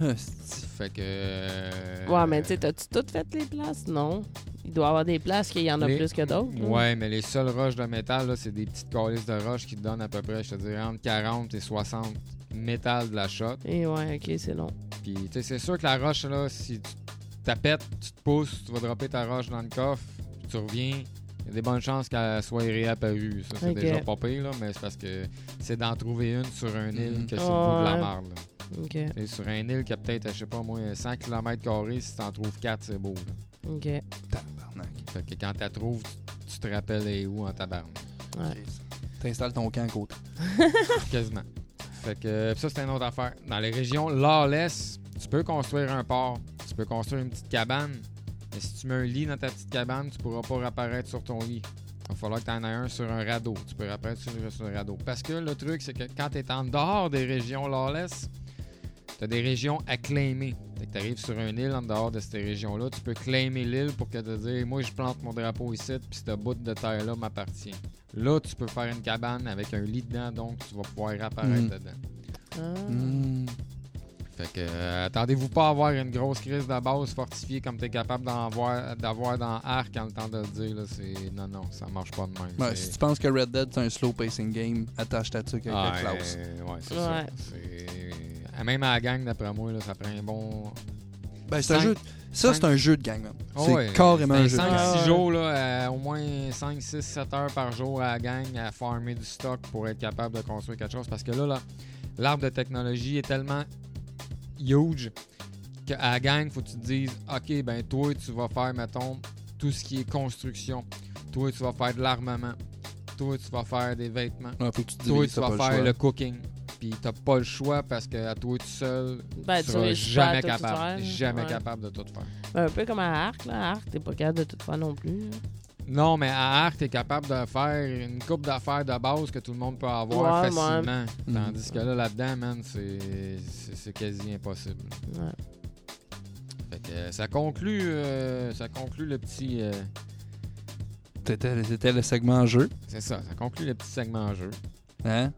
Speaker 2: Hostie.
Speaker 1: Fait que. euh,
Speaker 3: Ouais, mais tu sais, t'as-tu toutes fait les places? Non. Il doit y avoir des places qu'il y en a
Speaker 1: Les-
Speaker 3: plus que d'autres. là.
Speaker 1: Ouais, mais les seules roches de métal, là, c'est des petites calices de roches qui te donnent à peu près, je te dirais, entre 40 et 60 métal de la shot.
Speaker 3: Et ouais, ok, c'est long.
Speaker 1: Puis, tu sais, c'est sûr que la roche, là, si tu t'appètes, tu te pousses, tu vas dropper ta roche dans le coffre, puis tu reviens, il y a des bonnes chances qu'elle soit réapparue. Ça, c'est
Speaker 3: Ok.
Speaker 1: déjà pas pire, là, mais c'est parce que c'est d'en trouver une sur un île
Speaker 2: Mhm.
Speaker 1: que c'est le bout de la
Speaker 3: Ouais.
Speaker 1: marde. là.
Speaker 3: Ok,
Speaker 1: Tu sais, sur un île qui a peut-être, je sais pas, moins 100 km, si t'en trouves 4, c'est beau. là.
Speaker 3: ok.
Speaker 2: Tabarnak.
Speaker 1: Fait que quand t'as trouves, tu- tu te rappelles les où en tabarnak.
Speaker 2: T'installes ton camp à côté.
Speaker 1: Quasiment. Fait que euh, ça, c'est une autre affaire. Dans les régions lawless, tu peux construire un port, tu peux construire une petite cabane, mais si tu mets un lit dans ta petite cabane, tu pourras pas réapparaître sur ton lit. Il va falloir que tu en aies un sur un radeau. Tu peux réapparaître sur, sur un radeau. Parce que le truc, c'est que quand tu es en dehors des régions lawless, tu as des régions à claimer. Fait que tu arrives sur une île en dehors de ces régions-là, tu peux claimer l'île pour que te dire Moi, je plante mon drapeau ici, puis ce bout de terre-là m'appartient. Là, tu peux faire une cabane avec un lit dedans, donc tu vas pouvoir réapparaître
Speaker 2: Mhm.
Speaker 1: dedans.
Speaker 3: Ah.
Speaker 2: Hmm.
Speaker 1: Fait que euh, attendez-vous pas à avoir une grosse crise de base fortifiée comme t'es capable d'en voir- d'avoir dans Arc en le temps de le dire. Là, c'est... Non, non, ça marche pas de même.
Speaker 2: Ouais,
Speaker 1: C'est-
Speaker 2: si tu penses que Red Dead c'est un slow pacing game, attache ta tuque avec
Speaker 1: Ah,
Speaker 2: la classe.
Speaker 1: euh, ouais, c'est
Speaker 3: Ouais.
Speaker 1: ça. C'est- Même à la gang, d'après moi, là, ça prend un bon.
Speaker 2: Ben, c'est un
Speaker 1: cinq-
Speaker 2: jeu. Ça, c'est
Speaker 1: cinq-
Speaker 2: un jeu de gang, man.
Speaker 1: Oh,
Speaker 2: c'est
Speaker 1: ouais.
Speaker 2: carrément un jeu de
Speaker 1: 5,
Speaker 2: gang.
Speaker 3: Ah,
Speaker 1: 6
Speaker 3: ouais.
Speaker 1: jours, là, à au moins 5, 6, 7 heures par jour à la gang à farmer du stock pour être capable de construire quelque chose. Parce que là, là, l'arbre de technologie est tellement huge qu'à la gang, faut que tu te dises Ok, ben toi, tu vas faire, mettons, tout ce qui est construction. Toi, tu vas faire de l'armement. Toi, tu vas faire des vêtements.
Speaker 2: Ouais, faut que tu te
Speaker 1: Toi,
Speaker 2: divises,
Speaker 1: tu
Speaker 2: t'as
Speaker 1: vas
Speaker 2: pas
Speaker 1: faire
Speaker 2: le
Speaker 1: le
Speaker 2: choix.
Speaker 1: cooking. Puis t'as pas le choix parce que à toi tout seul,
Speaker 3: Ben,
Speaker 1: tu
Speaker 3: tu
Speaker 1: seras
Speaker 3: réussis pas à
Speaker 1: jamais
Speaker 3: tout faire,
Speaker 1: capable.
Speaker 3: là.
Speaker 1: Jamais
Speaker 3: Ouais.
Speaker 1: capable de tout faire.
Speaker 3: Ben, un peu comme à Arc, là. À Arc, t'es pas capable de tout faire non plus. là.
Speaker 1: Non, mais à Arc, t'es capable de faire une coupe d'affaires de base que tout le monde peut avoir
Speaker 3: Ouais,
Speaker 1: facilement.
Speaker 2: ouais.
Speaker 1: Tandis que là, là-dedans, man, c'est- c'est c'est quasi impossible.
Speaker 3: Ouais.
Speaker 1: Fait que, euh, ça conclut euh, ça conclut le petit euh,
Speaker 2: C'était c'était le segment jeu.
Speaker 1: c'est ça, ça conclut le petit segment jeu.
Speaker 2: Hein?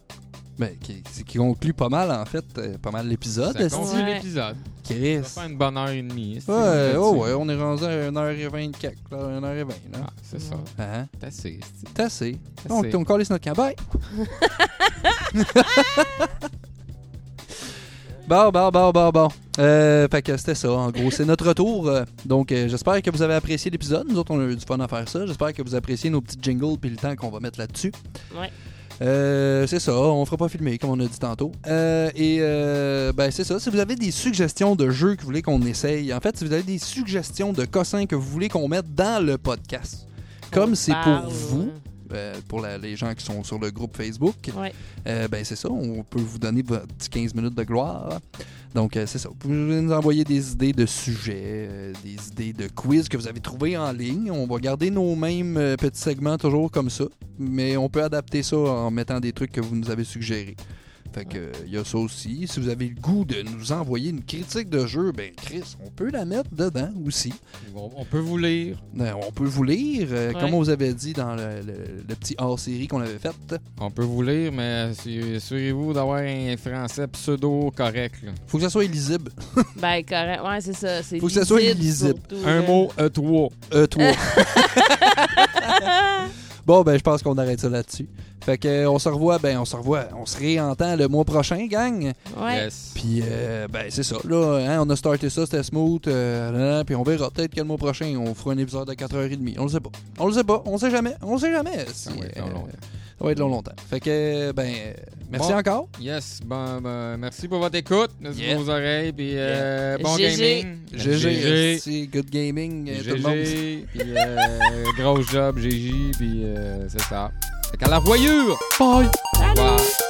Speaker 2: Ben, qui, c'est- qui conclut pas mal, en fait, euh, pas mal l'épisode.
Speaker 1: ça
Speaker 2: est-ce
Speaker 1: conclut
Speaker 3: Ouais.
Speaker 1: l'épisode.
Speaker 2: Chris.
Speaker 1: Ça va faire une bonne heure et demie. est-ce que
Speaker 2: Ouais,
Speaker 1: c'est
Speaker 2: oh
Speaker 1: là-dessus?
Speaker 2: ouais, on est rendu à 1h20 quelque, là, 1h20, là.
Speaker 1: Ah, c'est ça.
Speaker 3: Ouais.
Speaker 2: Hein?
Speaker 1: T'as assez. est-ce que-
Speaker 2: T'as assez.
Speaker 1: T'as
Speaker 2: Donc,
Speaker 1: assez.
Speaker 2: on calisse notre camp.
Speaker 1: <laughs>
Speaker 2: Bye! bon, bon, bon, bon, bon. Euh, fait que c'était ça, en gros. C'est notre retour. Euh, Donc, euh, j'espère que vous avez apprécié l'épisode. Nous autres, on a eu du fun à faire ça. J'espère que vous appréciez nos petits jingles puis le temps qu'on va mettre là-dessus.
Speaker 3: Ouais.
Speaker 2: Euh, c'est ça, on fera pas filmer comme on a dit tantôt. Euh, et euh, ben c'est ça, si vous avez des suggestions de jeux que vous voulez qu'on essaye, en fait, si vous avez des suggestions de cossins que vous voulez qu'on mette dans le podcast, comme
Speaker 3: On
Speaker 2: c'est
Speaker 3: parle,
Speaker 2: pour vous,
Speaker 3: ouais.
Speaker 2: euh, pour la- les gens qui sont sur le groupe Facebook,
Speaker 3: Ouais.
Speaker 2: euh, ben c'est ça, on peut vous donner votre petit 15 minutes de gloire. Donc euh, c'est ça, vous pouvez nous envoyer des idées de sujets, euh, des idées de quiz que vous avez trouvées en ligne. On va garder nos mêmes euh, petits segments toujours comme ça, mais on peut adapter ça en mettant des trucs que vous nous avez suggérés. Fait que euh, il y a ça aussi. Si vous avez le goût de nous envoyer une critique de jeu, ben Chris, on peut la mettre dedans aussi.
Speaker 1: On, on peut vous lire.
Speaker 2: Euh, on peut vous lire, euh,
Speaker 3: Ouais.
Speaker 2: comme on vous avait dit dans le, le- le petit hors-série qu'on avait fait.
Speaker 1: On peut vous lire, mais assu- assurez-vous d'avoir un français pseudo correct. là.
Speaker 2: Faut que ça soit lisible.
Speaker 3: Ben, correct. Ouais, c'est ça. c'est
Speaker 2: Faut que ça soit lisible.
Speaker 3: surtout,
Speaker 1: Un
Speaker 3: là.
Speaker 1: mot, euh, trois.
Speaker 2: Euh,
Speaker 3: <laughs>
Speaker 2: toi. bon, ben, je pense qu'on arrête ça là-dessus. Fait que, euh, on se revoit, ben, on se revoit, on se réentend le mois prochain, gang.
Speaker 3: Ouais.
Speaker 1: Yes.
Speaker 2: Puis, euh, ben, c'est ça, là. hein, on a starté ça, c'était smooth. euh, là, là, puis, on verra peut-être que le mois prochain, on fera un épisode de 4h30. On le sait pas. On le sait pas. On sait jamais. On sait jamais. si,
Speaker 1: Ça va être
Speaker 2: euh,
Speaker 1: long, long.
Speaker 2: ça va être long, longtemps. Fait que, euh, ben, euh, merci
Speaker 1: Bon.
Speaker 2: encore.
Speaker 1: Yes, bon, ben, merci pour votre écoute, merci
Speaker 2: Yeah.
Speaker 1: pour vos oreilles, puis euh, bon
Speaker 3: GG.
Speaker 1: gaming.
Speaker 2: GG. merci, Good gaming, euh, tout le monde.
Speaker 1: GG, puis euh, gros job, GG, puis euh, c'est ça. Fait qu'à la voyure!
Speaker 2: Bye.
Speaker 1: Au revoir.
Speaker 3: Salut!